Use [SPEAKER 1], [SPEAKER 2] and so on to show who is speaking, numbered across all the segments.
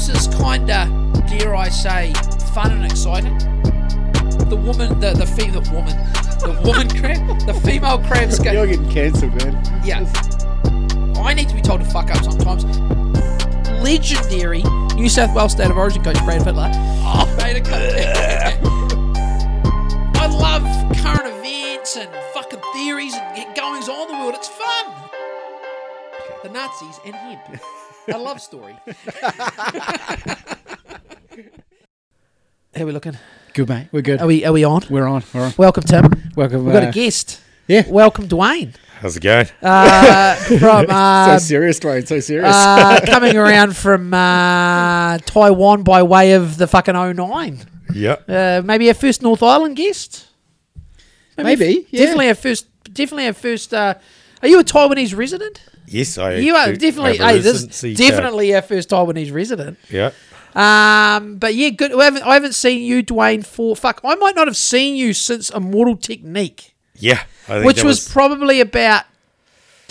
[SPEAKER 1] kinda, dare I say, fun and exciting. The woman, the the fe- the woman, the woman crab, the female crab's go.
[SPEAKER 2] You're getting cancelled, man.
[SPEAKER 1] Yeah. I need to be told to fuck up sometimes. Legendary New South Wales State of Origin coach Brad Fiddler made a cut. I love current events and fucking theories and goings on in the world. It's fun. The Nazis and hemp. a love story. How we looking?
[SPEAKER 2] Good, mate. We're good.
[SPEAKER 1] Are we are we on?
[SPEAKER 2] We're on. We're on.
[SPEAKER 1] Welcome, Tim.
[SPEAKER 2] Welcome.
[SPEAKER 1] We've got
[SPEAKER 2] uh,
[SPEAKER 1] a guest.
[SPEAKER 2] yeah.
[SPEAKER 1] Welcome, Dwayne.
[SPEAKER 3] How's it going?
[SPEAKER 1] Uh, from uh,
[SPEAKER 2] so serious, Dwayne. So serious.
[SPEAKER 1] uh, coming around from uh, Taiwan by way of the fucking 09.
[SPEAKER 3] Yeah.
[SPEAKER 1] Uh, maybe our first North Island guest.
[SPEAKER 2] Maybe,
[SPEAKER 1] f-
[SPEAKER 2] yeah.
[SPEAKER 1] Definitely our first. Definitely our first. Uh, are you a Taiwanese resident?
[SPEAKER 3] Yes, I.
[SPEAKER 1] You are
[SPEAKER 3] do
[SPEAKER 1] definitely.
[SPEAKER 3] have a
[SPEAKER 1] Hey, this
[SPEAKER 3] residency
[SPEAKER 1] is
[SPEAKER 3] card.
[SPEAKER 1] definitely our first Taiwanese resident.
[SPEAKER 3] Yeah.
[SPEAKER 1] Um, but yeah, good. I haven't, I haven't seen you, Dwayne, for fuck. I might not have seen you since Immortal Technique,
[SPEAKER 3] Yeah. I think
[SPEAKER 1] which
[SPEAKER 3] that
[SPEAKER 1] was probably about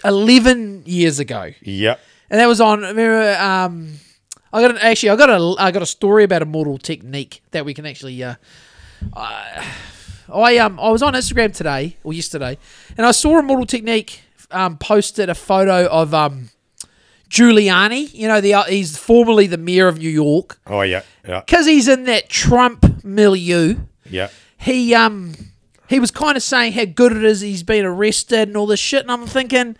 [SPEAKER 1] eleven years ago.
[SPEAKER 3] yeah.
[SPEAKER 1] and that was on. Remember, um, I got an, actually, I got a, I got a story about immortal technique that we can actually. Uh, I, I um, I was on Instagram today or yesterday, and I saw immortal technique um, posted a photo of um, Giuliani. You know, the uh, he's formerly the mayor of New York
[SPEAKER 3] Oh yeah. Yeah.
[SPEAKER 1] because he's in that Trump milieu.
[SPEAKER 3] Yeah.
[SPEAKER 1] He um. He was kind of saying how good it is he's been arrested and all this shit, and I'm thinking,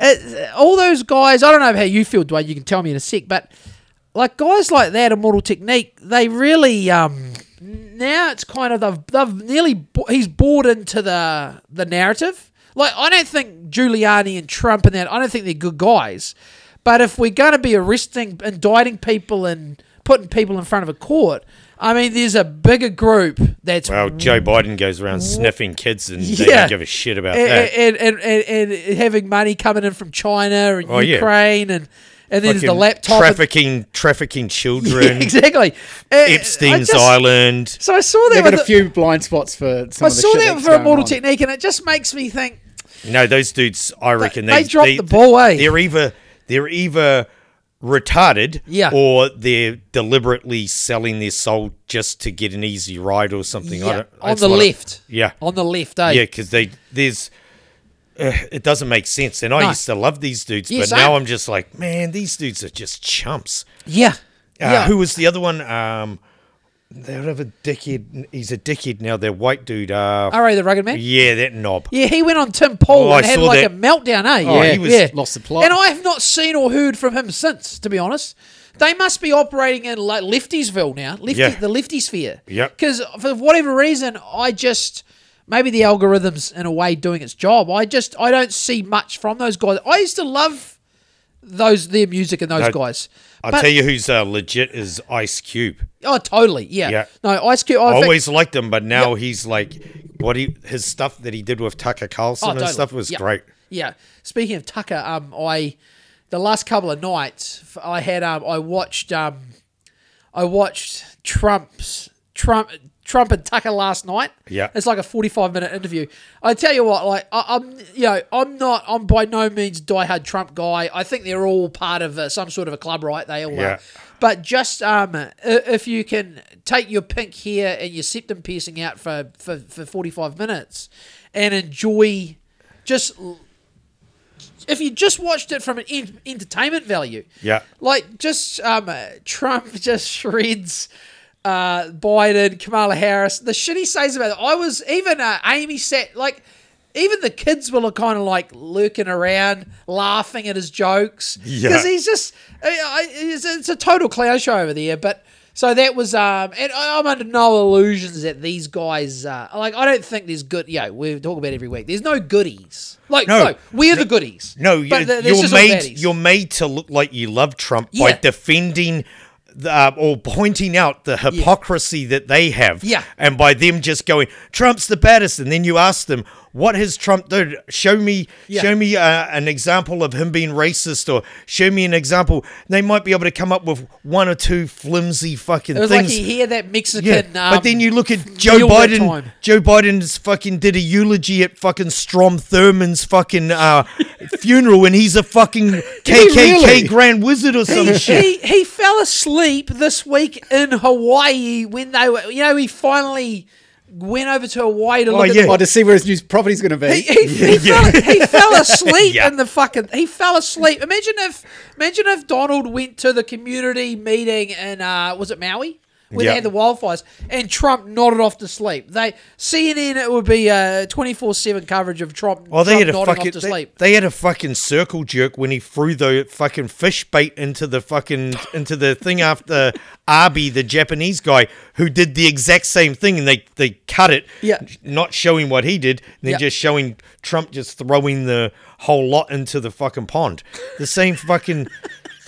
[SPEAKER 1] eh, all those guys, I don't know how you feel, Dwayne, you can tell me in a sec, but like guys like that, Immortal Technique, they really, um, now it's kind of, they've, they've nearly, bo- he's bought into the, the narrative. Like, I don't think Giuliani and Trump and that, I don't think they're good guys. But if we're going to be arresting, indicting people and putting people in front of a court, I mean, there's a bigger group that's
[SPEAKER 3] Well, Joe Biden goes around sniffing kids, and they
[SPEAKER 1] Mm. Yeah.
[SPEAKER 3] don't give a shit about that.
[SPEAKER 1] and, and, and, and having money coming in from China and
[SPEAKER 3] Oh, yeah.
[SPEAKER 1] Ukraine and and then there's the
[SPEAKER 3] Fucking
[SPEAKER 1] laptop and-
[SPEAKER 3] trafficking, trafficking
[SPEAKER 1] Yeah,
[SPEAKER 3] children.
[SPEAKER 1] exactly Uh, I
[SPEAKER 3] Epstein's
[SPEAKER 1] just-
[SPEAKER 3] Island.
[SPEAKER 1] So I saw that.
[SPEAKER 2] They've got
[SPEAKER 1] With the,
[SPEAKER 2] a few blind spots for some
[SPEAKER 1] I
[SPEAKER 2] of the
[SPEAKER 1] saw
[SPEAKER 2] shit
[SPEAKER 1] that
[SPEAKER 2] that's
[SPEAKER 1] for
[SPEAKER 2] going
[SPEAKER 1] Immortal
[SPEAKER 2] on.
[SPEAKER 1] Technique, and it just makes me think.
[SPEAKER 3] No, those dudes. I reckon
[SPEAKER 1] they
[SPEAKER 3] they,
[SPEAKER 1] dropped
[SPEAKER 3] they-
[SPEAKER 1] the ball, eh?
[SPEAKER 3] They're either they're either retarded,
[SPEAKER 1] Yeah.
[SPEAKER 3] or they're deliberately selling their soul just to get an easy ride or something. I
[SPEAKER 1] yeah,
[SPEAKER 3] don't,
[SPEAKER 1] on
[SPEAKER 3] that's
[SPEAKER 1] the
[SPEAKER 3] what I-
[SPEAKER 1] left.
[SPEAKER 3] yeah.
[SPEAKER 1] On the left, eh?
[SPEAKER 3] Yeah, because they there's uh, it doesn't make sense. And I
[SPEAKER 1] No.
[SPEAKER 3] used to love these dudes,
[SPEAKER 1] Yeah,
[SPEAKER 3] but
[SPEAKER 1] same.
[SPEAKER 3] now I'm just like, man, these dudes are just chumps.
[SPEAKER 1] Yeah.
[SPEAKER 3] Uh,
[SPEAKER 1] yeah.
[SPEAKER 3] Who was the other one? Um, they have a dickhead. He's a dickhead now. That white dude. Uh,
[SPEAKER 1] All right, the rugged man. Yeah.
[SPEAKER 3] yeah, that knob.
[SPEAKER 1] he went on Tim Paul
[SPEAKER 3] Oh, I
[SPEAKER 1] and had
[SPEAKER 3] saw
[SPEAKER 1] like
[SPEAKER 3] that.
[SPEAKER 1] a meltdown, eh?
[SPEAKER 3] Oh,
[SPEAKER 1] yeah,
[SPEAKER 3] he was-
[SPEAKER 1] yeah.
[SPEAKER 2] lost the plot.
[SPEAKER 1] And I have not seen or heard from him since, to be honest. They must be operating in like Leftiesville now, lefty,
[SPEAKER 3] Yeah.
[SPEAKER 1] the Lefty sphere.
[SPEAKER 3] Yep.
[SPEAKER 1] Because for whatever reason, I just maybe the algorithms in a way doing its job. I just I don't see much from those guys. I used to love those their music and those
[SPEAKER 3] No,
[SPEAKER 1] guys.
[SPEAKER 3] I'll
[SPEAKER 1] But-
[SPEAKER 3] tell you who's uh, legit is Ice Cube.
[SPEAKER 1] Oh, totally. Yeah.
[SPEAKER 3] Yeah.
[SPEAKER 1] No, Ice Cube. I
[SPEAKER 3] I
[SPEAKER 1] think-
[SPEAKER 3] always liked him, but now he's like what he his stuff that he did with Tucker Carlson
[SPEAKER 1] Oh,
[SPEAKER 3] and
[SPEAKER 1] totally.
[SPEAKER 3] stuff was
[SPEAKER 1] Yeah.
[SPEAKER 3] great.
[SPEAKER 1] Yeah. Speaking of Tucker, um, I the last couple of nights f- I had um, I watched um, I watched Trump's Trump Trump and Tucker last night.
[SPEAKER 3] Yeah.
[SPEAKER 1] it's like a forty-five minute interview. I tell you what, like I, I'm, you know, I'm not, I'm by no means diehard Trump guy. I think they're all part of uh, some sort of a club, right? They all
[SPEAKER 3] Yeah.
[SPEAKER 1] are. But just um, i- if you can take your pink hair and your septum piercing out for for, for forty-five minutes, and enjoy just if you just watched it from an en- entertainment value.
[SPEAKER 3] Yeah.
[SPEAKER 1] Like just um, uh, Trump just shreds uh, Biden, Kamala Harris. The shit he says about it. I was even uh, Amy said like. Even the kids were kind of like lurking around, laughing at his jokes
[SPEAKER 3] Yeah.
[SPEAKER 1] because he's just I, I, it's, it's a total clown show over there. But so that was um, and I, I'm under no illusions that these guys uh, like I don't think there's good. Yeah, we talk about it every week. There's no goodies. Like
[SPEAKER 3] No.
[SPEAKER 1] no, we're the goodies.
[SPEAKER 3] No,
[SPEAKER 1] But
[SPEAKER 3] you,
[SPEAKER 1] th- there's
[SPEAKER 3] you're
[SPEAKER 1] just all
[SPEAKER 3] made
[SPEAKER 1] baddies.
[SPEAKER 3] you're made to look like you love Trump by
[SPEAKER 1] Yeah.
[SPEAKER 3] defending the, uh, or pointing out the hypocrisy that they have.
[SPEAKER 1] Yeah.
[SPEAKER 3] and by them just going Trump's the baddest, and then you ask them what has Trump done? Show me,
[SPEAKER 1] Yeah.
[SPEAKER 3] show me uh, an example of him being racist, or show me an example. They might be able to come up with one or two flimsy fucking
[SPEAKER 1] It was
[SPEAKER 3] things.
[SPEAKER 1] like you hear that Mexican.
[SPEAKER 3] yeah,
[SPEAKER 1] um,
[SPEAKER 3] but then you look at Joe
[SPEAKER 1] meal that
[SPEAKER 3] Biden.
[SPEAKER 1] time.
[SPEAKER 3] Joe Biden's fucking did a eulogy at fucking Strom Thurmond's fucking uh, funeral, and he's a fucking KKK
[SPEAKER 2] really?
[SPEAKER 3] Grand Wizard or some
[SPEAKER 1] he,
[SPEAKER 3] shit.
[SPEAKER 1] he, he fell sleep this week in Hawaii when they were, you know, he finally went over to Hawaii to
[SPEAKER 3] Oh,
[SPEAKER 1] look at
[SPEAKER 3] yeah.
[SPEAKER 1] the
[SPEAKER 2] Oh, to see where his new property's going to be.
[SPEAKER 1] he, he, he, fell, he fell asleep
[SPEAKER 3] Yeah.
[SPEAKER 1] in the fucking. He fell asleep. Imagine if, imagine if Donald went to the community meeting in uh, was it Maui where
[SPEAKER 3] Yeah.
[SPEAKER 1] they had the wildfires, and Trump nodded off to sleep. They CNN it would be uh twenty four seven coverage of Trump.
[SPEAKER 3] Oh, they
[SPEAKER 1] Trump
[SPEAKER 3] had a
[SPEAKER 1] nodding
[SPEAKER 3] fucking
[SPEAKER 1] off to
[SPEAKER 3] they,
[SPEAKER 1] sleep.
[SPEAKER 3] they had a fucking circle jerk when he threw the fucking fish bait into the fucking into the thing after Arby, the Japanese guy who did the exact same thing, and they they cut it,
[SPEAKER 1] Yeah.
[SPEAKER 3] not showing what he did, and then
[SPEAKER 1] Yeah.
[SPEAKER 3] just showing Trump just throwing the whole lot into the fucking pond, the same fucking.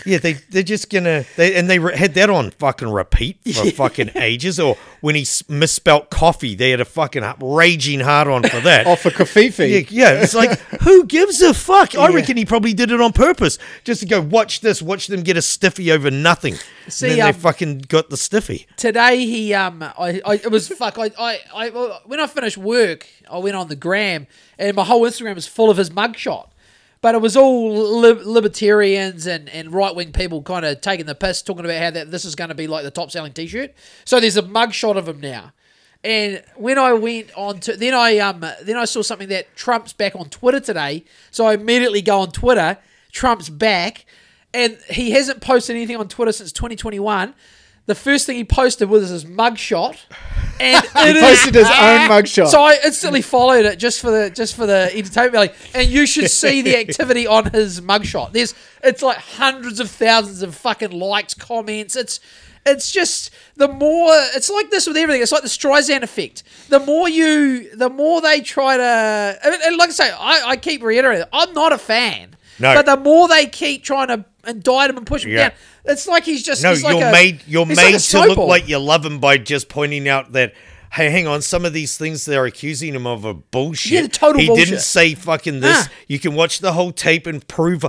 [SPEAKER 3] Yeah, they they're just gonna they and they re- had that on fucking repeat for fucking ages. Or when he s- misspelt coffee, they had a fucking raging hard on for that.
[SPEAKER 2] Oh, for Kafifi.
[SPEAKER 3] Yeah, yeah, it's like who gives a fuck? I reckon he probably did it on purpose just to go watch this, watch them get a stiffy over nothing.
[SPEAKER 1] See,
[SPEAKER 3] and then
[SPEAKER 1] um,
[SPEAKER 3] they fucking got the stiffy.
[SPEAKER 1] Today he um I, I it was fuck I, I I well, when I finished work I went on the gram and my whole Instagram was full of his mugshot, but it was all lib- libertarians and, and right wing people kind of taking the piss talking about how that this is going to be like the top selling t shirt. So there's a mugshot of him now, and when I went on to then I um then I saw something that Trump's back on Twitter today, so I immediately go on Twitter. Trump's back, and he hasn't posted anything on Twitter since 2021. The first thing he posted was his mugshot, and it
[SPEAKER 2] He
[SPEAKER 1] is-
[SPEAKER 2] posted his own mugshot.
[SPEAKER 1] So I instantly followed it just for the just for the entertainment value. And you should see the activity on his mugshot. There's it's like hundreds of thousands of fucking likes, comments. It's it's just the more it's like this with everything. It's like the Streisand effect. The more you, the more they try to. And and like I say, I, I keep reiterating, I'm not a fan.
[SPEAKER 3] No.
[SPEAKER 1] But the more they keep trying to indict him and push him
[SPEAKER 3] Yeah.
[SPEAKER 1] down, it's like he's just
[SPEAKER 3] No,
[SPEAKER 1] he's like
[SPEAKER 3] you're
[SPEAKER 1] a-
[SPEAKER 3] made you're
[SPEAKER 1] he's
[SPEAKER 3] made
[SPEAKER 1] like a
[SPEAKER 3] to
[SPEAKER 1] snowball.
[SPEAKER 3] look like you love him by just pointing out that hey, hang on, some of these things they're accusing him of are bullshit.
[SPEAKER 1] Yeah, total
[SPEAKER 3] he
[SPEAKER 1] bullshit.
[SPEAKER 3] didn't say fucking this.
[SPEAKER 1] Ah.
[SPEAKER 3] You can watch the whole tape and prove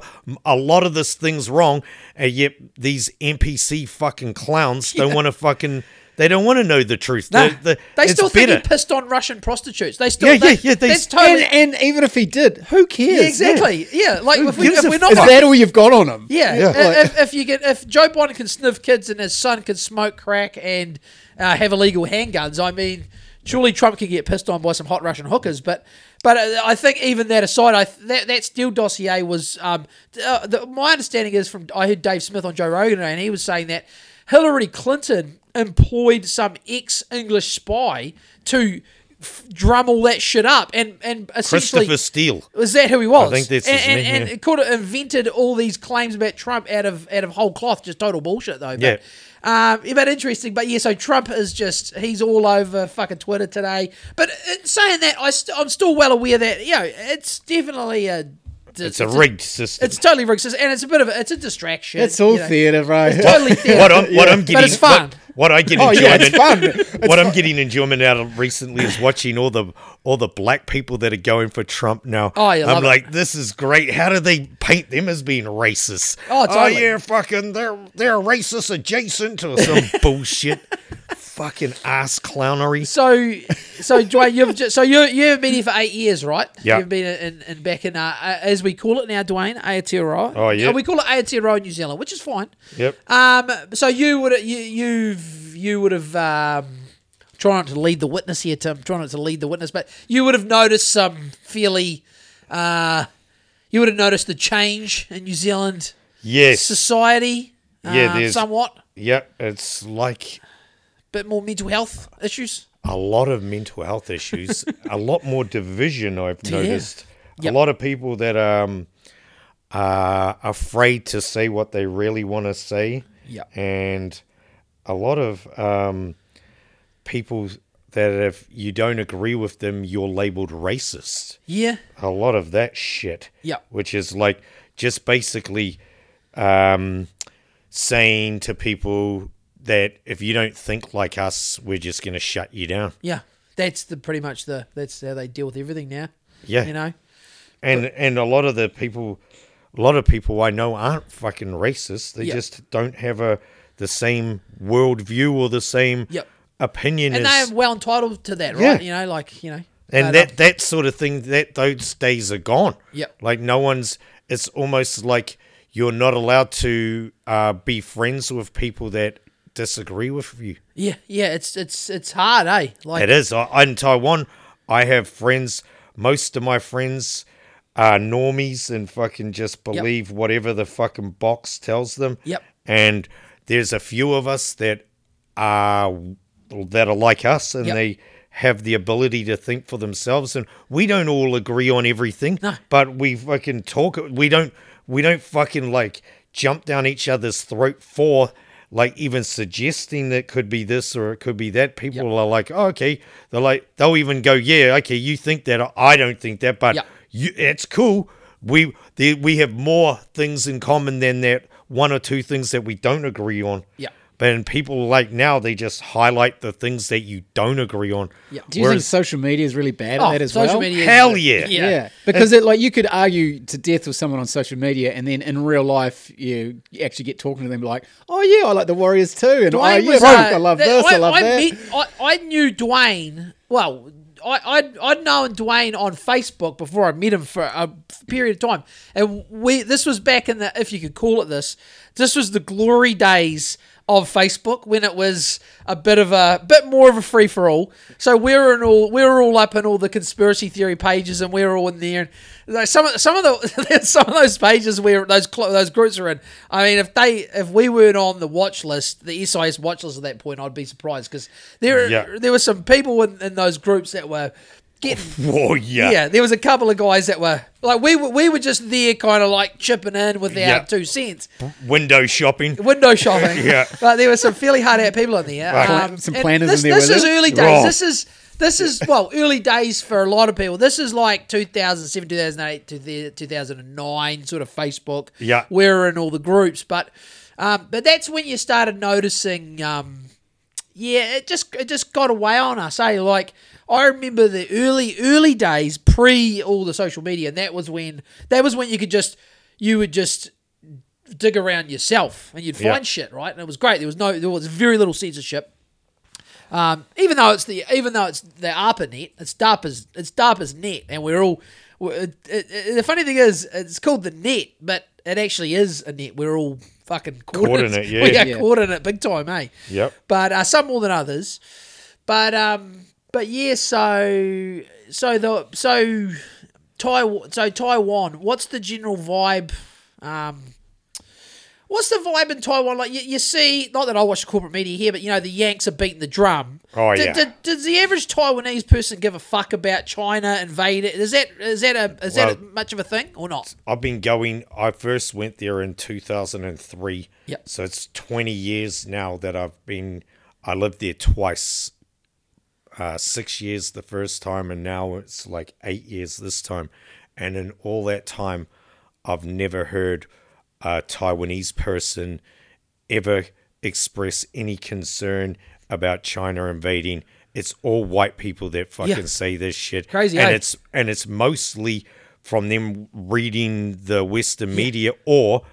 [SPEAKER 3] a lot of this thing's wrong, and yet these NPC fucking clowns don't want to fucking. They don't want to know the truth.
[SPEAKER 1] Nah.
[SPEAKER 3] The- the-
[SPEAKER 1] they
[SPEAKER 3] it's
[SPEAKER 1] still
[SPEAKER 3] better.
[SPEAKER 1] think he pissed on Russian prostitutes. They still,
[SPEAKER 3] Yeah,
[SPEAKER 1] they,
[SPEAKER 3] yeah, yeah, they-
[SPEAKER 1] that's totally,
[SPEAKER 2] and, and even if he did, who cares?
[SPEAKER 1] yeah, exactly. Yeah, like if, we,
[SPEAKER 3] gives
[SPEAKER 1] if
[SPEAKER 3] a
[SPEAKER 1] we're
[SPEAKER 3] fuck?
[SPEAKER 1] not,
[SPEAKER 2] Is that all you've got on him?
[SPEAKER 1] yeah, i-
[SPEAKER 3] Yeah.
[SPEAKER 2] Like-
[SPEAKER 1] If, if you get if Joe Biden can sniff kids and his son can smoke crack and uh, have illegal handguns, I mean, surely Trump can get pissed on by some hot Russian hookers. But but uh, I think even that aside, I th- that that Steele dossier was um, th- uh, the, my understanding is from I heard Dave Smith on Joe Rogan today, and he was saying that Hillary Clinton employed some ex English spy to. F- drum all that shit up and and essentially
[SPEAKER 3] Christopher Steele.
[SPEAKER 1] Was that who he was?
[SPEAKER 3] I think that's
[SPEAKER 1] and,
[SPEAKER 3] his
[SPEAKER 1] and,
[SPEAKER 3] name,
[SPEAKER 1] and
[SPEAKER 3] yeah.
[SPEAKER 1] it could have invented all these claims about Trump out of out of whole cloth, just total bullshit though. But,
[SPEAKER 3] Yeah.
[SPEAKER 1] Um, yeah, but interesting. But yeah, so Trump is just he's all over fucking Twitter today. But in saying that, I st- I'm still well aware that you know it's definitely a
[SPEAKER 3] It's a rigged system.
[SPEAKER 1] It's totally rigged, and it's a bit of a, it's a distraction.
[SPEAKER 2] It's all
[SPEAKER 1] you know.
[SPEAKER 2] theatre, bro.
[SPEAKER 1] Totally theatre.
[SPEAKER 3] what I'm what I'm
[SPEAKER 1] But
[SPEAKER 3] getting
[SPEAKER 1] it's fun.
[SPEAKER 3] What, what I get
[SPEAKER 2] Oh,
[SPEAKER 3] enjoyment
[SPEAKER 2] yeah, it's fun. It's
[SPEAKER 3] what I'm getting enjoyment out of recently is watching all the all the black people that are going for Trump now.
[SPEAKER 1] Oh, you
[SPEAKER 3] I'm
[SPEAKER 1] love it.
[SPEAKER 3] like, this is great. How do they paint them as being racist?
[SPEAKER 1] Oh, totally.
[SPEAKER 3] yeah, fucking they're they're racist adjacent or some bullshit. Fucking ass clownery.
[SPEAKER 1] So, so Dwayne, you've just, so you you've been here for eight years, right?
[SPEAKER 3] Yeah.
[SPEAKER 1] You've been in, in back in uh, as we call it now, Dwayne Aotearoa.
[SPEAKER 3] Oh, yeah.
[SPEAKER 1] Uh, We call it Aotearoa in New Zealand, which is fine.
[SPEAKER 3] Yep.
[SPEAKER 1] Um. So you would you you've you would have um. Try not to lead the witness here, Tim. Try not to lead the witness, but you would have noticed some fairly. Uh, you would have noticed the change in New Zealand
[SPEAKER 3] Yes.
[SPEAKER 1] society.
[SPEAKER 3] Yeah,
[SPEAKER 1] um,
[SPEAKER 3] there's-
[SPEAKER 1] somewhat.
[SPEAKER 3] Yep. It's like
[SPEAKER 1] Bit more mental health issues.
[SPEAKER 3] a lot of mental health issues, a lot more division. I've noticed
[SPEAKER 1] Yep.
[SPEAKER 3] a lot of people that um are afraid to say what they really want to say,
[SPEAKER 1] Yeah.
[SPEAKER 3] and a lot of um people that if you don't agree with them, you're labeled racist
[SPEAKER 1] Yeah.
[SPEAKER 3] a lot of that shit.
[SPEAKER 1] Yeah.
[SPEAKER 3] Which is like just basically um, saying to people that if you don't think like us, we're just going to shut you down.
[SPEAKER 1] Yeah, that's the pretty much the that's how they deal with everything now.
[SPEAKER 3] Yeah.
[SPEAKER 1] you know.
[SPEAKER 3] And and a lot of the people, a lot of people I know aren't fucking racist. They
[SPEAKER 1] Yeah.
[SPEAKER 3] just don't have a the same worldview or the same
[SPEAKER 1] Yep.
[SPEAKER 3] opinion
[SPEAKER 1] And
[SPEAKER 3] as
[SPEAKER 1] they are well entitled to that, right?
[SPEAKER 3] Yeah.
[SPEAKER 1] You know, like you know.
[SPEAKER 3] and
[SPEAKER 1] but,
[SPEAKER 3] that
[SPEAKER 1] um,
[SPEAKER 3] that sort of thing that those days are gone
[SPEAKER 1] Yep.
[SPEAKER 3] like no one's it's almost like you're not allowed to uh, be friends with people that disagree with you.
[SPEAKER 1] Yeah, yeah, it's it's it's hard, eh? Like
[SPEAKER 3] It is. I, in Taiwan, I have friends. Most of my friends are normies and fucking just believe whatever the fucking box tells them.
[SPEAKER 1] Yep.
[SPEAKER 3] And there's a few of us that are that are like us, and
[SPEAKER 1] Yep.
[SPEAKER 3] they have the ability to think for themselves. And we don't all agree on everything,
[SPEAKER 1] No.
[SPEAKER 3] but we fucking talk. We don't. We don't fucking like jump down each other's throat for like even suggesting that could be this or it could be that. People are like, oh, okay. They're like, they'll even go, yeah, okay, you think that. I don't think that, but
[SPEAKER 1] Yep.
[SPEAKER 3] you, it's cool. We the, we have more things in common than that one or two things that we don't agree on.
[SPEAKER 1] Yep.
[SPEAKER 3] But and people like now they just highlight the things that you don't agree on.
[SPEAKER 1] Yep.
[SPEAKER 2] Do you think social media is really bad at
[SPEAKER 1] oh,
[SPEAKER 2] that as
[SPEAKER 1] social
[SPEAKER 2] well?
[SPEAKER 1] media.
[SPEAKER 3] Hell yeah.
[SPEAKER 2] Yeah. because it like you could argue to death with someone on social media, and then in real life you actually get talking to them like, "Oh yeah, I like the Warriors too," and "Oh
[SPEAKER 1] Dwayne
[SPEAKER 2] yeah,
[SPEAKER 1] was,
[SPEAKER 2] bro,
[SPEAKER 1] uh,
[SPEAKER 2] I love
[SPEAKER 1] that-
[SPEAKER 2] this, I, love
[SPEAKER 1] I,
[SPEAKER 2] that."
[SPEAKER 1] met- I, I knew Dwayne. Well, I, I'd, I'd known Dwayne on Facebook before I met him for a period of time. And we this was back in the, if you could call it this, this was the glory days of Facebook when it was a bit of a bit more of a free for all. So we were in all we were all up in all the conspiracy theory pages and we were all in there. And like some of some of the some of those pages where those cl- those groups are in. I mean, if they if we weren't on the watch list, the SIS watch list at that point, I'd be surprised because there
[SPEAKER 3] Yeah.
[SPEAKER 1] there were some people in, in those groups that were getting
[SPEAKER 3] Whoa, yeah.
[SPEAKER 1] yeah, there was a couple of guys that were like we were, we were just there, kind of like chipping in with our
[SPEAKER 3] Yeah.
[SPEAKER 1] two cents,
[SPEAKER 3] Window shopping.
[SPEAKER 1] window shopping.
[SPEAKER 3] Yeah.
[SPEAKER 1] but there were some fairly hard out people in there. Um,
[SPEAKER 3] Right.
[SPEAKER 2] Some
[SPEAKER 1] and
[SPEAKER 2] planners
[SPEAKER 1] This,
[SPEAKER 2] in there
[SPEAKER 1] this
[SPEAKER 2] with
[SPEAKER 1] is
[SPEAKER 2] it.
[SPEAKER 1] early days.
[SPEAKER 3] Raw.
[SPEAKER 1] This is this is well early days for a lot of people. This is like 2007, 2008, 2000 2009 sort of Facebook.
[SPEAKER 3] Yeah.
[SPEAKER 1] we were in all the groups, but um, but that's when you started noticing. Um, yeah, it just it just got away on us, eh? Like I remember the early early days pre all the social media, and that was when that was when you could just you would just dig around yourself and you'd find
[SPEAKER 3] Yeah.
[SPEAKER 1] shit, right? And it was great. There was no there was very little censorship. Um, even though it's the even though it's the ARPA net, it's DARPA's it's DARPA's net, and we're all. we it, it, it- the funny thing is, it's called the net, but it actually is a net. We're all fucking caught,
[SPEAKER 3] Caught in it,
[SPEAKER 1] We
[SPEAKER 3] yeah.
[SPEAKER 1] are
[SPEAKER 2] Yeah.
[SPEAKER 1] caught in it big time, eh?
[SPEAKER 3] Yep.
[SPEAKER 1] But uh, some more than others. But um, but yeah. So so the so Taiwan. So Taiwan. What's the general vibe? Um, what's the vibe in Taiwan? Like you, you see, not that I watch the corporate media here, but you know the Yanks are beating the drum.
[SPEAKER 3] Oh,
[SPEAKER 1] Do-
[SPEAKER 3] yeah.
[SPEAKER 1] do- does the average Taiwanese person give a fuck about China invade it? Is that is that a is that a,
[SPEAKER 3] Well-
[SPEAKER 1] much of a thing or not?
[SPEAKER 3] I've been going. I first went there in 2003.
[SPEAKER 1] Yep.
[SPEAKER 3] So it's 20 years now that I've been. I lived there twice. Uh, six years the first time, and now it's like eight years this time. And in all that time, I've never heard a Taiwanese person ever express any concern about China invading. It's all white people that fucking say this shit.
[SPEAKER 1] Crazy,
[SPEAKER 3] and
[SPEAKER 1] eh?
[SPEAKER 3] it's and it's mostly from them reading the Western media or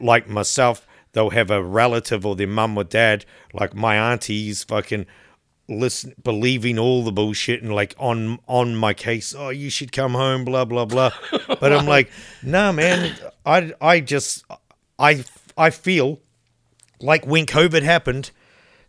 [SPEAKER 3] like myself, they'll have a relative or their mum or dad, like my aunties, fucking listen believing all the bullshit and like on on my case oh you should come home blah blah blah but i'm like nah man i i just i i feel like when COVID happened,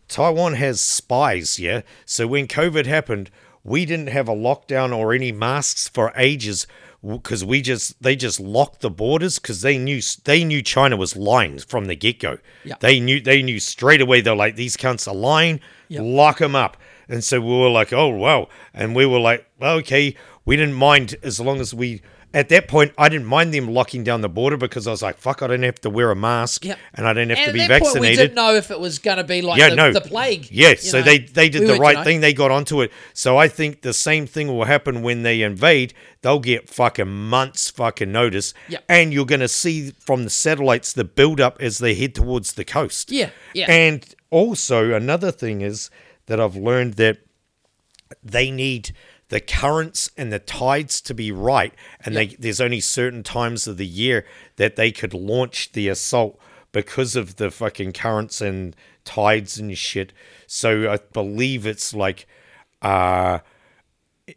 [SPEAKER 3] Taiwan has spies, yeah? So when COVID happened, we didn't have a lockdown or any masks for ages because we just they just locked the borders because they knew they knew China was lying from the get go.
[SPEAKER 1] Yeah.
[SPEAKER 3] They knew they knew straight away they're like these cunts are lying, lock them up. And so we were like, oh wow, and we were like, okay, we didn't mind as long as we. At that point, I didn't mind them locking down the border because I was like, fuck, I didn't have to wear a mask
[SPEAKER 1] Yep.
[SPEAKER 3] and I didn't have
[SPEAKER 1] And
[SPEAKER 3] to
[SPEAKER 1] at
[SPEAKER 3] be
[SPEAKER 1] that point, we
[SPEAKER 3] vaccinated.
[SPEAKER 1] didn't know if it was going to be like
[SPEAKER 3] Yeah,
[SPEAKER 1] the,
[SPEAKER 3] no.
[SPEAKER 1] the plague.
[SPEAKER 3] Yeah,
[SPEAKER 1] you
[SPEAKER 3] so
[SPEAKER 1] know.
[SPEAKER 3] they they did
[SPEAKER 1] We
[SPEAKER 3] the
[SPEAKER 1] weren't
[SPEAKER 3] right
[SPEAKER 1] gonna know.
[SPEAKER 3] thing. They got onto it. So I think the same thing will happen when they invade. They'll get fucking months fucking notice.
[SPEAKER 1] Yeah.
[SPEAKER 3] And you're going to see from the satellites the build up as they head towards the coast.
[SPEAKER 1] Yeah, yeah.
[SPEAKER 3] And also another thing is that I've learned that they need the currents and the tides to be right and they, there's only certain times of the year that they could launch the assault because of the fucking currents and tides and shit so i believe it's like uh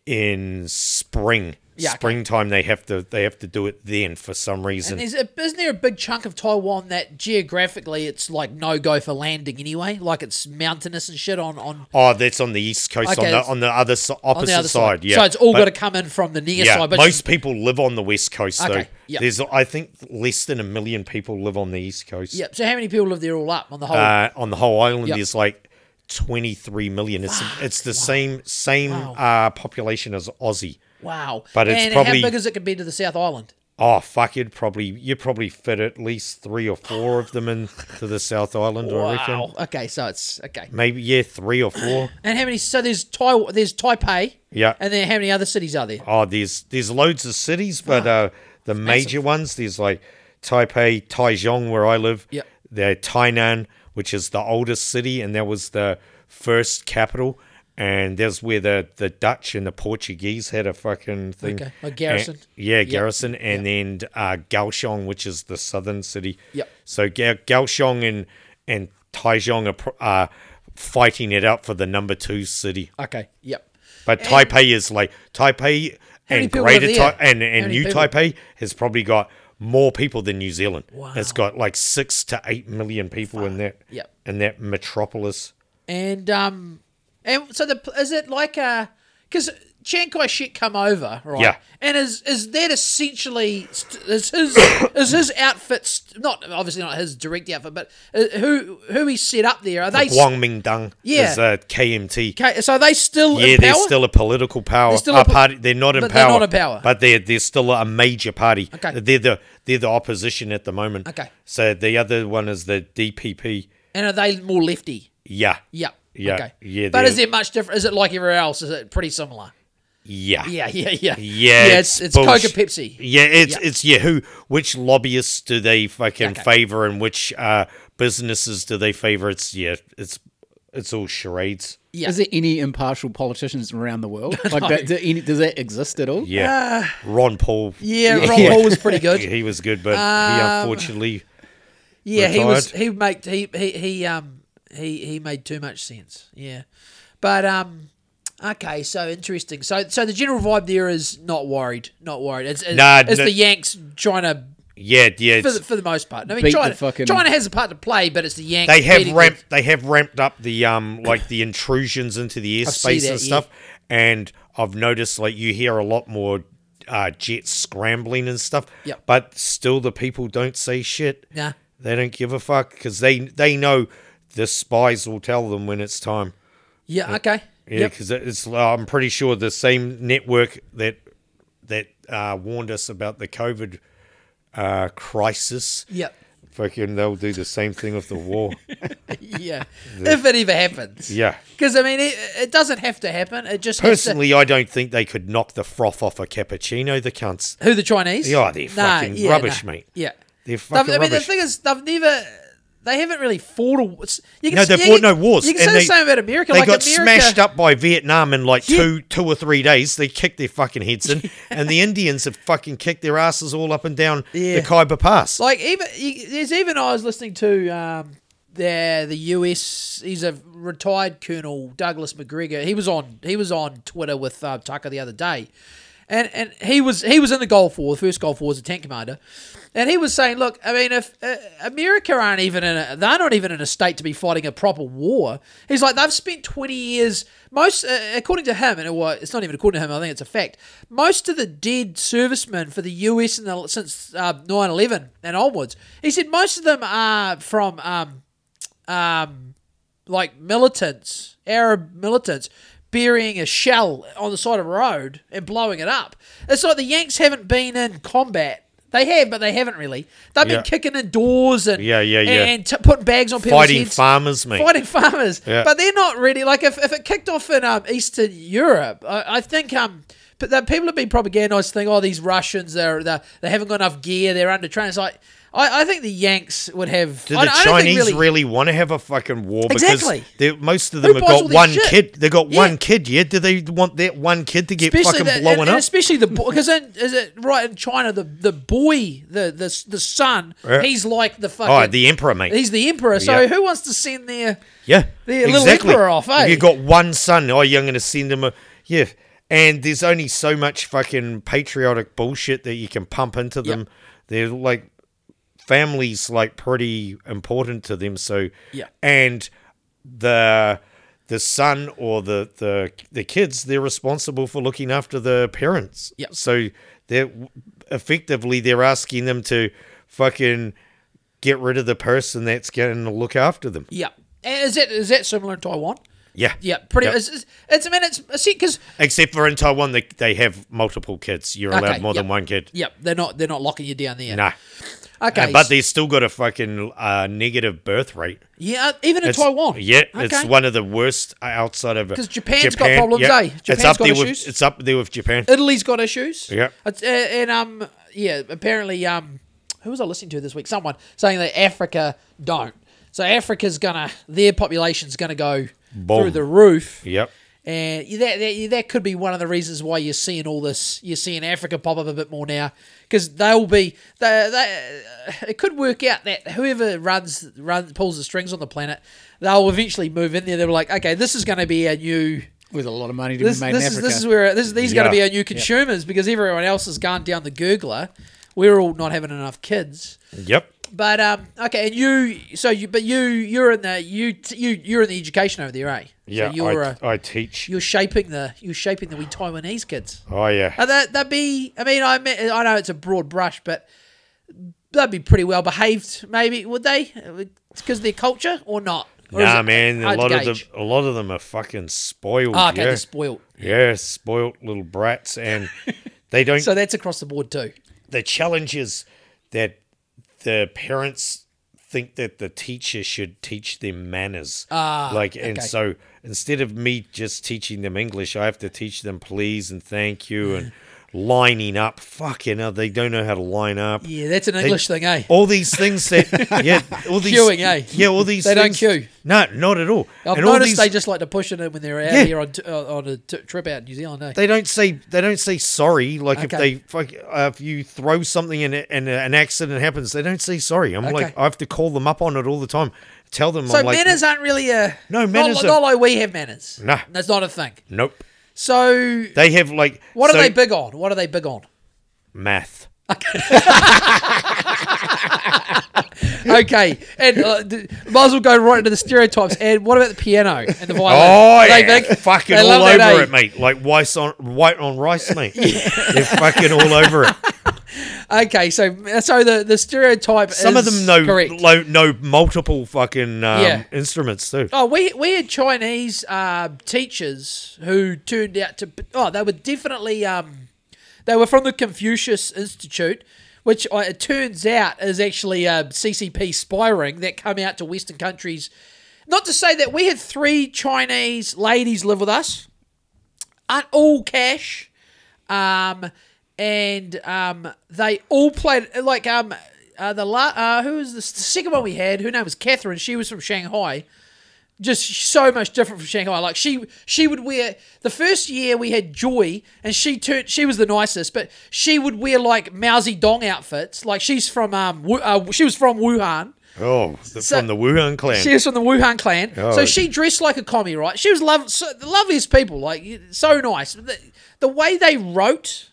[SPEAKER 3] in spring.
[SPEAKER 1] Yeah, okay.
[SPEAKER 3] Springtime they have to they have to do it then for some reason.
[SPEAKER 1] Is it, isn't there a big chunk of Taiwan that geographically it's like no go for landing anyway? Like it's mountainous and shit on on,
[SPEAKER 3] Oh, that's on the east coast
[SPEAKER 1] Okay,
[SPEAKER 3] on the
[SPEAKER 1] that's-
[SPEAKER 3] on the other so-
[SPEAKER 1] on
[SPEAKER 3] opposite
[SPEAKER 1] the other
[SPEAKER 3] side.
[SPEAKER 1] side.
[SPEAKER 3] Yeah,
[SPEAKER 1] So it's all
[SPEAKER 3] But-
[SPEAKER 1] got to come in from the near
[SPEAKER 3] Yeah,
[SPEAKER 1] side. But
[SPEAKER 3] most people live on the west coast though.
[SPEAKER 1] Okay, yeah.
[SPEAKER 3] There's I think less than a million people live on the east coast.
[SPEAKER 1] yeah. So how many people live there all up on the whole?
[SPEAKER 3] Uh, on the whole island,
[SPEAKER 1] Yeah.
[SPEAKER 3] there's like 23 million. It's it's the same same uh, population as Aussie.
[SPEAKER 1] wow.
[SPEAKER 3] but it's
[SPEAKER 1] and
[SPEAKER 3] probably-
[SPEAKER 1] how big is it compared to the South Island?
[SPEAKER 3] Oh fuck! You'd probably you probably fit at least three or four of them into the South Island. I reckon
[SPEAKER 1] Wow. Okay, so it's okay.
[SPEAKER 3] maybe yeah, three or four.
[SPEAKER 1] And how many? So there's Tai. There's Taipei.
[SPEAKER 3] Yeah.
[SPEAKER 1] And then how many other cities are there?
[SPEAKER 3] Oh, there's there's loads of cities, but uh, the major ones there's like Taipei, Taichung, where I live.
[SPEAKER 1] Yep.
[SPEAKER 3] There, Tainan, which is the oldest city, and that was the first capital. And that's where the, the Dutch and the Portuguese had a fucking thing.
[SPEAKER 1] Okay, a garrison.
[SPEAKER 3] And- yeah, garrison. And then uh, Kaohsiung, which is the southern city.
[SPEAKER 1] Yep.
[SPEAKER 3] So Ga- Kaohsiung and, and Taichung are pro- are fighting it out for the number two city.
[SPEAKER 1] Okay. Yep.
[SPEAKER 3] But Taipei is like Taipei
[SPEAKER 1] many
[SPEAKER 3] and
[SPEAKER 1] people
[SPEAKER 3] Greater
[SPEAKER 1] live there?
[SPEAKER 3] Tai- and
[SPEAKER 1] How
[SPEAKER 3] and
[SPEAKER 1] many
[SPEAKER 3] New
[SPEAKER 1] people?
[SPEAKER 3] Taipei has probably got more people than New Zealand.
[SPEAKER 1] Wow.
[SPEAKER 3] It's got like six to eight million people in that
[SPEAKER 1] Yep.
[SPEAKER 3] in that metropolis.
[SPEAKER 1] And um, and so the is it like a because Chiang Kai Shek come over, right?
[SPEAKER 3] Yeah.
[SPEAKER 1] And is is that essentially st- is his is his outfit st- not obviously not his direct outfit, but uh, who who he set up there? Are they s-
[SPEAKER 3] Guangmingdang
[SPEAKER 1] Yeah.
[SPEAKER 3] is uh, a KMT.
[SPEAKER 1] okay? So are they still
[SPEAKER 3] yeah,
[SPEAKER 1] in power?
[SPEAKER 3] they're still a political power.
[SPEAKER 1] still a
[SPEAKER 3] a
[SPEAKER 1] po-
[SPEAKER 3] party. They're not in
[SPEAKER 1] but they're
[SPEAKER 3] power.
[SPEAKER 1] not in power.
[SPEAKER 3] But they're they're still a major party.
[SPEAKER 1] Okay.
[SPEAKER 3] They're the they're the opposition at the moment.
[SPEAKER 1] Okay.
[SPEAKER 3] So the other one is the DPP.
[SPEAKER 1] and are they more lefty?
[SPEAKER 3] Yeah.
[SPEAKER 1] Yep.
[SPEAKER 3] Yeah,
[SPEAKER 1] Okay.
[SPEAKER 3] yeah,
[SPEAKER 1] But
[SPEAKER 3] they're-
[SPEAKER 1] is there much different? Is it like everywhere else? Is it pretty similar?
[SPEAKER 3] Yeah.
[SPEAKER 1] Yeah. Yeah. Yeah.
[SPEAKER 3] Yeah,
[SPEAKER 1] Yeah. It's it's, Coke
[SPEAKER 3] bullshit.
[SPEAKER 1] and Pepsi.
[SPEAKER 3] Yeah, it's it's yeah. Who which lobbyists do they fucking
[SPEAKER 1] Okay.
[SPEAKER 3] favor, and which uh, businesses do they favor? It's yeah, it's it's all charades.
[SPEAKER 1] Yeah.
[SPEAKER 2] Is there any impartial politicians around the world? Like, that, do any, does that exist at all?
[SPEAKER 3] Yeah, Ron Paul.
[SPEAKER 1] Uh, Yeah. Um, Ron Paul was pretty good.
[SPEAKER 3] He was good, but he unfortunately.
[SPEAKER 1] Yeah, he was.
[SPEAKER 3] retired.
[SPEAKER 1] He made he he he um he he made too much sense. Yeah, but um, okay, so interesting. So so the general vibe there is not worried, not worried. It's it's,
[SPEAKER 3] Nah,
[SPEAKER 1] it's
[SPEAKER 3] no-
[SPEAKER 1] the Yanks trying to
[SPEAKER 3] Yeah, yeah.
[SPEAKER 1] for
[SPEAKER 3] it's-
[SPEAKER 1] the, for the most part. I mean,
[SPEAKER 2] Beat the
[SPEAKER 1] China,
[SPEAKER 2] fucking-
[SPEAKER 1] China has a part to play, but it's the Yanks.
[SPEAKER 3] they have
[SPEAKER 1] beating
[SPEAKER 3] ramped. They have ramped up the um like the intrusions into the
[SPEAKER 1] see
[SPEAKER 3] airspace
[SPEAKER 1] that,
[SPEAKER 3] and
[SPEAKER 1] yeah.
[SPEAKER 3] stuff. And I've noticed like you hear a lot more uh, jets scrambling and stuff.
[SPEAKER 1] Yep.
[SPEAKER 3] But still, the people don't say shit.
[SPEAKER 1] them. Nah.
[SPEAKER 3] They don't give a fuck because they they know the spies will tell them when it's time.
[SPEAKER 1] Yeah. Okay.
[SPEAKER 3] Yeah,
[SPEAKER 1] Yep.
[SPEAKER 3] because it's I'm pretty sure the same network that that uh, warned us about the COVID uh, crisis.
[SPEAKER 1] Yep.
[SPEAKER 3] Fucking, they'll do the same thing with the war.
[SPEAKER 1] Yeah. if it ever happens.
[SPEAKER 3] yeah.
[SPEAKER 1] Because I mean, it, it doesn't have to happen. It just has to-
[SPEAKER 3] Personally, I don't think they could knock the froth off a cappuccino. The cunts.
[SPEAKER 1] Who the Chinese?
[SPEAKER 3] Yeah, they're fucking rubbish, mate.
[SPEAKER 1] Yeah,
[SPEAKER 3] They're
[SPEAKER 1] They've-
[SPEAKER 3] fucking
[SPEAKER 1] I mean,
[SPEAKER 3] rubbish.
[SPEAKER 1] the thing is, they've never, they haven't really fought a. war. It's- You can,
[SPEAKER 3] No,
[SPEAKER 1] s-
[SPEAKER 3] they've
[SPEAKER 1] you
[SPEAKER 3] fought
[SPEAKER 1] can-
[SPEAKER 3] no wars,
[SPEAKER 1] You can
[SPEAKER 3] and
[SPEAKER 1] say
[SPEAKER 3] they-
[SPEAKER 1] the same about America.
[SPEAKER 3] They
[SPEAKER 1] like
[SPEAKER 3] got
[SPEAKER 1] America,
[SPEAKER 3] smashed up by Vietnam in like
[SPEAKER 1] Yeah.
[SPEAKER 3] two two or three days. They kicked their fucking heads in, and the Indians have fucking kicked their asses all up and down
[SPEAKER 1] Yeah.
[SPEAKER 3] the Khyber Pass.
[SPEAKER 1] Like even you, there's even I was listening to um the the US. He's a retired Colonel Douglas McGregor. He was on he was on Twitter with uh, Tucker the other day, and and he was he was in the Gulf War, the first Gulf War as a tank commander, and he was saying, look, I mean, if uh, America aren't even in a, they're not even in a state to be fighting a proper war. He's like they've spent twenty years. Most uh, according to him, and it was, it's not even according to him. I think it's a fact. Most of the dead servicemen for the US in the, since uh, 9-11 and onwards, he said most of them are from um, um, like militants, Arab militants, burying a shell on the side of a road and blowing it up. It's like the Yanks haven't been in combat. They have, but they haven't really. They've been
[SPEAKER 3] Yeah.
[SPEAKER 1] kicking in doors and
[SPEAKER 3] Yeah, yeah, yeah.
[SPEAKER 1] and, t- putting bags on people's
[SPEAKER 3] Fighting
[SPEAKER 1] heads
[SPEAKER 3] farmers, mate.
[SPEAKER 1] fighting farmers.
[SPEAKER 3] Yeah.
[SPEAKER 1] But they're not really like if, if it kicked off in um, Eastern Europe, I, I think um but that people have been propagandized think, oh these Russians they're, they're they haven't got enough gear, they're under trained. It's like I, I think the Yanks would have
[SPEAKER 3] Do
[SPEAKER 1] I,
[SPEAKER 3] the
[SPEAKER 1] I don't think
[SPEAKER 3] Chinese
[SPEAKER 1] really,
[SPEAKER 3] really, want to have a fucking war?
[SPEAKER 1] Exactly.
[SPEAKER 3] Because they're- most of them have
[SPEAKER 1] buys all
[SPEAKER 3] got
[SPEAKER 1] this
[SPEAKER 3] one
[SPEAKER 1] shit?
[SPEAKER 3] kid. They got
[SPEAKER 1] Yeah.
[SPEAKER 3] one kid. Yeah. Do they want that one kid to get fucking
[SPEAKER 1] the,
[SPEAKER 3] blown
[SPEAKER 1] and, and
[SPEAKER 3] up?
[SPEAKER 1] especially the boy because is it right in China the the boy the the, the son
[SPEAKER 3] Yeah.
[SPEAKER 1] he's like the fucking
[SPEAKER 3] oh, the emperor, mate.
[SPEAKER 1] he's the emperor. So
[SPEAKER 3] Yeah.
[SPEAKER 1] who wants to send their
[SPEAKER 3] yeah.
[SPEAKER 1] the little emperor off, eh?
[SPEAKER 3] If you got one son, oh, you're going to send him a yeah. and there's only so much fucking patriotic bullshit that you can pump into them. They're like families like pretty important to them. So
[SPEAKER 1] Yeah.
[SPEAKER 3] and the the son or the the the kids they're responsible for looking after the parents.
[SPEAKER 1] Yeah.
[SPEAKER 3] So they're effectively they're asking them to fucking get rid of the person that's going to look after them.
[SPEAKER 1] Yeah. Is that is that similar in Taiwan?
[SPEAKER 3] Yeah.
[SPEAKER 1] Yeah, pretty.
[SPEAKER 3] Yep.
[SPEAKER 1] It's, it's, it's I mean, it's a see because
[SPEAKER 3] Except for in Taiwan, they, they have multiple kids. You're
[SPEAKER 1] Okay,
[SPEAKER 3] allowed more than
[SPEAKER 1] yep.
[SPEAKER 3] one kid.
[SPEAKER 1] yeah, they're not they're not locking you down there.
[SPEAKER 3] Nah.
[SPEAKER 1] Okay,
[SPEAKER 3] But they still got a fucking uh, negative birth rate.
[SPEAKER 1] yeah, even in
[SPEAKER 3] It's-
[SPEAKER 1] Taiwan.
[SPEAKER 3] Yeah, it's
[SPEAKER 1] Okay.
[SPEAKER 3] one of the worst uh, outside of
[SPEAKER 1] 'Cause Japan's got problems, eh?
[SPEAKER 3] it's
[SPEAKER 1] Japan's
[SPEAKER 3] up
[SPEAKER 1] got
[SPEAKER 3] there
[SPEAKER 1] issues.
[SPEAKER 3] with it's up there with Japan.
[SPEAKER 1] Italy's got issues.
[SPEAKER 3] Yeah.
[SPEAKER 1] It's, uh, and um, yeah. Apparently, um, who was I listening to this week? Someone saying that Africa don't. So Africa's gonna their population's gonna go through
[SPEAKER 3] Boom.
[SPEAKER 1] the roof.
[SPEAKER 3] Yep.
[SPEAKER 1] And that, that that could be one of the reasons why you're seeing all this. You're seeing Africa pop up a bit more now because they'll be they, they, It could work out that whoever runs runs pulls the strings on the planet, they'll eventually move in there. They'll be like, okay, this is going to be a new
[SPEAKER 2] With a lot of money to
[SPEAKER 1] this,
[SPEAKER 2] be made
[SPEAKER 1] this
[SPEAKER 2] in
[SPEAKER 1] is
[SPEAKER 2] Africa.
[SPEAKER 1] this is where this, these are going to be
[SPEAKER 3] Yeah.
[SPEAKER 1] our new consumers because everyone else has gone down the gurgler. We're all not having enough kids.
[SPEAKER 3] Yep.
[SPEAKER 1] But um, okay, and you, so you, but you, you're in the you t- you you're in the education over there, eh?
[SPEAKER 3] Yeah.
[SPEAKER 1] so you're
[SPEAKER 3] I,
[SPEAKER 1] uh,
[SPEAKER 3] I teach.
[SPEAKER 1] you're shaping the you're shaping the wee Taiwanese kids.
[SPEAKER 3] Oh yeah.
[SPEAKER 1] Uh, that that be, I mean, I me- I know it's a broad brush, but they'd be pretty well behaved, maybe would they? Because their culture or not? Or is
[SPEAKER 3] Nah,
[SPEAKER 1] it
[SPEAKER 3] man. A
[SPEAKER 1] hard to
[SPEAKER 3] lot of them.
[SPEAKER 1] gauge?
[SPEAKER 3] A lot of them are fucking spoiled.
[SPEAKER 1] Ah, okay,
[SPEAKER 3] yeah.
[SPEAKER 1] they're spoiled.
[SPEAKER 3] yeah, spoiled little brats, and they don't
[SPEAKER 1] So that's across the board too.
[SPEAKER 3] the challenge is that the parents think that the teacher should teach them manners.
[SPEAKER 1] Ah,
[SPEAKER 3] like and
[SPEAKER 1] okay.
[SPEAKER 3] so instead of me just teaching them English, I have to teach them please and thank you and lining up. Fucking hell, they don't know how to line up.
[SPEAKER 1] Mm. Yeah, that's an English thing, eh?
[SPEAKER 3] All these things that yeah, all these
[SPEAKER 1] Queuing, eh?
[SPEAKER 3] yeah, all these
[SPEAKER 1] They don't
[SPEAKER 3] things-
[SPEAKER 1] queue.
[SPEAKER 3] No, not at all.
[SPEAKER 1] I've
[SPEAKER 3] And all
[SPEAKER 1] noticed
[SPEAKER 3] these-
[SPEAKER 1] they just like to push it in when they're out
[SPEAKER 3] Yeah.
[SPEAKER 1] here on, t- uh, on a t- trip out in New Zealand. Eh?
[SPEAKER 3] they don't say they don't say sorry. Like
[SPEAKER 1] Okay.
[SPEAKER 3] if they fuck, uh, if you throw something in it and uh, an accident happens, they don't say sorry. I'm
[SPEAKER 1] Okay.
[SPEAKER 3] like I have to call them up on it all the time. Tell them
[SPEAKER 1] so
[SPEAKER 3] I'm like
[SPEAKER 1] manners aren't really a
[SPEAKER 3] No,
[SPEAKER 1] not
[SPEAKER 3] manners
[SPEAKER 1] li-
[SPEAKER 3] are-
[SPEAKER 1] Not, like we have manners.
[SPEAKER 3] Nah.
[SPEAKER 1] that's not a thing.
[SPEAKER 3] nope.
[SPEAKER 1] So
[SPEAKER 3] They have like
[SPEAKER 1] what
[SPEAKER 3] so-
[SPEAKER 1] are they big on? What are they big on?
[SPEAKER 3] math.
[SPEAKER 1] Okay, and uh, d- might as well go right into the stereotypes. And what about the piano and the violin?
[SPEAKER 3] Oh
[SPEAKER 1] Are
[SPEAKER 3] yeah,
[SPEAKER 1] they big?
[SPEAKER 3] fucking
[SPEAKER 1] They
[SPEAKER 3] all
[SPEAKER 1] love
[SPEAKER 3] over
[SPEAKER 1] that, eh?
[SPEAKER 3] it, mate. Like white on white on rice, mate. They're fucking all over it.
[SPEAKER 1] Okay, so so the, the stereotype.
[SPEAKER 3] Some of
[SPEAKER 1] is
[SPEAKER 3] them know
[SPEAKER 1] correct.
[SPEAKER 3] lo- know multiple fucking um,
[SPEAKER 1] Yeah.
[SPEAKER 3] instruments too.
[SPEAKER 1] Oh, we we had Chinese uh, teachers who turned out to be- oh they were definitely um, they were from the Confucius Institute, which I, it turns out is actually um, a CCP spy ring that come out to Western countries. Not to say that we had three Chinese ladies live with us, aren't all cash, um, and um, they all played like um. Uh, the la- uh, who was this? the second one we had? Her name was Catherine. She was from Shanghai just so much different from Shanghai. Like she she would wear the first year we had Joy and she turned she was the nicest, but she would wear like Mousy Dong outfits. Like she's from um Wu- uh, she was from Wuhan.
[SPEAKER 3] Oh, the-
[SPEAKER 1] So-
[SPEAKER 3] from the Wuhan clan.
[SPEAKER 1] She was from the Wuhan clan. So
[SPEAKER 3] Oh.
[SPEAKER 1] she dressed like a commie, right? She was love so, the loveliest people, like so nice. The, the way they wrote,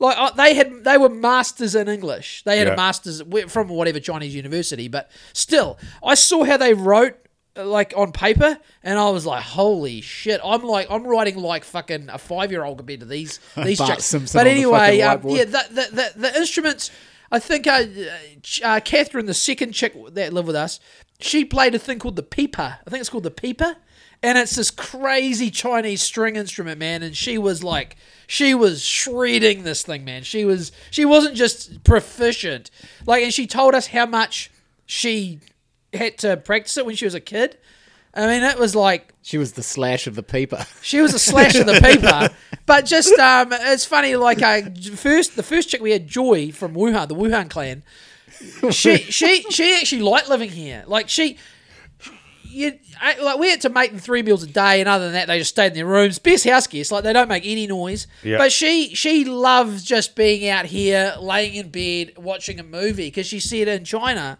[SPEAKER 1] like uh, they had they were masters in English. They had a
[SPEAKER 3] Yeah.
[SPEAKER 1] masters wi- from whatever Chinese university, but still, I saw how they wrote uh, like on paper and I was like holy shit I'm like I'm writing like fucking a 5 year old compared to these these
[SPEAKER 2] Bart
[SPEAKER 1] chicks
[SPEAKER 2] Simpson
[SPEAKER 1] but
[SPEAKER 2] on the
[SPEAKER 1] anyway
[SPEAKER 2] fucking
[SPEAKER 1] um,
[SPEAKER 2] whiteboard.
[SPEAKER 1] yeah the, the, the, the instruments. I think uh, uh, Ch- uh, Catherine, the second chick that lived with us, she played a thing called the peeper. I think it's called the peeper, and it's this crazy Chinese string instrument, man. And she was like, she was shredding this thing, man. She was, she wasn't just proficient, like, and she told us how much she had to practice it when she was a kid. I mean, it was like
[SPEAKER 2] she was the slash of the peeper.
[SPEAKER 1] she was a slash of the paper, but just um, it's funny. Like uh, first, the first chick we had, Joy from Wuhan, the Wuhan clan. She she she actually liked living here. Like she, you I, like we had to make them three meals a day, and other than that, they just stayed in their rooms. Best house guests, like they don't make any noise.
[SPEAKER 3] Yeah.
[SPEAKER 1] But she she loves just being out here, laying in bed, watching a movie because she said in China.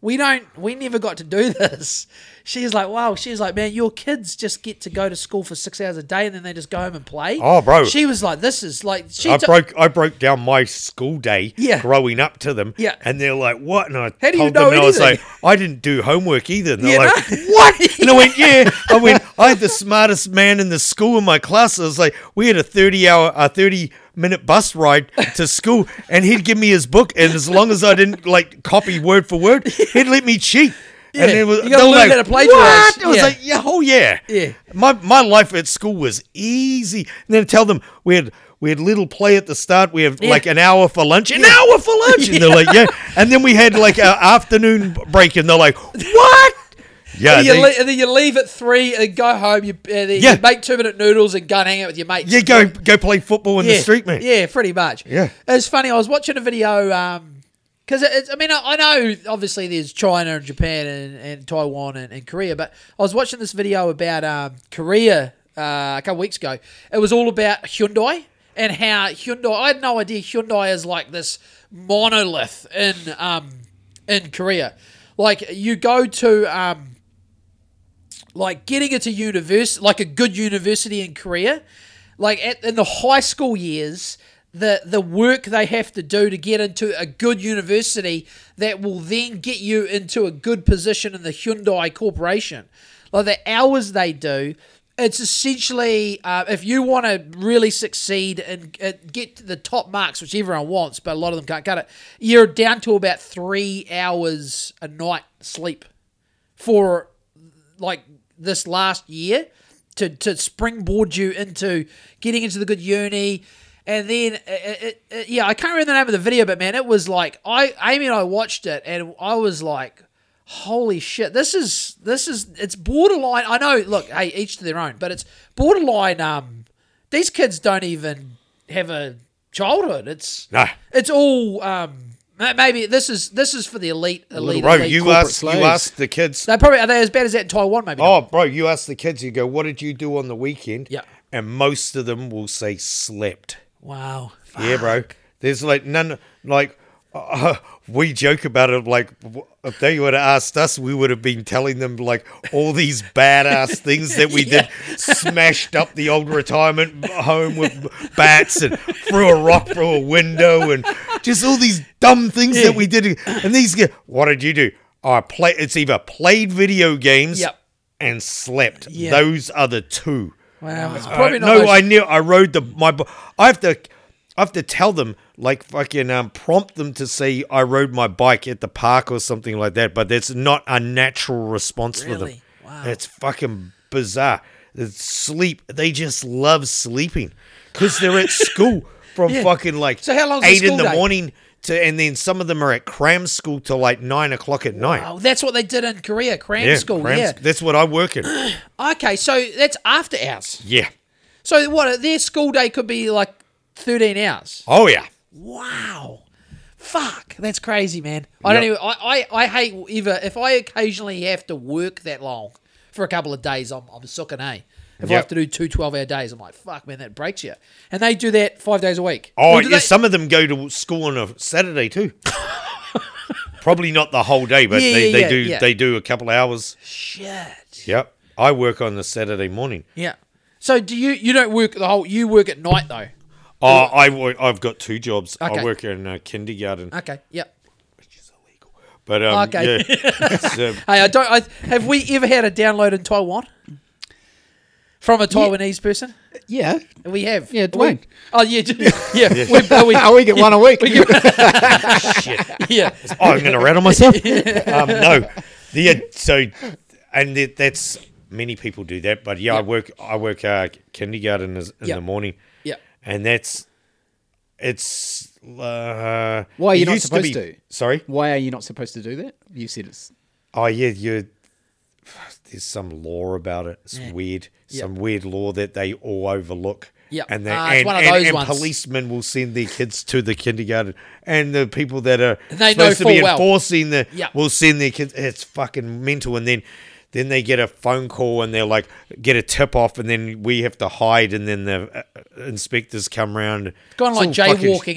[SPEAKER 1] we don't we never got to do this. She's like, wow. She's like, man, your kids just get to go to school for six hours a day and then they just go home and play.
[SPEAKER 3] Oh, bro.
[SPEAKER 1] She was like, this is like she.
[SPEAKER 3] I
[SPEAKER 1] took-
[SPEAKER 3] broke I broke down my school day
[SPEAKER 1] Yeah.
[SPEAKER 3] growing up to them.
[SPEAKER 1] Yeah.
[SPEAKER 3] And they're like, what? And I
[SPEAKER 1] How do you
[SPEAKER 3] told
[SPEAKER 1] know
[SPEAKER 3] them and I was like,
[SPEAKER 1] anything?
[SPEAKER 3] I didn't do homework either. And
[SPEAKER 1] Yeah,
[SPEAKER 3] they're like,
[SPEAKER 1] no.
[SPEAKER 3] what? And I went, yeah. I went, I'm the smartest man in the school in my class. I was like, we had a 30 hour, a 30 minute bus ride to school and he'd give me his book. And as long as I didn't like copy word for word, he'd let me cheat.
[SPEAKER 1] Yeah,
[SPEAKER 3] And it was,
[SPEAKER 1] you gotta
[SPEAKER 3] they were
[SPEAKER 1] learn
[SPEAKER 3] like,
[SPEAKER 1] how to play
[SPEAKER 3] what?
[SPEAKER 1] toys.
[SPEAKER 3] It was
[SPEAKER 1] Yeah.
[SPEAKER 3] like, yeah, oh yeah,
[SPEAKER 1] Yeah.
[SPEAKER 3] My my life at school was easy. And then tell them we had we had little play at the start. We have like an hour for lunch, an hour for lunch, and they're like, yeah. And then we had like our afternoon break, and they're like, what? Yeah,
[SPEAKER 1] And, you
[SPEAKER 3] they-
[SPEAKER 1] le- and then you leave at three and go home. You, and then
[SPEAKER 3] Yeah.
[SPEAKER 1] you make two minute noodles and go and hang out with your mates.
[SPEAKER 3] yeah. Go go play football in the street, man.
[SPEAKER 1] Yeah, pretty much.
[SPEAKER 3] Yeah.
[SPEAKER 1] It's funny. I was watching a video because it's. I mean, I, I know obviously there's China and Japan and, and Taiwan and, and Korea, but I was watching this video about um, Korea uh, a couple weeks ago. It was all about Hyundai and how Hyundai. I had no idea Hyundai is like this monolith in um, in Korea. Like you go to. Um, like getting into univers like a good university in Korea, like at, in the high school years, the the work they have to do to get into a good university that will then get you into a good position in the Hyundai Corporation, like the hours they do. It's essentially uh, if you want to really succeed and uh, get to the top marks, which everyone wants, but a lot of them can't cut it. You're down to about three hours a night sleep for like this last year to, to springboard you into getting into the good uni. And then, uh, uh, uh, yeah, I can't remember the name of the video, but man, it was like I Amy and I watched it, and I was like, "Holy shit! This is this is it's borderline." I know, look, hey, each to their own, but it's borderline. Um, these kids don't even have a childhood. It's
[SPEAKER 3] Nah.
[SPEAKER 1] It's all um, ma- maybe this is this is for the elite, elite,
[SPEAKER 3] Bro,
[SPEAKER 1] elite.
[SPEAKER 3] you
[SPEAKER 2] corporate
[SPEAKER 3] asked you
[SPEAKER 2] slaves.
[SPEAKER 3] asked the kids.
[SPEAKER 1] They probably are they as bad as that in Taiwan? Maybe. not.
[SPEAKER 3] Oh, bro, you asked the kids. You go, what did you do on the weekend?
[SPEAKER 1] Yeah.
[SPEAKER 3] And most of them will say slept.
[SPEAKER 1] Wow.
[SPEAKER 3] Yeah, bro. There's like none. Like uh, we joke about it. Like w- if they would have asked us, we would have been telling them like all these badass things that we did. Smashed up the old retirement home with bats and threw a rock through a window and just all these dumb things that we did. And these get. What did you do? I play. It's either played video games.
[SPEAKER 1] Yep.
[SPEAKER 3] And slept.
[SPEAKER 1] Yeah.
[SPEAKER 3] Those are the two.
[SPEAKER 1] Wow. It's
[SPEAKER 3] Uh,
[SPEAKER 1] probably not.
[SPEAKER 3] no,
[SPEAKER 1] those-
[SPEAKER 3] I knew I rode the my. b- I have to, I have to tell them like fucking um, prompt them to say I rode my bike at the park or something like that. But that's not a natural response for them.
[SPEAKER 1] Really? Wow.
[SPEAKER 3] It's fucking bizarre. It's sleep. They just love sleeping because they're at school from fucking like
[SPEAKER 1] So how long's the
[SPEAKER 3] eight in
[SPEAKER 1] school
[SPEAKER 3] the
[SPEAKER 1] day?
[SPEAKER 3] morning to, and then some of them are at cram school till like nine o'clock at night.
[SPEAKER 1] Oh, that's what they did in Korea, cram school.
[SPEAKER 3] cram
[SPEAKER 1] yeah.
[SPEAKER 3] sc- That's what I work in.
[SPEAKER 1] Okay, so that's after hours.
[SPEAKER 3] yeah.
[SPEAKER 1] So what? Their school day could be like thirteen hours.
[SPEAKER 3] Oh yeah.
[SPEAKER 1] Wow. Fuck, that's crazy, man. I don't even. I, I, I hate either. If I occasionally have to work that long for a couple of days, I'm, I'm sucking, eh? If I
[SPEAKER 3] Yep.
[SPEAKER 1] have to do two 12 hour days, I'm like, fuck, man, that breaks you. And they do that five days a week.
[SPEAKER 3] Oh,
[SPEAKER 1] Or do
[SPEAKER 3] yeah,
[SPEAKER 1] they-
[SPEAKER 3] some of them go to school on a Saturday too. Probably not the whole day, but
[SPEAKER 1] Yeah,
[SPEAKER 3] they,
[SPEAKER 1] yeah,
[SPEAKER 3] they
[SPEAKER 1] yeah,
[SPEAKER 3] do
[SPEAKER 1] yeah.
[SPEAKER 3] they do a couple hours.
[SPEAKER 1] Shit.
[SPEAKER 3] Yep. I work on the Saturday morning.
[SPEAKER 1] Yeah. So do you? You don't work the whole. You work at night though.
[SPEAKER 3] Oh, I work, I've got two jobs.
[SPEAKER 1] Okay.
[SPEAKER 3] I work in uh, kindergarten,
[SPEAKER 1] Okay. Yep.
[SPEAKER 3] but um,
[SPEAKER 1] Okay.
[SPEAKER 3] yeah, it's, uh,
[SPEAKER 1] Hey, I don't. I, have we ever had a download in Taiwan from a Taiwanese person?
[SPEAKER 2] Yeah.
[SPEAKER 1] We have.
[SPEAKER 2] Yeah,
[SPEAKER 1] We-
[SPEAKER 2] Dwayne.
[SPEAKER 1] oh yeah, yeah. yeah. We, but we,
[SPEAKER 2] Oh, we get one a week.
[SPEAKER 1] yeah.
[SPEAKER 3] oh, I'm going to rattle myself. um, no, the uh, so, and that that's many people do that, but yeah, I work I work uh, kindergarten is- in
[SPEAKER 1] Yep.
[SPEAKER 3] the morning.
[SPEAKER 1] Yep.
[SPEAKER 3] and that's it's. Uh,
[SPEAKER 2] Why are
[SPEAKER 3] it
[SPEAKER 2] you not
[SPEAKER 3] used
[SPEAKER 2] supposed
[SPEAKER 3] be-
[SPEAKER 2] to?
[SPEAKER 3] Sorry.
[SPEAKER 2] Why are you not supposed to do that? You said it's.
[SPEAKER 3] Oh yeah, you. There's some law about it. It's weird. Some weird law that they all overlook.
[SPEAKER 1] Yeah.
[SPEAKER 3] and they,
[SPEAKER 1] Ah, it's
[SPEAKER 3] and,
[SPEAKER 1] one of
[SPEAKER 3] and-
[SPEAKER 1] those
[SPEAKER 3] and
[SPEAKER 1] ones.
[SPEAKER 3] policemen will send their kids to the kindergarten, and the people that are
[SPEAKER 1] They know
[SPEAKER 3] supposed to be
[SPEAKER 1] full well.
[SPEAKER 3] enforcing the
[SPEAKER 1] Yeah.
[SPEAKER 3] will send their kids. It's fucking mental. And then Then they get a phone call and they're like, get a tip off, and then we have to hide, and then the uh, inspectors come round.
[SPEAKER 1] Kind of like
[SPEAKER 3] It's all fucking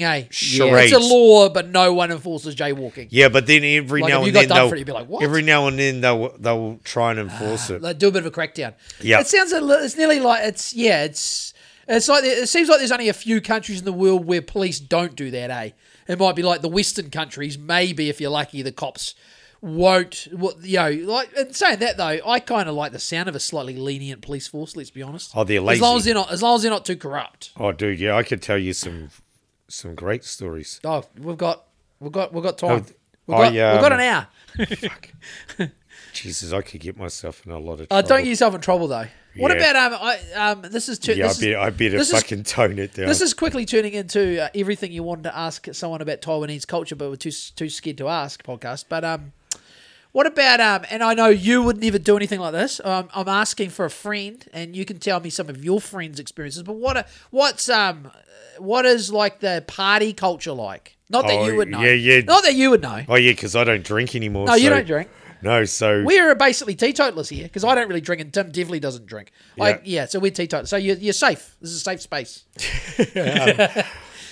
[SPEAKER 1] jaywalking, eh?
[SPEAKER 3] charades.
[SPEAKER 1] It's a law, but no one enforces jaywalking.
[SPEAKER 3] Yeah, but then every
[SPEAKER 1] Like, if
[SPEAKER 3] now
[SPEAKER 1] you
[SPEAKER 3] and
[SPEAKER 1] got
[SPEAKER 3] then
[SPEAKER 1] done
[SPEAKER 3] they'll
[SPEAKER 1] for it, you'd be like, "What?" Ah,
[SPEAKER 3] every now and then they'll they'll try and enforce it.
[SPEAKER 1] Like, do a bit of a crackdown.
[SPEAKER 3] Yeah.
[SPEAKER 1] it sounds a li- it's nearly like it's yeah it's it's like it seems like there's only a few countries in the world where police don't do that. Eh, it might be like the Western countries. Maybe if you're lucky, the cops won't. What you know? Like and saying that though, I kind of like the sound of a slightly lenient police force. Let's be honest.
[SPEAKER 3] Oh, they're
[SPEAKER 1] As long
[SPEAKER 3] lazy.
[SPEAKER 1] as they're not as long as they're not too corrupt.
[SPEAKER 3] Oh, dude, yeah, I could tell you some some great stories.
[SPEAKER 1] Oh, we've got we've got we've got time.
[SPEAKER 3] Oh,
[SPEAKER 1] We've got,
[SPEAKER 3] I,
[SPEAKER 1] we've got
[SPEAKER 3] um,
[SPEAKER 1] an hour.
[SPEAKER 3] Jesus, I could get myself in a lot of trouble.
[SPEAKER 1] Uh, don't get yourself in trouble though. What
[SPEAKER 3] Yeah.
[SPEAKER 1] about um? I um. This is too.
[SPEAKER 3] yeah, I
[SPEAKER 1] this is-
[SPEAKER 3] better, I better
[SPEAKER 1] this is-
[SPEAKER 3] fucking tone it down.
[SPEAKER 1] This is quickly turning into uh, everything you wanted to ask someone about Taiwanese culture, but were too too scared to ask podcast. But um, what about um? And I know you would never do anything like this. Um, I'm asking for a friend, and you can tell me some of your friends' experiences. But what are, what's um, what is like the party culture like? Not that
[SPEAKER 3] Oh,
[SPEAKER 1] you would know.
[SPEAKER 3] yeah, yeah.
[SPEAKER 1] Not that you would know.
[SPEAKER 3] oh yeah, because I don't drink anymore.
[SPEAKER 1] No, you
[SPEAKER 3] so-
[SPEAKER 1] don't drink.
[SPEAKER 3] No, so
[SPEAKER 1] We're basically teetotalers here because I don't really drink, and Tim definitely doesn't drink. Yeah,
[SPEAKER 3] Yeah.
[SPEAKER 1] I, yeah so we're teetotalers. So you're, you're safe. This is a safe space.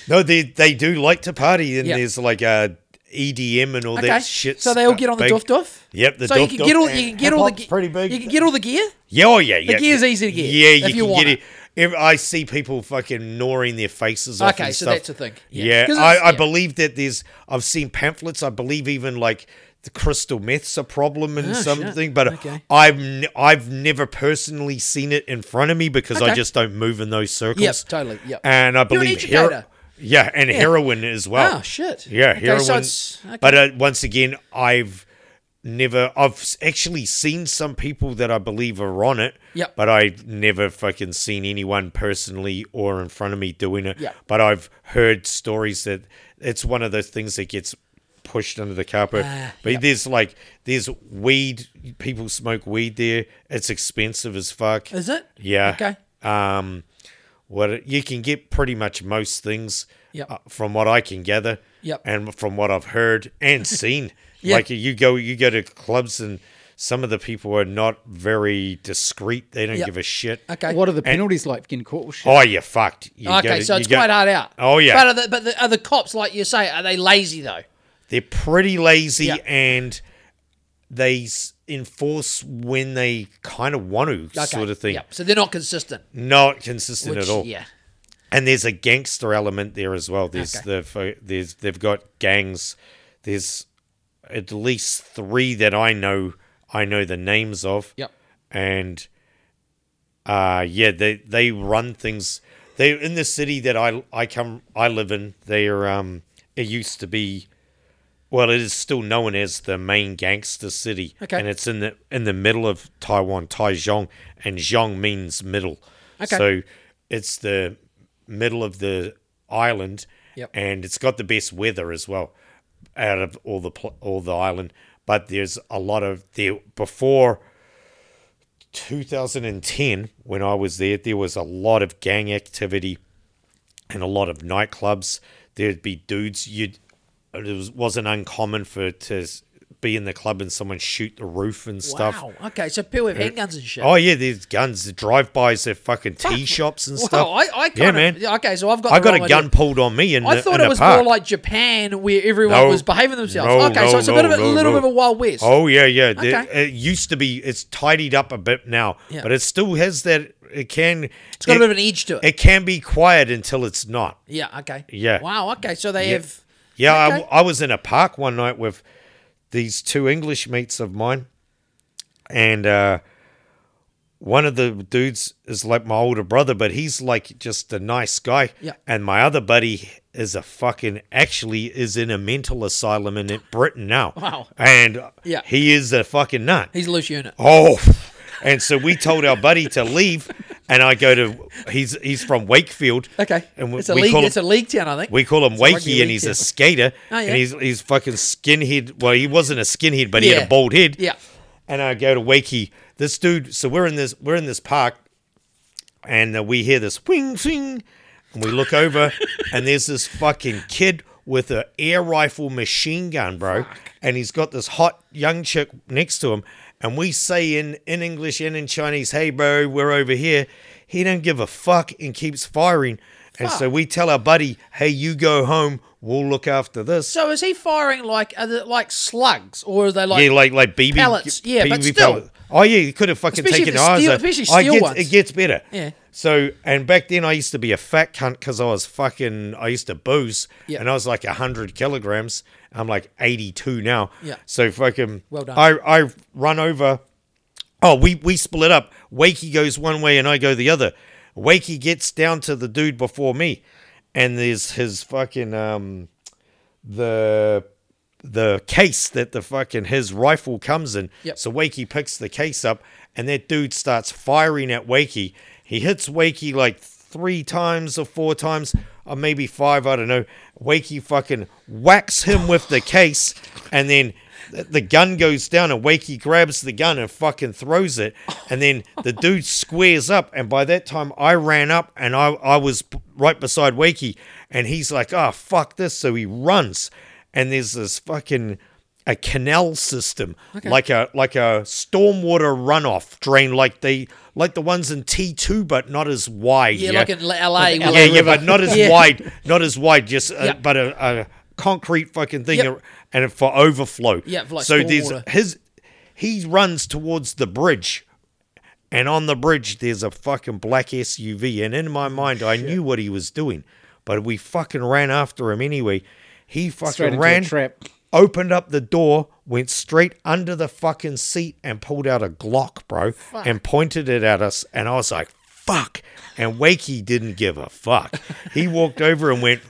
[SPEAKER 3] no, they they do like to party, and
[SPEAKER 1] Yeah.
[SPEAKER 3] there's like uh EDM and all
[SPEAKER 1] Okay,
[SPEAKER 3] that shit.
[SPEAKER 1] so they all
[SPEAKER 3] stuff,
[SPEAKER 1] get on the
[SPEAKER 3] big-
[SPEAKER 1] doof doof.
[SPEAKER 3] Yep, the
[SPEAKER 1] so
[SPEAKER 3] doof
[SPEAKER 1] you
[SPEAKER 3] doof
[SPEAKER 1] can get all
[SPEAKER 3] and
[SPEAKER 1] you can get all the
[SPEAKER 3] hip-hop's
[SPEAKER 1] ge-
[SPEAKER 3] pretty big.
[SPEAKER 1] You can get all the gear.
[SPEAKER 3] Yeah, oh yeah, yeah.
[SPEAKER 1] gear's easy to get,
[SPEAKER 3] Yeah, you
[SPEAKER 1] if you
[SPEAKER 3] can
[SPEAKER 1] want
[SPEAKER 3] get
[SPEAKER 1] it.
[SPEAKER 3] it. If, I see people fucking gnawing their faces off.
[SPEAKER 1] Okay,
[SPEAKER 3] and
[SPEAKER 1] so
[SPEAKER 3] stuff.
[SPEAKER 1] that's a thing. Yeah.
[SPEAKER 3] Yeah,
[SPEAKER 1] 'Cause
[SPEAKER 3] I,
[SPEAKER 1] it's-
[SPEAKER 3] I
[SPEAKER 1] yeah.
[SPEAKER 3] believe that there's. I've seen pamphlets. I believe even like the crystal meth's a problem and
[SPEAKER 1] Oh, shit.
[SPEAKER 3] something, but
[SPEAKER 1] Okay.
[SPEAKER 3] I've n- I've never personally seen it in front of me because
[SPEAKER 1] Okay.
[SPEAKER 3] I just don't move in those circles.
[SPEAKER 1] Yep, totally, yep.
[SPEAKER 3] And
[SPEAKER 1] You're
[SPEAKER 3] I
[SPEAKER 1] an
[SPEAKER 3] believe
[SPEAKER 1] educator.
[SPEAKER 3] yeah, and heroin as well.
[SPEAKER 1] Oh shit.
[SPEAKER 3] uh, Yeah,
[SPEAKER 1] Okay,
[SPEAKER 3] heroin.
[SPEAKER 1] so it's okay.
[SPEAKER 3] But uh, once again, I've never. I've s- actually seen some people that I believe are on it.
[SPEAKER 1] Yep.
[SPEAKER 3] But I've never fucking seen anyone personally or in front of me doing it.
[SPEAKER 1] Yep.
[SPEAKER 3] But I've heard stories that it's one of those things that gets pushed under the carpet.
[SPEAKER 1] Ah,
[SPEAKER 3] but there's like there's weed. People smoke weed there. It's expensive as fuck.
[SPEAKER 1] is it?
[SPEAKER 3] Yeah.
[SPEAKER 1] Uh, Okay.
[SPEAKER 3] Um, what it- you can get pretty much most things.
[SPEAKER 1] Yep.
[SPEAKER 3] uh, from what I can gather.
[SPEAKER 1] Yep.
[SPEAKER 3] And from what I've heard and seen,
[SPEAKER 1] Yeah.
[SPEAKER 3] like you go you go to clubs and some of the people are not very discreet. They don't
[SPEAKER 1] Yep.
[SPEAKER 3] give a shit.
[SPEAKER 1] Okay.
[SPEAKER 2] What are the penalties like for getting caught with shit?
[SPEAKER 3] Oh, you fucked. You
[SPEAKER 1] okay,
[SPEAKER 3] go-
[SPEAKER 1] so
[SPEAKER 3] you
[SPEAKER 1] it's
[SPEAKER 3] go-
[SPEAKER 1] quite hard out.
[SPEAKER 3] Oh, yeah.
[SPEAKER 1] But are the, but the, are the cops like you say? Are they lazy though?
[SPEAKER 3] They're pretty lazy
[SPEAKER 1] Yeah.
[SPEAKER 3] and they s- enforce when they kind of want to,
[SPEAKER 1] Okay.
[SPEAKER 3] sort of thing.
[SPEAKER 1] Yep. So they're not consistent.
[SPEAKER 3] Not consistent
[SPEAKER 1] Which,
[SPEAKER 3] at all.
[SPEAKER 1] Yeah.
[SPEAKER 3] and there's a gangster element there as well. There's
[SPEAKER 1] Okay.
[SPEAKER 3] the fo- there's they've got gangs. There's at least three that I know. I know the names of.
[SPEAKER 1] Yep.
[SPEAKER 3] And uh yeah, they they run things. They in the city that I I come I live in. They're um it used to be. Well, it is still known as the main gangster city,
[SPEAKER 1] Okay.
[SPEAKER 3] and it's in the in the middle of Taiwan, Taichung, and Zhong means middle.
[SPEAKER 1] Okay.
[SPEAKER 3] So it's the middle of the island,
[SPEAKER 1] Yep.
[SPEAKER 3] and it's got the best weather as well out of all the pl- all the island. But there's a lot of there before 2010 when I was there. There was a lot of gang activity and a lot of nightclubs. There'd be dudes. You'd it was, wasn't uncommon for to s- be in the club and someone shoot the roof and stuff.
[SPEAKER 1] Wow. Okay, so people with handguns and shit.
[SPEAKER 3] Oh yeah, there's guns, the drive-bys, at fucking tea shops and stuff.
[SPEAKER 1] Wow, I, I
[SPEAKER 3] yeah,
[SPEAKER 1] kind
[SPEAKER 3] man.
[SPEAKER 1] of okay. So I've got.
[SPEAKER 3] I
[SPEAKER 1] the
[SPEAKER 3] got a
[SPEAKER 1] wrong
[SPEAKER 3] gun
[SPEAKER 1] idea.
[SPEAKER 3] pulled on me in
[SPEAKER 1] I
[SPEAKER 3] the,
[SPEAKER 1] thought
[SPEAKER 3] in
[SPEAKER 1] it
[SPEAKER 3] a
[SPEAKER 1] was
[SPEAKER 3] park.
[SPEAKER 1] more like Japan, where everyone
[SPEAKER 3] No.
[SPEAKER 1] was behaving themselves.
[SPEAKER 3] No,
[SPEAKER 1] okay, so
[SPEAKER 3] no,
[SPEAKER 1] it's a bit
[SPEAKER 3] no,
[SPEAKER 1] of a
[SPEAKER 3] no,
[SPEAKER 1] little
[SPEAKER 3] no.
[SPEAKER 1] bit of a wild west.
[SPEAKER 3] Oh yeah, yeah. The-
[SPEAKER 1] Okay.
[SPEAKER 3] It used to be. It's tidied up a bit now,
[SPEAKER 1] Yeah.
[SPEAKER 3] but it still has that. It can. It's
[SPEAKER 1] it's got a bit of an edge to it.
[SPEAKER 3] It can be quiet until it's not.
[SPEAKER 1] yeah. Okay.
[SPEAKER 3] Yeah.
[SPEAKER 1] Wow. Okay. So they have.
[SPEAKER 3] Yeah, I-
[SPEAKER 1] Okay.
[SPEAKER 3] I, was in a park one night with these two English mates of mine, and uh, one of the dudes is like my older brother, but he's like just a nice guy.
[SPEAKER 1] Yeah.
[SPEAKER 3] And my other buddy is a fucking actually is in a mental asylum in Britain now.
[SPEAKER 1] Wow.
[SPEAKER 3] And
[SPEAKER 1] Yeah.
[SPEAKER 3] he is a fucking nut.
[SPEAKER 1] He's a loose unit.
[SPEAKER 3] Oh, and so we told our buddy to leave, and I go to he's he's from Wakefield.
[SPEAKER 1] Okay.
[SPEAKER 3] and we,
[SPEAKER 1] it's a
[SPEAKER 3] we
[SPEAKER 1] league.
[SPEAKER 3] call
[SPEAKER 1] It's a
[SPEAKER 3] him
[SPEAKER 1] league town, I think.
[SPEAKER 3] we call him
[SPEAKER 1] rugby
[SPEAKER 3] Wakey,
[SPEAKER 1] league
[SPEAKER 3] and he's
[SPEAKER 1] team.
[SPEAKER 3] a skater,
[SPEAKER 1] Oh, yeah.
[SPEAKER 3] and he's he's fucking skinhead. Well, he wasn't a skinhead, but he had
[SPEAKER 1] Yeah.
[SPEAKER 3] a bald head.
[SPEAKER 1] yeah.
[SPEAKER 3] And I go to Wakey. This dude. So we're in this we're in this park, and uh, we hear this wing swing, and we look over, and there's this fucking kid with an air rifle machine gun, bro, and he's got this hot young chick next to him, and and we say in, in English and in Chinese, hey, bro, we're over here, he don't give a fuck and keeps firing. And so we tell our buddy, hey, you go home, we'll look after this.
[SPEAKER 1] So is he firing like are they like slugs or are they like
[SPEAKER 3] yeah, like like BB
[SPEAKER 1] pellets. Yeah, but
[SPEAKER 3] BB
[SPEAKER 1] still.
[SPEAKER 3] Oh yeah, you could have fucking
[SPEAKER 1] Especially
[SPEAKER 3] taken
[SPEAKER 1] if
[SPEAKER 3] the
[SPEAKER 1] it's
[SPEAKER 3] eyes
[SPEAKER 1] steel-
[SPEAKER 3] out.
[SPEAKER 1] especially
[SPEAKER 3] I
[SPEAKER 1] steel
[SPEAKER 3] gets,
[SPEAKER 1] ones.
[SPEAKER 3] It gets better.
[SPEAKER 1] Yeah.
[SPEAKER 3] So and back then I used to be a fat cunt because I was fucking I used to booze
[SPEAKER 1] Yeah.
[SPEAKER 3] and I was like hundred kilograms. I'm like eighty two now.
[SPEAKER 1] Yeah.
[SPEAKER 3] So fucking
[SPEAKER 1] Well done.
[SPEAKER 3] I I run over. Oh, we we split up. Wakey goes one way and I go the other. Wakey gets down to the dude before me, and there's his fucking um the the case that the fucking his rifle comes in.
[SPEAKER 1] Yep.
[SPEAKER 3] So Wakey picks the case up and that dude starts firing at Wakey. He hits Wakey like three times or four times, or maybe five, I don't know. Wakey fucking whacks him with the case and then th- the gun goes down and Wakey grabs the gun and fucking throws it. And then the dude squares up. And by that time, I ran up and I, I was p- right beside Wakey. And he's like, oh, fuck this. So he runs and there's this fucking a canal system like a like a stormwater runoff drain like they like the ones in T2 but not as wide
[SPEAKER 1] yeah, like in L- LA.
[SPEAKER 3] yeah,
[SPEAKER 1] where-
[SPEAKER 3] yeah, but not as
[SPEAKER 1] Yeah.
[SPEAKER 3] wide, not as wide, just uh,
[SPEAKER 1] Yeah.
[SPEAKER 3] but a, a concrete fucking thing,
[SPEAKER 1] Yep.
[SPEAKER 3] and it for overflow.
[SPEAKER 1] Yeah, for like
[SPEAKER 3] so there's
[SPEAKER 1] stormwater.
[SPEAKER 3] his. He runs towards the bridge, and on the bridge there's a fucking black SUV, and in my mind I knew what he was doing, but we fucking ran after him anyway. He fucking
[SPEAKER 2] Straight into a
[SPEAKER 3] ran,
[SPEAKER 2] trap.
[SPEAKER 3] opened up the door, went straight under the fucking seat and pulled out a Glock, bro, and pointed it at us. And I was like, fuck. And Wakey didn't give a fuck. He walked over and went,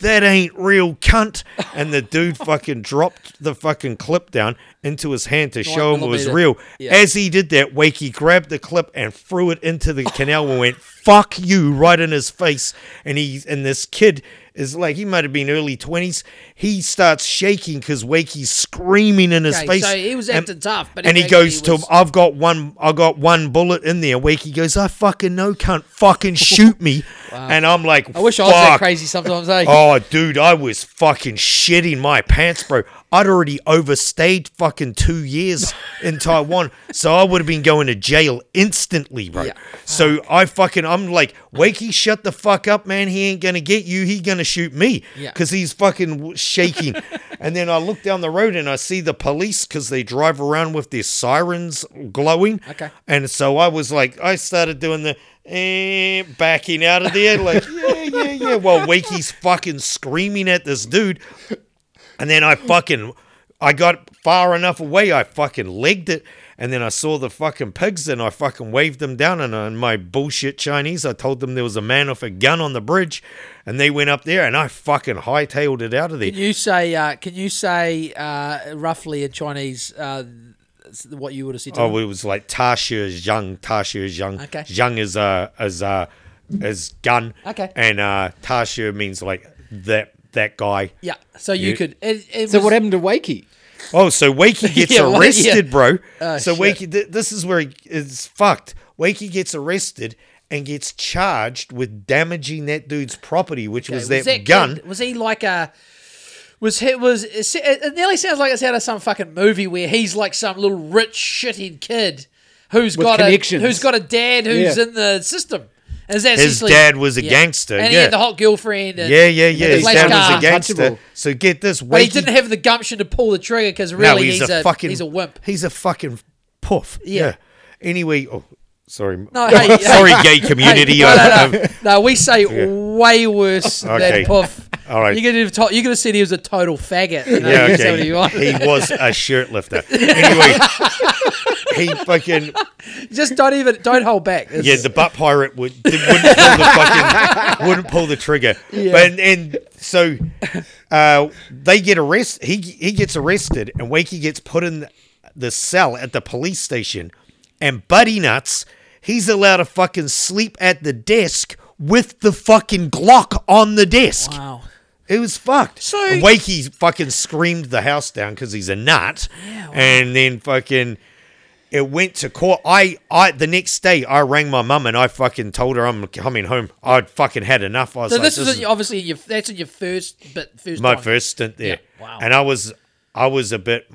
[SPEAKER 3] that ain't real cunt. And the dude fucking dropped the fucking clip down into his hand to show him it was
[SPEAKER 1] millimeter.
[SPEAKER 3] real.
[SPEAKER 1] Yeah.
[SPEAKER 3] As he did that, Wakey grabbed the clip and threw it into the canal and went, fuck you, right in his face. And he and this kid is like he might have been early twenties. He starts shaking because Wakey's screaming in his
[SPEAKER 1] Okay,
[SPEAKER 3] face.
[SPEAKER 1] so he was
[SPEAKER 3] and-
[SPEAKER 1] acting tough, but he
[SPEAKER 3] and he
[SPEAKER 1] actually
[SPEAKER 3] goes to him,
[SPEAKER 1] was-
[SPEAKER 3] I've got one I got one bullet in there. Wakey goes, I fucking know cunt, fucking shoot me. And I'm like,
[SPEAKER 1] I wish I was that
[SPEAKER 3] "Fuck."
[SPEAKER 1] crazy sometimes. Eh?
[SPEAKER 3] Oh, dude, I was fucking shitting my pants, bro. I'd already overstayed fucking two years in Taiwan, so I would have been going to jail instantly, bro. So I fucking, I'm like, Wakey, shut the fuck up, man. He ain't gonna get you. He gonna shoot me
[SPEAKER 1] Yeah.
[SPEAKER 3] because he's fucking w- shaking. and then I look down the road and I see the police because they drive around with their sirens glowing.
[SPEAKER 1] Okay.
[SPEAKER 3] And so I was like, I started doing the eh, backing out of there, like, yeah, yeah, yeah. While Wakey's fucking screaming at this dude. And then I fucking, I got far enough away, I fucking legged it. And then I saw the fucking pigs and I fucking waved them down. And in my bullshit Chinese, I told them there was a man with a gun on the bridge. And they went up there and I fucking hightailed it out of there.
[SPEAKER 1] Can you say? Uh, can you say uh, roughly in Chinese uh, what you would have said? To him?
[SPEAKER 3] Oh, it was like Tasha Zhang. Tasha Zhang.
[SPEAKER 1] Okay.
[SPEAKER 3] Zhang is a is a is gun.
[SPEAKER 1] Okay.
[SPEAKER 3] And uh, Tasha means like that that guy.
[SPEAKER 1] yeah. So you,
[SPEAKER 3] You-
[SPEAKER 1] could. It, it
[SPEAKER 2] So
[SPEAKER 1] was,
[SPEAKER 2] what happened to Wakey?
[SPEAKER 3] Oh, so Wakey gets
[SPEAKER 1] Yeah, well,
[SPEAKER 3] arrested,
[SPEAKER 1] yeah.
[SPEAKER 3] bro.
[SPEAKER 1] Oh,
[SPEAKER 3] so
[SPEAKER 1] shit.
[SPEAKER 3] Wakey, th- this is where he is fucked. Wakey gets arrested and gets charged with damaging that dude's property, which was that,
[SPEAKER 1] kid-
[SPEAKER 3] gun.
[SPEAKER 1] was he like a? Was he was it, it nearly sounds like it's out of some fucking movie where he's like some little rich shithead kid who's got
[SPEAKER 2] connections.
[SPEAKER 1] a who's got a dad who's
[SPEAKER 2] Yeah.
[SPEAKER 1] in the system. Is that
[SPEAKER 3] His
[SPEAKER 1] essentially-
[SPEAKER 3] dad was a
[SPEAKER 1] Yeah.
[SPEAKER 3] gangster.
[SPEAKER 1] and he
[SPEAKER 3] yeah.
[SPEAKER 1] had the hot girlfriend. And,
[SPEAKER 3] yeah, yeah, yeah.
[SPEAKER 1] the
[SPEAKER 3] His
[SPEAKER 1] police
[SPEAKER 3] dad
[SPEAKER 1] car.
[SPEAKER 3] was a gangster.
[SPEAKER 2] Untouchable.
[SPEAKER 3] So get this. Wakey
[SPEAKER 1] But he didn't have the gumption to pull the trigger because really
[SPEAKER 3] no, he's,
[SPEAKER 1] he's,
[SPEAKER 3] a, fucking
[SPEAKER 1] he's a wimp.
[SPEAKER 3] He's a fucking puff. Yeah.
[SPEAKER 1] Yeah.
[SPEAKER 3] Anyway, oh, sorry.
[SPEAKER 1] No, hey, hey.
[SPEAKER 3] sorry, gay community.
[SPEAKER 1] Hey, no,
[SPEAKER 3] I-
[SPEAKER 1] no, no. No, we say way worse
[SPEAKER 3] Okay.
[SPEAKER 1] than Puff.
[SPEAKER 3] All right.
[SPEAKER 1] You could have to- you could have said he was a total faggot. You know?
[SPEAKER 3] yeah,
[SPEAKER 1] That's what
[SPEAKER 3] okay.
[SPEAKER 1] you want.
[SPEAKER 3] He was a shirt lifter. Anyway, he fucking
[SPEAKER 1] Just don't even don't hold back. It's-
[SPEAKER 3] yeah. The butt pirate would wouldn't pull the fucking wouldn't pull the trigger. But and, and so uh, they get arrested. He he gets arrested, and Wakey gets put in the cell at the police station. And Buddy Nuts, he's allowed to fucking sleep at the desk with the fucking Glock on the desk.
[SPEAKER 1] Wow.
[SPEAKER 3] It was fucked.
[SPEAKER 1] So-
[SPEAKER 3] and Wakey fucking screamed the house down because he's a nut.
[SPEAKER 1] wow.
[SPEAKER 3] And then fucking it went to court. I, I the next day I rang my mum and I fucking told her I'm coming home. I'd fucking had enough. I was
[SPEAKER 1] So
[SPEAKER 3] like,
[SPEAKER 1] this, is, obviously your that's in your first but first
[SPEAKER 3] my
[SPEAKER 1] time.
[SPEAKER 3] first stint there.
[SPEAKER 1] Yeah, wow.
[SPEAKER 3] And I was I was a bit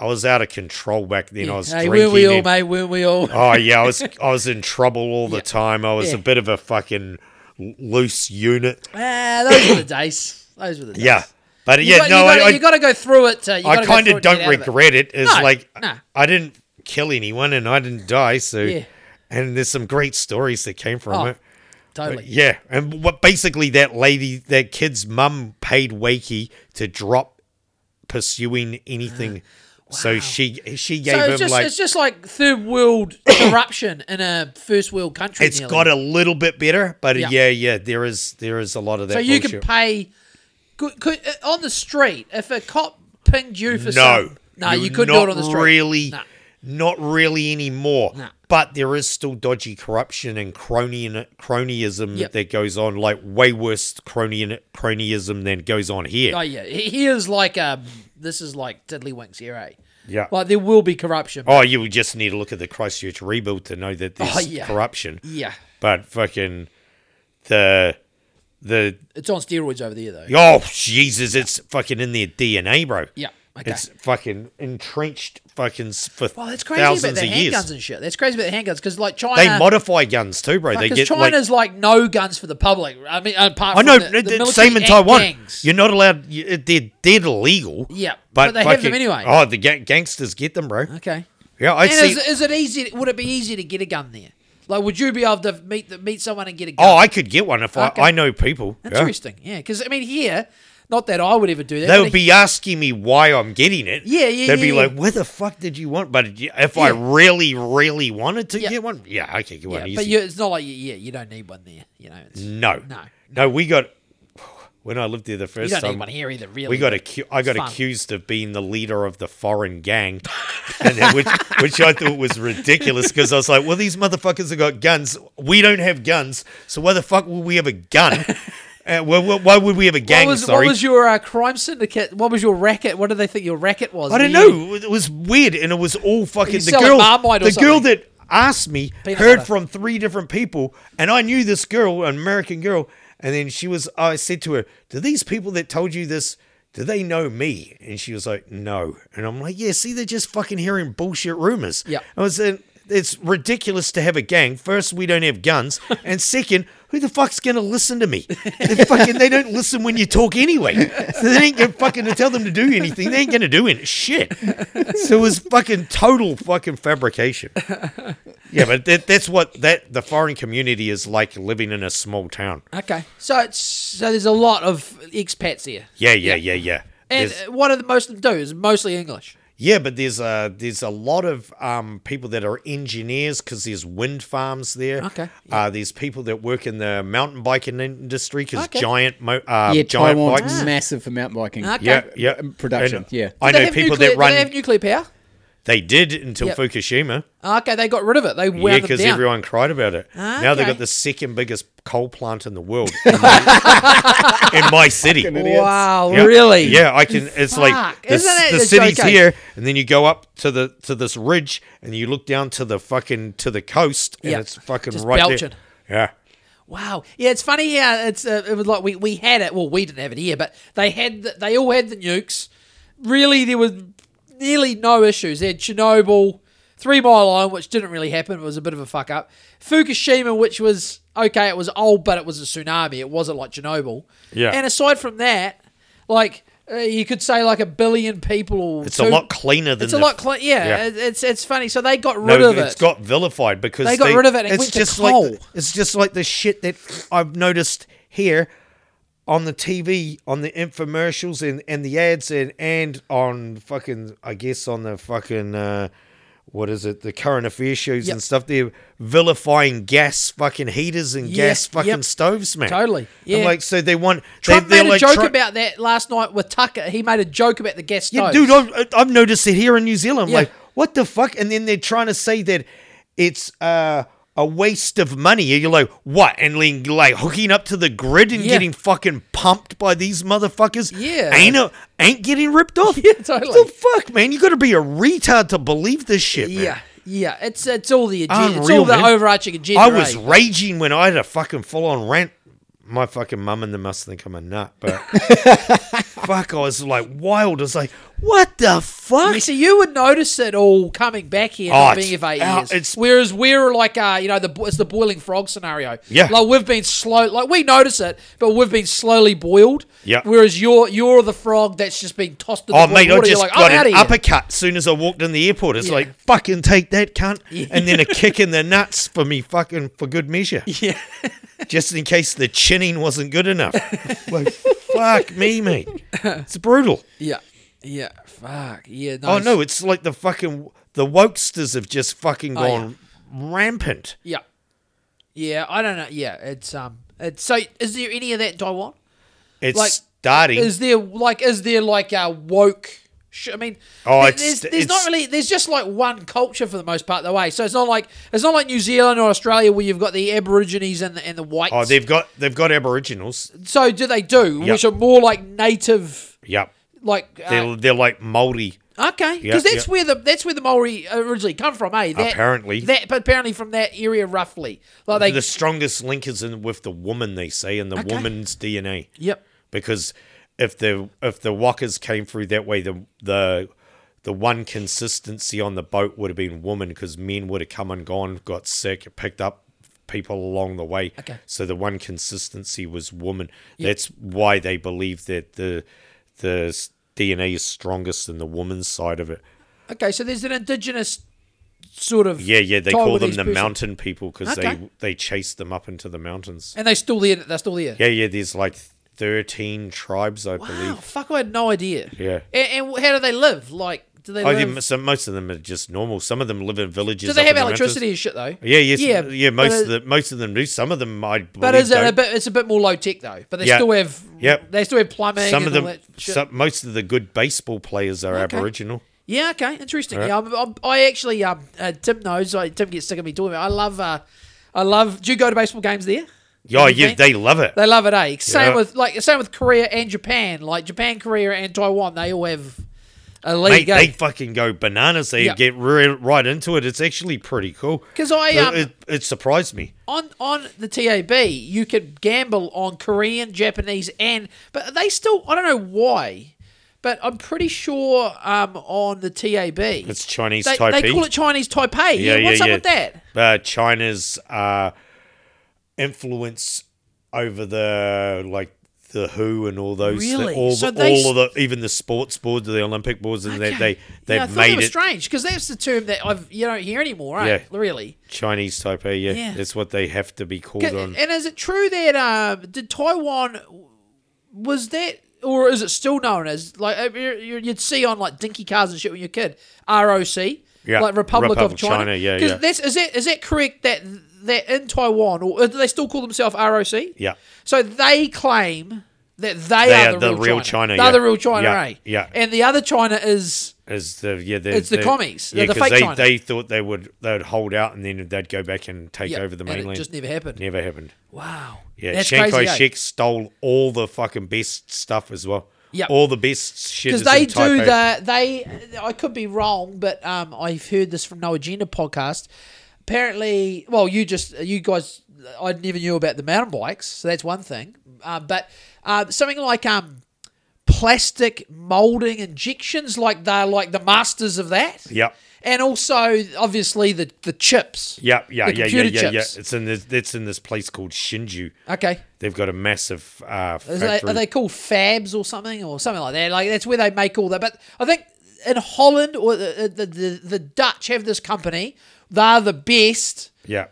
[SPEAKER 3] I was out of control back then. I was
[SPEAKER 1] hey,
[SPEAKER 3] drinking.
[SPEAKER 1] weren't we all,
[SPEAKER 3] and-
[SPEAKER 1] mate? Weren't we all?
[SPEAKER 3] Oh yeah, I was I was in trouble all the time. I was
[SPEAKER 1] Yeah.
[SPEAKER 3] a bit of a fucking loose unit.
[SPEAKER 1] Ah, those were the days. Those were the days.
[SPEAKER 3] Yeah, but
[SPEAKER 1] You
[SPEAKER 3] yeah,
[SPEAKER 1] got,
[SPEAKER 3] no,
[SPEAKER 1] you
[SPEAKER 3] I,
[SPEAKER 1] gotta,
[SPEAKER 3] I-
[SPEAKER 1] you got to go through it. Uh, you
[SPEAKER 3] I
[SPEAKER 1] gotta go
[SPEAKER 3] kind
[SPEAKER 1] through
[SPEAKER 3] of
[SPEAKER 1] it to
[SPEAKER 3] don't
[SPEAKER 1] get out of it.
[SPEAKER 3] regret it. It's
[SPEAKER 1] No,
[SPEAKER 3] like
[SPEAKER 1] no.
[SPEAKER 3] I didn't kill anyone and I didn't die. So,
[SPEAKER 1] Yeah.
[SPEAKER 3] and there's some great stories that came from
[SPEAKER 1] Oh,
[SPEAKER 3] it.
[SPEAKER 1] Totally.
[SPEAKER 3] Yeah, and what basically that lady, that kid's mum, paid Wakey to drop pursuing anything. So she she gave
[SPEAKER 1] So
[SPEAKER 3] him
[SPEAKER 1] it's just,
[SPEAKER 3] like
[SPEAKER 1] it's just like third world corruption in a first world country.
[SPEAKER 3] it's
[SPEAKER 1] nearly.
[SPEAKER 3] got a little bit better, but
[SPEAKER 1] Yeah.
[SPEAKER 3] yeah, yeah, there is there is a lot of that.
[SPEAKER 1] So you
[SPEAKER 3] bullshit.
[SPEAKER 1] can pay could, could, uh, on the street if a cop pinged you for
[SPEAKER 3] No,
[SPEAKER 1] some- No, you couldn't do it
[SPEAKER 3] not
[SPEAKER 1] on the street.
[SPEAKER 3] Really,
[SPEAKER 1] No.
[SPEAKER 3] not really anymore.
[SPEAKER 1] No.
[SPEAKER 3] But there is still dodgy corruption and crony cronyism
[SPEAKER 1] Yep.
[SPEAKER 3] that goes on, like way worse crony cronyism than goes on here.
[SPEAKER 1] Oh yeah, he, he is like um, this is like Tiddlywinks here, eh?
[SPEAKER 3] Yeah.
[SPEAKER 1] Like there will be corruption.
[SPEAKER 3] oh, you would just need to look at the Christchurch rebuild to know that there's
[SPEAKER 1] Oh, yeah.
[SPEAKER 3] corruption.
[SPEAKER 1] Yeah,
[SPEAKER 3] But fucking the the
[SPEAKER 1] it's on steroids over there though.
[SPEAKER 3] oh Jesus, it's fucking in their DNA, bro.
[SPEAKER 1] Yeah, okay.
[SPEAKER 3] It's fucking entrenched fucking s- for
[SPEAKER 1] Well, it's Oh, crazy about
[SPEAKER 3] thousands
[SPEAKER 1] the
[SPEAKER 3] of
[SPEAKER 1] handguns
[SPEAKER 3] years.
[SPEAKER 1] and shit. That's crazy about the handguns because like China,
[SPEAKER 3] they modify guns too, bro. They
[SPEAKER 1] because
[SPEAKER 3] get like
[SPEAKER 1] China's like, no guns for the public. I mean, apart
[SPEAKER 3] I
[SPEAKER 1] from
[SPEAKER 3] know.
[SPEAKER 1] the, the
[SPEAKER 3] it- it's
[SPEAKER 1] military
[SPEAKER 3] same in
[SPEAKER 1] and
[SPEAKER 3] Taiwan.
[SPEAKER 1] gangs.
[SPEAKER 3] You're not allowed. You, it- they're dead illegal.
[SPEAKER 1] Yeah, but they have them anyway.
[SPEAKER 3] Oh, the ga- gangsters get them, bro.
[SPEAKER 1] Okay.
[SPEAKER 3] Yeah, I
[SPEAKER 1] And
[SPEAKER 3] see.
[SPEAKER 1] is, is it easy? Would it be easy to get a gun there? Like, would you be able to meet the, meet someone and get a gun?
[SPEAKER 3] oh, I could get one if
[SPEAKER 1] Okay.
[SPEAKER 3] I, I know people. Yeah.
[SPEAKER 1] Interesting. Yeah, because I mean, here, not that I would ever do that.
[SPEAKER 3] They
[SPEAKER 1] but
[SPEAKER 3] would be asking me why I'm getting it.
[SPEAKER 1] Yeah, yeah,
[SPEAKER 3] They'd be
[SPEAKER 1] yeah,
[SPEAKER 3] like,
[SPEAKER 1] yeah.
[SPEAKER 3] "Where the fuck did you want?" But if I really, really wanted to
[SPEAKER 1] Yeah.
[SPEAKER 3] get one, yeah, I could get
[SPEAKER 1] yeah,
[SPEAKER 3] one
[SPEAKER 1] but
[SPEAKER 3] easy.
[SPEAKER 1] you, it's not like you, yeah, you don't need one there. You know, it's, you
[SPEAKER 3] no,
[SPEAKER 1] No.
[SPEAKER 3] no. We got when I lived there the first
[SPEAKER 1] don't need
[SPEAKER 3] time.
[SPEAKER 1] one here either. Really,
[SPEAKER 3] We got acu- I got
[SPEAKER 1] fun.
[SPEAKER 3] accused of being the leader of the foreign gang, and then, which which I thought was ridiculous because I was like, well, these motherfuckers have got guns. We don't have guns, so why the fuck would we have a gun? Uh, why, why- why would we have a gang?
[SPEAKER 1] What was,
[SPEAKER 3] sorry,
[SPEAKER 1] what was your uh, crime syndicate? What was your racket? What did they think your racket was?
[SPEAKER 3] I don't
[SPEAKER 1] Were you-
[SPEAKER 3] know. It was weird, and it was all fucking the
[SPEAKER 1] selling
[SPEAKER 3] girl.
[SPEAKER 1] Marmite or
[SPEAKER 3] The girl
[SPEAKER 1] something?
[SPEAKER 3] that asked me
[SPEAKER 1] Peanut
[SPEAKER 3] heard
[SPEAKER 1] butter.
[SPEAKER 3] from three different people, and I knew this girl, an American girl, and then she was. I said to her, "Do these people that told you this?" Do they know me? And she was like, "No." And I'm like, "Yeah, see, they're just fucking hearing bullshit rumors."
[SPEAKER 1] Yeah.
[SPEAKER 3] I was in. It's ridiculous to have a gang. First, we don't have guns, and second, who the fuck's gonna listen to me? They fucking they don't listen when you talk anyway. So they ain't gonna fucking to tell them to do anything. They ain't gonna do any shit. So it was fucking total fucking fabrication. Yeah, but that, that's what that the foreign community is like living in a small town.
[SPEAKER 1] Okay, so it's so there's a lot of expats here,
[SPEAKER 3] Yeah, yeah, yeah, yeah.
[SPEAKER 1] and
[SPEAKER 3] There's-
[SPEAKER 1] uh, what are the most of them do is mostly English.
[SPEAKER 3] Yeah, but there's a there's a lot of um, people that are engineers because there's wind farms there.
[SPEAKER 1] Okay,
[SPEAKER 3] Uh, there's people that work in the mountain biking industry because
[SPEAKER 1] Okay.
[SPEAKER 3] giant mo- uh,
[SPEAKER 2] yeah,
[SPEAKER 3] giant
[SPEAKER 2] Taiwan's
[SPEAKER 3] bikes.
[SPEAKER 2] massive for mountain biking.
[SPEAKER 1] Ah. Okay.
[SPEAKER 3] Yeah, yeah,
[SPEAKER 2] Production,
[SPEAKER 3] And
[SPEAKER 2] yeah.
[SPEAKER 3] I
[SPEAKER 1] Do they
[SPEAKER 3] know
[SPEAKER 1] have
[SPEAKER 3] people
[SPEAKER 1] nuclear,
[SPEAKER 3] that
[SPEAKER 1] Do they
[SPEAKER 3] run.
[SPEAKER 1] have nuclear power?
[SPEAKER 3] They did until
[SPEAKER 1] Yep.
[SPEAKER 3] Fukushima.
[SPEAKER 1] Okay, they got rid of it. They wound
[SPEAKER 3] Yeah,
[SPEAKER 1] them
[SPEAKER 3] because
[SPEAKER 1] down.
[SPEAKER 3] everyone cried about it. Now they've
[SPEAKER 1] Okay.
[SPEAKER 3] got the second biggest coal plant in the world in my, in my city.
[SPEAKER 2] idiots.
[SPEAKER 1] Wow,
[SPEAKER 3] Yeah.
[SPEAKER 1] Oh, really?
[SPEAKER 3] Yeah, I can. It's like
[SPEAKER 1] Fuck.
[SPEAKER 3] the,
[SPEAKER 1] Isn't it
[SPEAKER 3] the
[SPEAKER 1] a
[SPEAKER 3] city's
[SPEAKER 1] joke, eh?
[SPEAKER 3] here, and then you go up to the to this ridge, and you look down to the fucking to the coast, and
[SPEAKER 1] Yeah.
[SPEAKER 3] it's fucking
[SPEAKER 1] Just
[SPEAKER 3] right
[SPEAKER 1] belching.
[SPEAKER 3] there.
[SPEAKER 1] Wow. Yeah, it's funny how it's uh, it was like we, we had it. Well, we didn't have it here, but they had the, they all had the nukes. Really, there was nearly no issues. They had Chernobyl, Three Mile Island, which didn't really happen. It was a bit of a fuck up. Fukushima, which was okay. It was old, but it was a tsunami. It wasn't like Chernobyl.
[SPEAKER 3] Yeah.
[SPEAKER 1] And aside from that, like uh, you could say like a billion people. Or
[SPEAKER 3] It's a lot cleaner than
[SPEAKER 1] It's a
[SPEAKER 3] the-
[SPEAKER 1] lot. Clean, yeah,
[SPEAKER 3] Yeah.
[SPEAKER 1] it- It's it's funny. So they got
[SPEAKER 3] No,
[SPEAKER 1] rid of
[SPEAKER 3] it's
[SPEAKER 1] it.
[SPEAKER 3] got vilified because
[SPEAKER 1] They got rid of it and it
[SPEAKER 3] it's
[SPEAKER 1] went to
[SPEAKER 3] just
[SPEAKER 1] coal.
[SPEAKER 3] like it's just like the shit that I've noticed here on the TV, on the infomercials and, and the ads and and on fucking I guess on the fucking uh, what is it the current affairs shows
[SPEAKER 1] Yep.
[SPEAKER 3] and stuff. They're vilifying gas fucking heaters and
[SPEAKER 1] Yeah,
[SPEAKER 3] gas fucking
[SPEAKER 1] yep.
[SPEAKER 3] stoves, man.
[SPEAKER 1] Totally, yeah.
[SPEAKER 3] And like so they want
[SPEAKER 1] Trump
[SPEAKER 3] they, they're
[SPEAKER 1] made a
[SPEAKER 3] like
[SPEAKER 1] joke
[SPEAKER 3] try-
[SPEAKER 1] about that last night with Tucker. He made a joke about the gas stove.
[SPEAKER 3] Yeah, dude, I've, I've noticed it here in New Zealand.
[SPEAKER 1] Yeah.
[SPEAKER 3] Like, what the fuck? And then they're trying to say that it's uh, a waste of money. And you're like, what? And then like hooking up to the grid and
[SPEAKER 1] Yeah.
[SPEAKER 3] getting fucking pumped by these motherfuckers.
[SPEAKER 1] Yeah.
[SPEAKER 3] ain't a, ain't getting ripped off.
[SPEAKER 1] Yeah, totally.
[SPEAKER 3] What the fuck, man? You got to be a retard to believe this shit. Man.
[SPEAKER 1] Yeah, yeah. It's it's all the agenda. It's
[SPEAKER 3] Unreal,
[SPEAKER 1] all the
[SPEAKER 3] man.
[SPEAKER 1] overarching agenda.
[SPEAKER 3] I was
[SPEAKER 1] eh?
[SPEAKER 3] raging when I had a fucking full on rant. My fucking mum and them must think I'm a nut, but fuck, I was like wild. I was like, what the fuck?
[SPEAKER 1] You see, you would notice it all coming back here,
[SPEAKER 3] Oh,
[SPEAKER 1] not
[SPEAKER 3] it's-
[SPEAKER 1] being of eight
[SPEAKER 3] oh,
[SPEAKER 1] years.
[SPEAKER 3] it's-
[SPEAKER 1] Whereas we're like, uh, you know, the bo- it's the boiling frog scenario.
[SPEAKER 3] Yeah.
[SPEAKER 1] like we've been slow, like we notice it, but we've been slowly boiled.
[SPEAKER 3] Yeah.
[SPEAKER 1] Whereas you're you're the frog that's just been tossed. In
[SPEAKER 3] Oh
[SPEAKER 1] the
[SPEAKER 3] mate,
[SPEAKER 1] boiling
[SPEAKER 3] I
[SPEAKER 1] water.
[SPEAKER 3] just
[SPEAKER 1] you're like,
[SPEAKER 3] got
[SPEAKER 1] I'm out
[SPEAKER 3] an
[SPEAKER 1] of here.
[SPEAKER 3] uppercut soon as I walked in the airport. It's
[SPEAKER 1] Yeah.
[SPEAKER 3] like fucking take that cunt, and then a kick in the nuts for me, fucking for good measure.
[SPEAKER 1] Yeah.
[SPEAKER 3] just in case the chinning wasn't good enough. like fuck me, mate. It's brutal.
[SPEAKER 1] Yeah, yeah, fuck, yeah. No,
[SPEAKER 3] Oh
[SPEAKER 1] it's-
[SPEAKER 3] no, it's like the fucking the wokesters have just fucking
[SPEAKER 1] Oh, yeah.
[SPEAKER 3] gone rampant.
[SPEAKER 1] yeah, yeah. I don't know. Yeah, it's um, it's so. Is there any of that in Taiwan?
[SPEAKER 3] It's
[SPEAKER 1] Like,
[SPEAKER 3] starting.
[SPEAKER 1] Is there like is there like a woke? Sh- I mean,
[SPEAKER 3] Oh,
[SPEAKER 1] there-
[SPEAKER 3] it's-
[SPEAKER 1] there's, there's
[SPEAKER 3] it's-
[SPEAKER 1] not really there's just like one culture for the most part the way. So it's not like it's not like New Zealand or Australia where you've got the Aborigines and the, and the whites.
[SPEAKER 3] oh, they've got they've got Aboriginals.
[SPEAKER 1] so do they do
[SPEAKER 3] Yep.
[SPEAKER 1] which are more like native
[SPEAKER 3] Yep,
[SPEAKER 1] like
[SPEAKER 3] they're
[SPEAKER 1] uh,
[SPEAKER 3] they're like Maori.
[SPEAKER 1] okay
[SPEAKER 3] Yeah,
[SPEAKER 1] because that's
[SPEAKER 3] yeah.
[SPEAKER 1] where the that's where the Maori originally come from, eh? That,
[SPEAKER 3] Apparently.
[SPEAKER 1] that but apparently from that area roughly like they
[SPEAKER 3] the strongest link is in with the woman they say, and the woman's DNA.
[SPEAKER 1] yep
[SPEAKER 3] because if the if the walkers came through that way, the the the one consistency on the boat would have been woman because men would have come and gone, got sick, picked up people along the way.
[SPEAKER 1] Okay.
[SPEAKER 3] So the one consistency was woman. That's why they believe that the the s- DNA is strongest in the woman's side of it.
[SPEAKER 1] okay so there's an indigenous sort of
[SPEAKER 3] Yeah, yeah. They
[SPEAKER 1] tie
[SPEAKER 3] call
[SPEAKER 1] with
[SPEAKER 3] them
[SPEAKER 1] these
[SPEAKER 3] the
[SPEAKER 1] person.
[SPEAKER 3] mountain people because
[SPEAKER 1] Okay.
[SPEAKER 3] they they chase them up into the mountains.
[SPEAKER 1] and they still there they're still there
[SPEAKER 3] Yeah, yeah. There's like thirteen tribes, I
[SPEAKER 1] Wow,
[SPEAKER 3] believe.
[SPEAKER 1] fuck! I had no idea.
[SPEAKER 3] Yeah.
[SPEAKER 1] And, and how do they live? Like, do they
[SPEAKER 3] Oh,
[SPEAKER 1] live?
[SPEAKER 3] yeah, so most of them are just normal. Some of them live in villages.
[SPEAKER 1] do they
[SPEAKER 3] up
[SPEAKER 1] have
[SPEAKER 3] in the
[SPEAKER 1] electricity
[SPEAKER 3] mountains.
[SPEAKER 1] and shit though?
[SPEAKER 3] Yeah, yes,
[SPEAKER 1] Yeah,
[SPEAKER 3] yeah, yeah. Most
[SPEAKER 1] but
[SPEAKER 3] of the most of them do. Some of them, I believe,
[SPEAKER 1] But is it a
[SPEAKER 3] don't.
[SPEAKER 1] bit? It's a bit more low tech though. But they
[SPEAKER 3] Yeah.
[SPEAKER 1] still have.
[SPEAKER 3] Yep.
[SPEAKER 1] They still have plumbing.
[SPEAKER 3] some of
[SPEAKER 1] and all
[SPEAKER 3] them,
[SPEAKER 1] that shit.
[SPEAKER 3] some, most of the good baseball players are
[SPEAKER 1] Okay.
[SPEAKER 3] Aboriginal.
[SPEAKER 1] yeah. Okay. Interesting.
[SPEAKER 3] Right.
[SPEAKER 1] Yeah. I'm, I'm, I actually, um, uh, Tim knows. I, Tim gets sick of me talking about. it. I love. Uh, I love. Do you go to baseball games there?
[SPEAKER 3] Yeah,
[SPEAKER 1] you
[SPEAKER 3] yeah,
[SPEAKER 1] been?
[SPEAKER 3] they love it.
[SPEAKER 1] They love it, eh? Same
[SPEAKER 3] Yeah.
[SPEAKER 1] with like same with Korea and Japan. Like Japan, Korea, and Taiwan, they all have a
[SPEAKER 3] Mate,
[SPEAKER 1] league. eh?
[SPEAKER 3] they fucking go bananas. They
[SPEAKER 1] Yeah.
[SPEAKER 3] get re- right into it. It's actually pretty cool.
[SPEAKER 1] 'Cause I,
[SPEAKER 3] it,
[SPEAKER 1] um,
[SPEAKER 3] it, it surprised me.
[SPEAKER 1] on on the TAB, you could gamble on Korean, Japanese, and but they still I don't know why, but I'm pretty sure um on the TAB
[SPEAKER 3] It's Chinese
[SPEAKER 1] they,
[SPEAKER 3] Taipei.
[SPEAKER 1] they call it Chinese Taipei. Yeah, what's up with that?
[SPEAKER 3] Uh, China's uh, influence over the like the WHO and all those, thi-
[SPEAKER 1] Really?
[SPEAKER 3] all,
[SPEAKER 1] So
[SPEAKER 3] the,
[SPEAKER 1] they
[SPEAKER 3] all of the even the sports board, the Olympic boards, and that they
[SPEAKER 1] Okay.
[SPEAKER 3] they've
[SPEAKER 1] yeah, I thought that
[SPEAKER 3] made
[SPEAKER 1] was
[SPEAKER 3] it
[SPEAKER 1] strange because that's the term that I've you don't hear anymore, eh?
[SPEAKER 3] Yeah.
[SPEAKER 1] Really.
[SPEAKER 3] Chinese Taipei. Yeah,
[SPEAKER 1] Yeah.
[SPEAKER 3] that's what they have to be called on.
[SPEAKER 1] And is it true that um did Taiwan was that or is it still known as like uh, you- you- you'd see on like dinky cars and shit when you're a kid ROC
[SPEAKER 3] Yeah,
[SPEAKER 1] like Republic,
[SPEAKER 3] Republic
[SPEAKER 1] of
[SPEAKER 3] of
[SPEAKER 1] China,
[SPEAKER 3] China, yeah,
[SPEAKER 1] 'Cause
[SPEAKER 3] yeah.
[SPEAKER 1] that's- is that is that correct that that in Taiwan or uh, do they still call themselves ROC
[SPEAKER 3] Yeah.
[SPEAKER 1] so they claim that they,
[SPEAKER 3] They
[SPEAKER 1] are, the, real China, they're
[SPEAKER 3] yeah.
[SPEAKER 1] the real China
[SPEAKER 3] Yeah,
[SPEAKER 1] eh?
[SPEAKER 3] yeah.
[SPEAKER 1] and the other China is
[SPEAKER 3] Is the yeah, they're-
[SPEAKER 1] It's the
[SPEAKER 3] they're-
[SPEAKER 1] commies. They're
[SPEAKER 3] Yeah,
[SPEAKER 1] the
[SPEAKER 3] because
[SPEAKER 1] fake
[SPEAKER 3] they,
[SPEAKER 1] China.
[SPEAKER 3] they thought they would they'd hold out and then they'd go back and take
[SPEAKER 1] yeah,
[SPEAKER 3] over the
[SPEAKER 1] and it
[SPEAKER 3] mainland.
[SPEAKER 1] just never happened
[SPEAKER 3] never happened.
[SPEAKER 1] wow
[SPEAKER 3] Yeah,
[SPEAKER 1] that's
[SPEAKER 3] Chiang
[SPEAKER 1] crazy, eh?
[SPEAKER 3] Kai-shek stole all the fucking best stuff as well.
[SPEAKER 1] Yep.
[SPEAKER 3] all the best shit.
[SPEAKER 1] because
[SPEAKER 3] is in
[SPEAKER 1] they do
[SPEAKER 3] Taipei.
[SPEAKER 1] the they i could be wrong but um i've heard this from no agenda podcast apparently well you just you guys i never knew about the mountain bikes so that's one thing um, but um, something like um plastic molding injections like they're like the masters of that
[SPEAKER 3] Yep.
[SPEAKER 1] and also obviously the the chips
[SPEAKER 3] Yeah, yeah,
[SPEAKER 1] The
[SPEAKER 3] yeah, yeah,
[SPEAKER 1] computer
[SPEAKER 3] yeah, yeah.
[SPEAKER 1] chips.
[SPEAKER 3] It's in this. It's in this place called Shinju.
[SPEAKER 1] okay
[SPEAKER 3] They've got a massive uh,
[SPEAKER 1] Is they,
[SPEAKER 3] factory.
[SPEAKER 1] are they called fabs or something or something like that? Like that's where they make all that. But I think in Holland or the the, the, the Dutch have this company. They're the best.
[SPEAKER 3] yeah.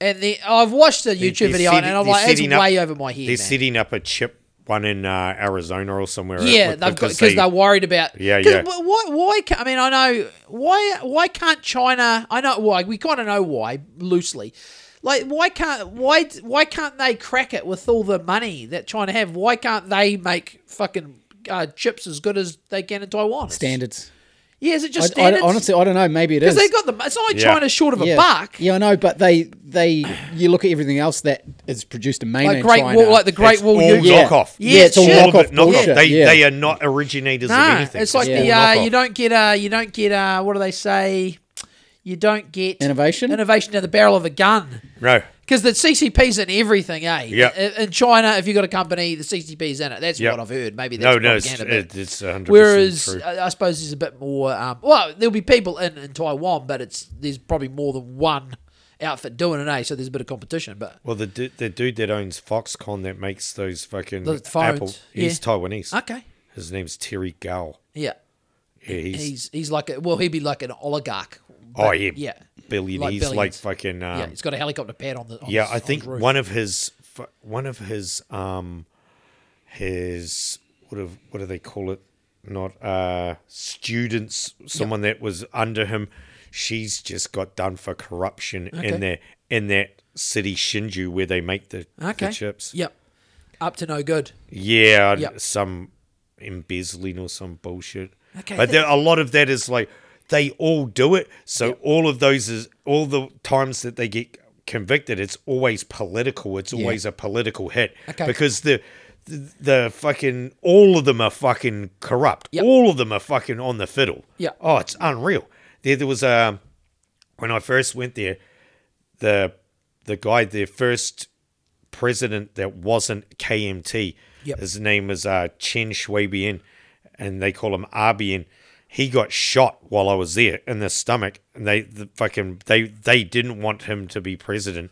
[SPEAKER 1] And the, I've watched a YouTube
[SPEAKER 3] They're
[SPEAKER 1] video
[SPEAKER 3] setting-
[SPEAKER 1] and I'm
[SPEAKER 3] they're
[SPEAKER 1] like, it's
[SPEAKER 3] setting up-
[SPEAKER 1] way over my head.
[SPEAKER 3] They're
[SPEAKER 1] Man.
[SPEAKER 3] setting up a chip one in uh, Arizona or somewhere.
[SPEAKER 1] yeah,
[SPEAKER 3] with-
[SPEAKER 1] they've got because
[SPEAKER 3] they-
[SPEAKER 1] they, are worried about.
[SPEAKER 3] Yeah,
[SPEAKER 1] 'cause
[SPEAKER 3] yeah.
[SPEAKER 1] wh- Why? Why? ca- I mean, I know why. Why can't China? I know why. We kind of know why loosely. Like, why can't why why can't they crack it with all the money that China have? Why can't they make fucking uh, chips as good as they can in Taiwan?
[SPEAKER 2] Standards.
[SPEAKER 1] Yeah, is it
[SPEAKER 2] I,
[SPEAKER 1] just
[SPEAKER 2] I,
[SPEAKER 1] standards?
[SPEAKER 2] honestly, I don't know. Maybe it is.
[SPEAKER 1] because they got the. It's not like
[SPEAKER 3] Yeah.
[SPEAKER 1] China's short of a
[SPEAKER 2] yeah.
[SPEAKER 1] buck.
[SPEAKER 2] Yeah, I know, but they they you look at everything else that is produced in mainland
[SPEAKER 1] Like Great
[SPEAKER 2] China.
[SPEAKER 1] Wall, like the Great
[SPEAKER 3] It's
[SPEAKER 1] Wall.
[SPEAKER 3] all
[SPEAKER 1] you-
[SPEAKER 3] Yeah. knockoff.
[SPEAKER 2] Yeah,
[SPEAKER 1] Yeah,
[SPEAKER 2] it's all
[SPEAKER 1] shit.
[SPEAKER 3] all of
[SPEAKER 2] knockoff
[SPEAKER 3] it knock
[SPEAKER 2] bullshit.
[SPEAKER 3] They
[SPEAKER 2] yeah.
[SPEAKER 3] they uh, are not originators
[SPEAKER 1] Nah,
[SPEAKER 3] of anything.
[SPEAKER 1] it's like
[SPEAKER 3] all
[SPEAKER 1] the uh,
[SPEAKER 3] knockoff.
[SPEAKER 1] you don't get uh you don't get uh what do they say? You don't get
[SPEAKER 2] Innovation?
[SPEAKER 1] Innovation down the barrel of a gun.
[SPEAKER 3] no.
[SPEAKER 1] Because the CCP's in everything, eh?
[SPEAKER 3] Yeah.
[SPEAKER 1] I- In China, if you've got a company, the CCP's in it. That's
[SPEAKER 3] Yeah.
[SPEAKER 1] what I've heard. Maybe that's
[SPEAKER 3] No, no, it's,
[SPEAKER 1] propaganda, but-
[SPEAKER 3] it, it's 100%
[SPEAKER 1] Whereas
[SPEAKER 3] true.
[SPEAKER 1] I, I suppose there's a bit more. Um, well, there'll be people in, in Taiwan, but it's there's probably more than one outfit doing it, eh? So there's a bit of competition. But
[SPEAKER 3] Well, the du- the dude that owns Foxconn that makes those fucking
[SPEAKER 1] The phones,
[SPEAKER 3] Apple, he's
[SPEAKER 1] yeah.
[SPEAKER 3] Taiwanese.
[SPEAKER 1] okay,
[SPEAKER 3] His name's Terry Gao.
[SPEAKER 1] yeah,
[SPEAKER 3] Yeah, he's,
[SPEAKER 1] he's he's like a, well, he'd be like an oligarch.
[SPEAKER 3] oh yeah,
[SPEAKER 1] yeah.
[SPEAKER 3] billionaires like,
[SPEAKER 1] billions.
[SPEAKER 3] fucking um,
[SPEAKER 1] yeah,
[SPEAKER 3] yeah.
[SPEAKER 1] he's got a helicopter pad on the. On his-
[SPEAKER 3] I
[SPEAKER 1] on
[SPEAKER 3] think
[SPEAKER 1] his roof.
[SPEAKER 3] one of his fu- one of his um his what do what do they call it? Not uh students, someone that was under him. She's just got done for corruption
[SPEAKER 1] Okay.
[SPEAKER 3] in their in that city Shinju where they make the,
[SPEAKER 1] okay
[SPEAKER 3] the chips.
[SPEAKER 1] Yep, up to no good.
[SPEAKER 3] Yeah, and
[SPEAKER 1] Yep.
[SPEAKER 3] some embezzling or some bullshit.
[SPEAKER 1] Okay,
[SPEAKER 3] but
[SPEAKER 1] that-
[SPEAKER 3] there, a lot of that is like they all do it. So all of those is all the times that they get convicted, it's always political. It's always a political hit
[SPEAKER 1] Okay.
[SPEAKER 3] because the. The the fucking all of them are fucking corrupt.
[SPEAKER 1] Yep.
[SPEAKER 3] All of them are fucking on the fiddle.
[SPEAKER 1] Yeah.
[SPEAKER 3] Oh, it's unreal. There, there was a when I first went there, the the guy, their first president that wasn't KMT.
[SPEAKER 1] Yep.
[SPEAKER 3] His name was uh, Chen Shui-bian, and they call him Abian. He got shot while I was there in the stomach, and they the fucking they they didn't want him to be president.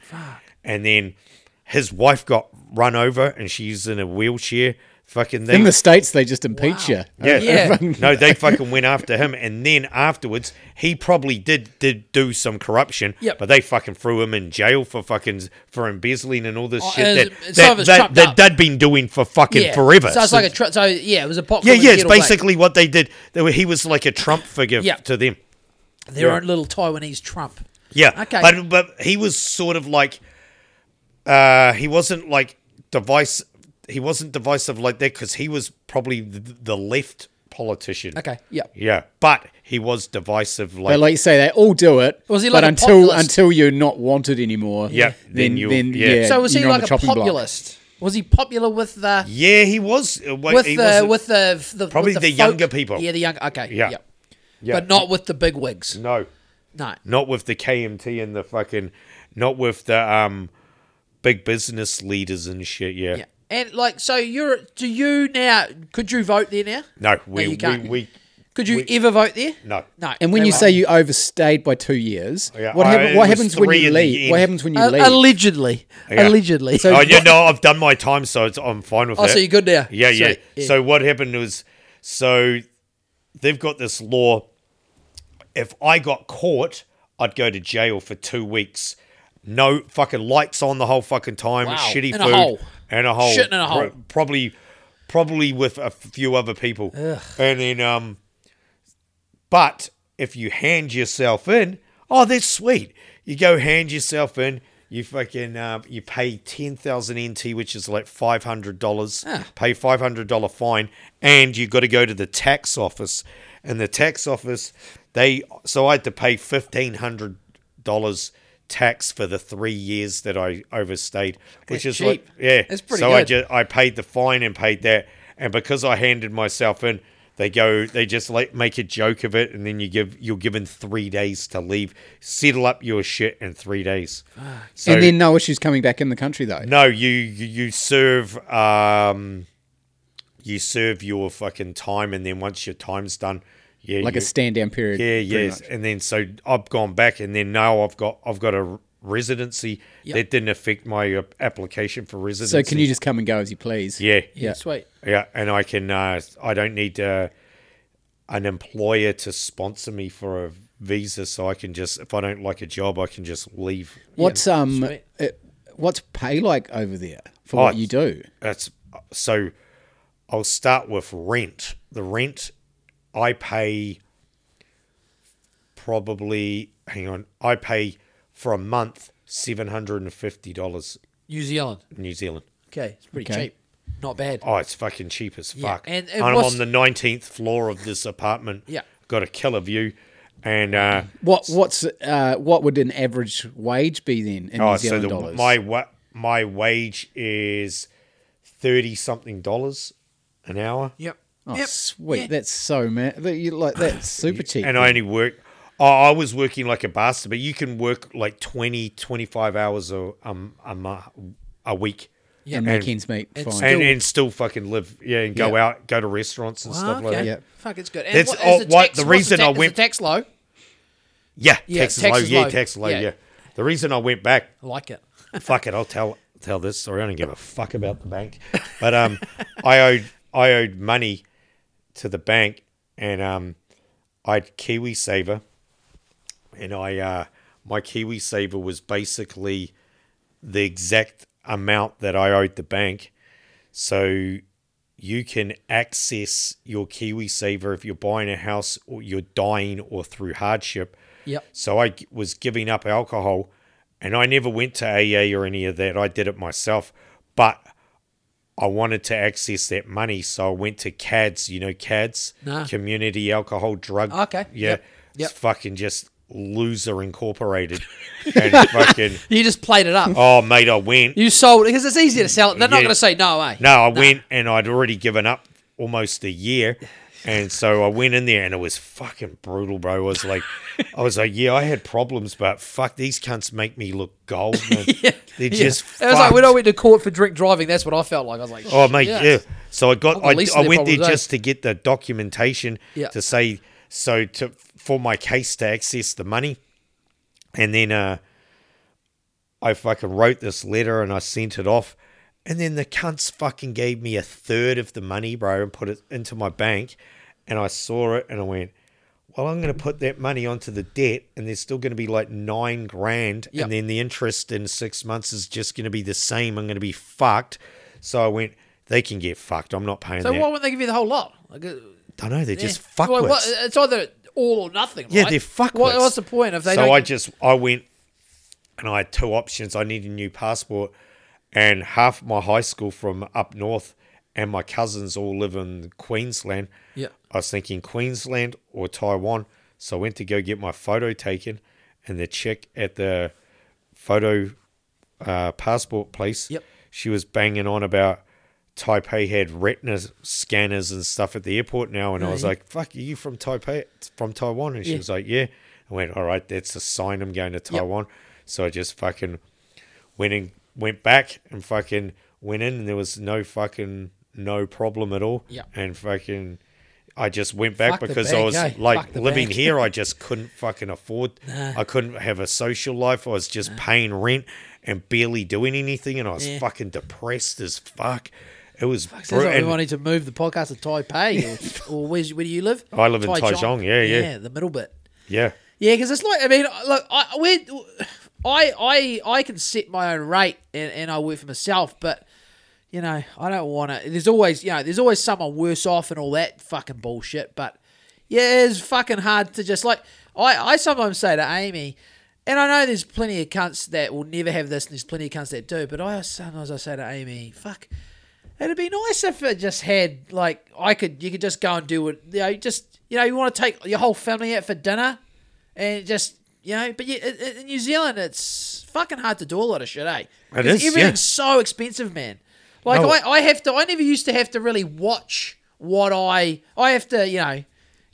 [SPEAKER 3] And then his wife got run over, and she's in a wheelchair. Fucking they
[SPEAKER 2] In the states, they just impeach
[SPEAKER 1] Wow.
[SPEAKER 2] you.
[SPEAKER 3] yeah.
[SPEAKER 1] Yeah.
[SPEAKER 3] no, they fucking went after him, and then afterwards, he probably did did do some corruption.
[SPEAKER 1] Yep.
[SPEAKER 3] But they fucking threw him in jail for fucking for embezzling and all this
[SPEAKER 1] Oh,
[SPEAKER 3] shit
[SPEAKER 1] and
[SPEAKER 3] that
[SPEAKER 1] some of
[SPEAKER 3] that
[SPEAKER 1] it's
[SPEAKER 3] that,
[SPEAKER 1] chopped
[SPEAKER 3] that
[SPEAKER 1] up.
[SPEAKER 3] they'd been doing for fucking
[SPEAKER 1] Yeah,
[SPEAKER 3] forever.
[SPEAKER 1] So it's like a tr- so yeah, it was a pop.
[SPEAKER 3] yeah, yeah. It's basically what they did. They were, he was like a Trump figure
[SPEAKER 1] Yeah.
[SPEAKER 3] to them.
[SPEAKER 1] their
[SPEAKER 3] yeah.
[SPEAKER 1] own little Taiwanese Trump.
[SPEAKER 3] Yeah.
[SPEAKER 1] Okay.
[SPEAKER 3] But but he was sort of like uh he wasn't like device he wasn't divisive like that because he was probably the, the left politician.
[SPEAKER 1] Okay, yeah.
[SPEAKER 3] Yeah. But he was divisive like,
[SPEAKER 2] But like you say, they all do it.
[SPEAKER 1] Was he
[SPEAKER 2] but
[SPEAKER 1] like a
[SPEAKER 2] until
[SPEAKER 1] populist?
[SPEAKER 2] until you're not wanted anymore,
[SPEAKER 3] Yeah,
[SPEAKER 2] then
[SPEAKER 3] then you-
[SPEAKER 2] then
[SPEAKER 3] yeah.
[SPEAKER 2] yeah.
[SPEAKER 1] So was he
[SPEAKER 2] you're on
[SPEAKER 1] like
[SPEAKER 2] the
[SPEAKER 1] a
[SPEAKER 2] chopping block.
[SPEAKER 1] populist? Was he popular with the
[SPEAKER 3] Yeah, he was uh, wa-
[SPEAKER 1] with
[SPEAKER 3] he
[SPEAKER 1] the,
[SPEAKER 3] wasn't-
[SPEAKER 1] with the f- the
[SPEAKER 3] Probably
[SPEAKER 1] with
[SPEAKER 3] the
[SPEAKER 1] folk-
[SPEAKER 3] younger people.
[SPEAKER 1] Yeah, the young. Okay, yeah.
[SPEAKER 3] Yeah. Yeah.
[SPEAKER 1] but not with the big wigs.
[SPEAKER 3] No.
[SPEAKER 1] No.
[SPEAKER 3] Not with the KMT and the fucking not with the um big business leaders and shit, yeah.
[SPEAKER 1] Yeah, and like so, you're do you now? Could you vote there now?
[SPEAKER 3] No, we,
[SPEAKER 1] you
[SPEAKER 3] we,
[SPEAKER 1] can't.
[SPEAKER 3] we
[SPEAKER 1] Could you
[SPEAKER 3] We-
[SPEAKER 1] ever vote there?
[SPEAKER 3] no.
[SPEAKER 1] No.
[SPEAKER 2] And when
[SPEAKER 1] they
[SPEAKER 2] you
[SPEAKER 1] won't.
[SPEAKER 2] say you overstayed by two years,
[SPEAKER 3] Yeah,
[SPEAKER 2] what,
[SPEAKER 3] I-
[SPEAKER 2] happen-
[SPEAKER 3] it
[SPEAKER 2] what
[SPEAKER 3] was
[SPEAKER 2] happens when
[SPEAKER 3] three
[SPEAKER 2] you
[SPEAKER 3] in the
[SPEAKER 2] leave?
[SPEAKER 3] end.
[SPEAKER 2] What happens when you
[SPEAKER 1] Uh,
[SPEAKER 2] leave?
[SPEAKER 1] allegedly,
[SPEAKER 3] Yeah.
[SPEAKER 1] allegedly.
[SPEAKER 2] So-
[SPEAKER 3] oh yeah, no, I've done my time, so it's, I'm fine with
[SPEAKER 1] oh,
[SPEAKER 3] that.
[SPEAKER 1] so you're good now.
[SPEAKER 3] Yeah, yeah,
[SPEAKER 1] Sweet. yeah.
[SPEAKER 3] So what happened was, so they've got this law. If I got caught, I'd go to jail for two weeks. No fucking lights on the whole fucking time.
[SPEAKER 1] Wow.
[SPEAKER 3] Shitty
[SPEAKER 1] In a
[SPEAKER 3] food
[SPEAKER 1] hole.
[SPEAKER 3] and a hole.
[SPEAKER 1] Shitting in a
[SPEAKER 3] Pro-
[SPEAKER 1] hole.
[SPEAKER 3] Probably, probably with a few other people. And then, um, but if you hand yourself in, oh, that's sweet. You go hand yourself in. You fucking uh, you pay ten thousand NT, which is like five hundred dollars.
[SPEAKER 1] Ah.
[SPEAKER 3] Pay five hundred dollar fine, and you got to go to the tax office. And the tax office, they so I had to pay fifteen hundred dollars tax for the three years that I overstayed, which is like
[SPEAKER 1] cheap.
[SPEAKER 3] yeah,
[SPEAKER 1] That's pretty
[SPEAKER 3] so I
[SPEAKER 1] good.
[SPEAKER 3] just I paid the fine and paid that, and because I handed myself in, they go they just like make a joke of it, and then you give you're given three days to leave, settle up your shit in three days. So
[SPEAKER 2] and then no issues coming back in the country though.
[SPEAKER 3] no, you you you serve um, you serve your fucking time, and then once your time's done, yeah,
[SPEAKER 2] like
[SPEAKER 3] you,
[SPEAKER 2] a stand down period.
[SPEAKER 3] yeah,
[SPEAKER 2] pretty
[SPEAKER 3] yes.
[SPEAKER 2] much.
[SPEAKER 3] And then so I've gone back, and then now I've got I've got a r- residency
[SPEAKER 1] Yep.
[SPEAKER 3] that didn't affect my uh, application for residency.
[SPEAKER 2] So can you just come and go as you please?
[SPEAKER 3] Yeah.
[SPEAKER 1] yeah. Sweet.
[SPEAKER 3] Yeah, and I can. Uh, I don't need uh, an employer to sponsor me for a visa, so I can just. If I don't like a job, I can just leave.
[SPEAKER 2] What's um,
[SPEAKER 1] Sweet.
[SPEAKER 2] uh what's pay like over there for
[SPEAKER 3] Oh,
[SPEAKER 2] what you do?
[SPEAKER 3] That's so. I'll start with rent. The rent I pay probably. Hang on, I pay for a month seven hundred and fifty dollars
[SPEAKER 1] New Zealand.
[SPEAKER 3] in New Zealand.
[SPEAKER 1] Okay, it's pretty
[SPEAKER 2] Okay.
[SPEAKER 1] cheap. Not bad.
[SPEAKER 3] Oh, it's fucking cheap as fuck.
[SPEAKER 1] and it
[SPEAKER 3] And I'm
[SPEAKER 1] was-
[SPEAKER 3] on the nineteenth floor of this apartment.
[SPEAKER 1] Yeah.
[SPEAKER 3] got a killer view, and. uh
[SPEAKER 2] What what's uh, what would an average wage be then in
[SPEAKER 3] Oh,
[SPEAKER 2] New
[SPEAKER 3] so
[SPEAKER 2] Zealand
[SPEAKER 3] the,
[SPEAKER 2] dollars?
[SPEAKER 3] my wa- my wage is thirty something dollars an hour,
[SPEAKER 1] Yep.
[SPEAKER 2] oh,
[SPEAKER 1] yep.
[SPEAKER 2] sweet.
[SPEAKER 1] Yeah.
[SPEAKER 2] That's so man. That you like that's super cheap.
[SPEAKER 3] and I only work. I, I was working like a bastard, but you can work like 20, 25 hours a um, a, mo- a week.
[SPEAKER 2] yeah, and make ends meet.
[SPEAKER 1] and
[SPEAKER 2] Fine.
[SPEAKER 1] still-
[SPEAKER 3] And, and still fucking live, yeah, and go
[SPEAKER 2] Yeah.
[SPEAKER 3] out, go to restaurants and
[SPEAKER 1] Ah,
[SPEAKER 3] stuff like
[SPEAKER 1] okay.
[SPEAKER 3] that.
[SPEAKER 2] Yeah.
[SPEAKER 1] Fuck, it's good. And
[SPEAKER 3] That's
[SPEAKER 1] what,
[SPEAKER 3] all-
[SPEAKER 1] is the
[SPEAKER 3] what-
[SPEAKER 1] tax,
[SPEAKER 3] the
[SPEAKER 1] what's
[SPEAKER 3] reason
[SPEAKER 1] the
[SPEAKER 3] I
[SPEAKER 1] tax, is
[SPEAKER 3] went-
[SPEAKER 1] the tax low.
[SPEAKER 3] Yeah,
[SPEAKER 1] Yeah,
[SPEAKER 3] tax is
[SPEAKER 1] tax
[SPEAKER 3] low.
[SPEAKER 1] is
[SPEAKER 3] yeah,
[SPEAKER 1] low.
[SPEAKER 3] tax is low.
[SPEAKER 1] Yeah.
[SPEAKER 3] Yeah. The reason I went back,
[SPEAKER 1] I like it.
[SPEAKER 3] fuck it, I'll tell tell this story. I don't give a fuck about the bank, but um, I owed I owed money to the bank, and um, I had Kiwi Saver, and I uh, my Kiwi Saver was basically the exact amount that I owed the bank, so you can access your Kiwi Saver if you're buying a house or you're dying or through hardship.
[SPEAKER 1] Yep.
[SPEAKER 3] So I g- was giving up alcohol and I never went to AA or any of that. I did it myself. But I wanted to access that money. So I went to CADS, you know, CADS,
[SPEAKER 1] Nah.
[SPEAKER 3] Community Alcohol Drug.
[SPEAKER 1] Okay,
[SPEAKER 3] Yeah.
[SPEAKER 1] yep, yep.
[SPEAKER 3] It's fucking just Loser Incorporated. and fucking,
[SPEAKER 1] You just played it up.
[SPEAKER 3] oh, mate, I went.
[SPEAKER 1] You sold because it's easy to sell it. They're not
[SPEAKER 3] Yeah.
[SPEAKER 1] going to say no, eh?
[SPEAKER 3] No, I went and I'd already given up almost a year. And so I went in there and it was fucking brutal, bro. I was like, I was like, yeah, I had problems, but fuck, these cunts make me look gold, man. They're just
[SPEAKER 1] It was like when I
[SPEAKER 3] fucked.
[SPEAKER 1] went to court for drink driving. That's what I felt like. I was like,
[SPEAKER 3] Oh, mate, yeah.
[SPEAKER 1] shit.
[SPEAKER 3] So I got,
[SPEAKER 1] Got the
[SPEAKER 3] I,
[SPEAKER 1] least of
[SPEAKER 3] I
[SPEAKER 1] their
[SPEAKER 3] went there
[SPEAKER 1] problems, eh?
[SPEAKER 3] just to get the documentation
[SPEAKER 1] Yeah.
[SPEAKER 3] to say, so to, for my case to access the money. And then, uh, I fucking wrote this letter and I sent it off. And then the cunts fucking gave me a third of the money, bro, and put it into my bank. And I saw it and I went, well, I'm going to put that money onto the debt and there's still going to be like nine grand.
[SPEAKER 1] Yep.
[SPEAKER 3] And then the interest in six months is just going to be the same. I'm going to be fucked. So I went, they can get fucked. I'm not paying
[SPEAKER 1] So
[SPEAKER 3] that.
[SPEAKER 1] why wouldn't they give you the whole lot? Like, uh,
[SPEAKER 3] I know. They're just
[SPEAKER 1] yeah.
[SPEAKER 3] fuckwits.
[SPEAKER 1] Well, what- It's either all or nothing.
[SPEAKER 3] Yeah,
[SPEAKER 1] right?
[SPEAKER 3] they're fuckwits.
[SPEAKER 1] What, what's the point if they
[SPEAKER 3] so
[SPEAKER 1] don't?
[SPEAKER 3] I just I went and I had two options. I needed a new passport, and half my high school from up north and my cousins all live in Queensland.
[SPEAKER 1] Yeah.
[SPEAKER 3] I was thinking Queensland or Taiwan. So I went to go get my photo taken, and the chick at the photo uh, passport place,
[SPEAKER 1] Yep.
[SPEAKER 3] she was banging on about Taipei had retina scanners and stuff at the airport now, and I was like, "Fuck, are you from Taipei? From Taiwan?" And she
[SPEAKER 1] Yeah.
[SPEAKER 3] was like, "Yeah." I went, "All right, that's a sign I'm going to Taiwan." So I just fucking went and went back and fucking went in, and there was no fucking no problem at all.
[SPEAKER 1] Yeah.
[SPEAKER 3] and fucking. I just went back
[SPEAKER 1] Fuck the
[SPEAKER 3] because I
[SPEAKER 1] bank,
[SPEAKER 3] was
[SPEAKER 1] eh? Fuck
[SPEAKER 3] like
[SPEAKER 1] the
[SPEAKER 3] living
[SPEAKER 1] bank.
[SPEAKER 3] here. I just couldn't fucking afford. I couldn't have a social life. I was just paying rent and barely doing anything, and I was
[SPEAKER 1] Yeah.
[SPEAKER 3] fucking depressed as fuck. It was
[SPEAKER 1] Sounds
[SPEAKER 3] bru-
[SPEAKER 1] like "Oh, we
[SPEAKER 3] and-
[SPEAKER 1] might need to move the podcast to Taipei, or, or where's, where do you live?
[SPEAKER 3] I live in Taichung, yeah, yeah.
[SPEAKER 1] yeah, the middle bit.
[SPEAKER 3] yeah,
[SPEAKER 1] Yeah, because it's like I mean, look, I we I I I can set my own rate and, and I work for myself, but you know I don't want to. There's always you know there's always someone worse off and all that fucking bullshit. But yeah, it's fucking hard to just like I I sometimes say to Amy. And I know there's plenty of cunts that will never have this, and there's plenty of cunts that do. But I sometimes I say to Amy, "Fuck, It'd be nice if it just had like I could you could just go and do it. You know, just you know, you want to take your whole family out for dinner, and just you know. But you, in- in in New Zealand, it's fucking hard to do a lot of shit, eh? Because
[SPEAKER 3] is, yeah.
[SPEAKER 1] Everything's so expensive, man. Like
[SPEAKER 3] No.
[SPEAKER 1] I, I have to. I never used to have to really watch what I. I have to, you know.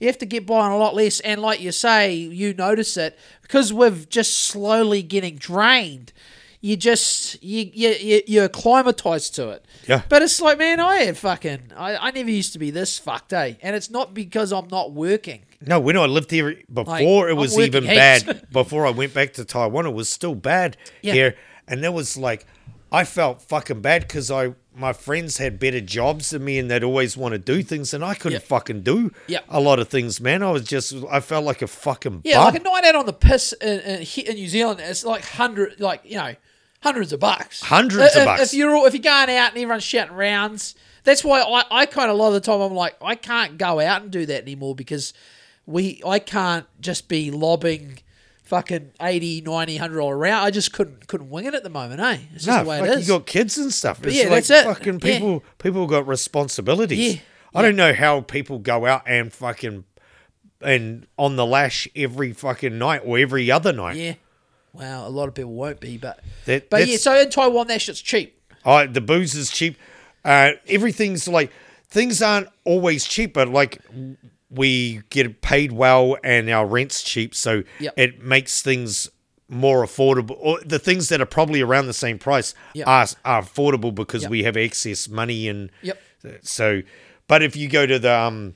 [SPEAKER 1] You have to get by on a lot less, and like you say, you notice it because we're just slowly getting drained. You just you you you- you're acclimatized to it.
[SPEAKER 3] Yeah.
[SPEAKER 1] But it's like, man, I had fucking, I, I never used to be this fucked, eh? And it's not because I'm not working.
[SPEAKER 3] no. When I lived here
[SPEAKER 1] Like,
[SPEAKER 3] before, it
[SPEAKER 1] I'm
[SPEAKER 3] was
[SPEAKER 1] working
[SPEAKER 3] even
[SPEAKER 1] heaps.
[SPEAKER 3] bad. Before I went back to Taiwan, it was still bad
[SPEAKER 1] Yeah.
[SPEAKER 3] here, and there was like, I felt fucking bad because I my friends had better jobs than me, and they'd always want to do things, and I couldn't
[SPEAKER 1] Yeah.
[SPEAKER 3] fucking do
[SPEAKER 1] Yeah.
[SPEAKER 3] a lot of things, man. I was just, I felt like a fucking
[SPEAKER 1] Yeah,
[SPEAKER 3] bum.
[SPEAKER 1] like a night out on the piss in, in, he- in New Zealand, it's like hundred, like you know, hundreds of bucks. Uh,
[SPEAKER 3] Hundreds of
[SPEAKER 1] If-
[SPEAKER 3] bucks.
[SPEAKER 1] If you're all, if you're going out and everyone's shouting rounds, that's why I, I kind of a lot of the time I'm like I can't go out and do that anymore because we I can't just be lobbing fucking 80, 90, 100 dollar round. I just couldn't couldn't wing it at the moment, eh? It's just the way
[SPEAKER 3] fuck,
[SPEAKER 1] it is.
[SPEAKER 3] You got kids and stuff. It's
[SPEAKER 1] yeah,
[SPEAKER 3] like
[SPEAKER 1] that's it.
[SPEAKER 3] fucking
[SPEAKER 1] Yeah.
[SPEAKER 3] people people got responsibilities.
[SPEAKER 1] Yeah,
[SPEAKER 3] I don't know how people go out and fucking and on the lash every fucking night or every other night.
[SPEAKER 1] Yeah. Wow, a lot of people won't be, but
[SPEAKER 3] That-
[SPEAKER 1] but yeah.
[SPEAKER 3] that's-
[SPEAKER 1] So in Taiwan, that shit's cheap.
[SPEAKER 3] I, the booze is cheap. Uh, everything's like things aren't always cheap, but like we get paid well and our rent's cheap, so
[SPEAKER 1] Yep.
[SPEAKER 3] it makes things more affordable. Or the things that are probably around the same price
[SPEAKER 1] Yep.
[SPEAKER 3] are, are affordable because we have excess money and
[SPEAKER 1] Yep.
[SPEAKER 3] so. But if you go to the um,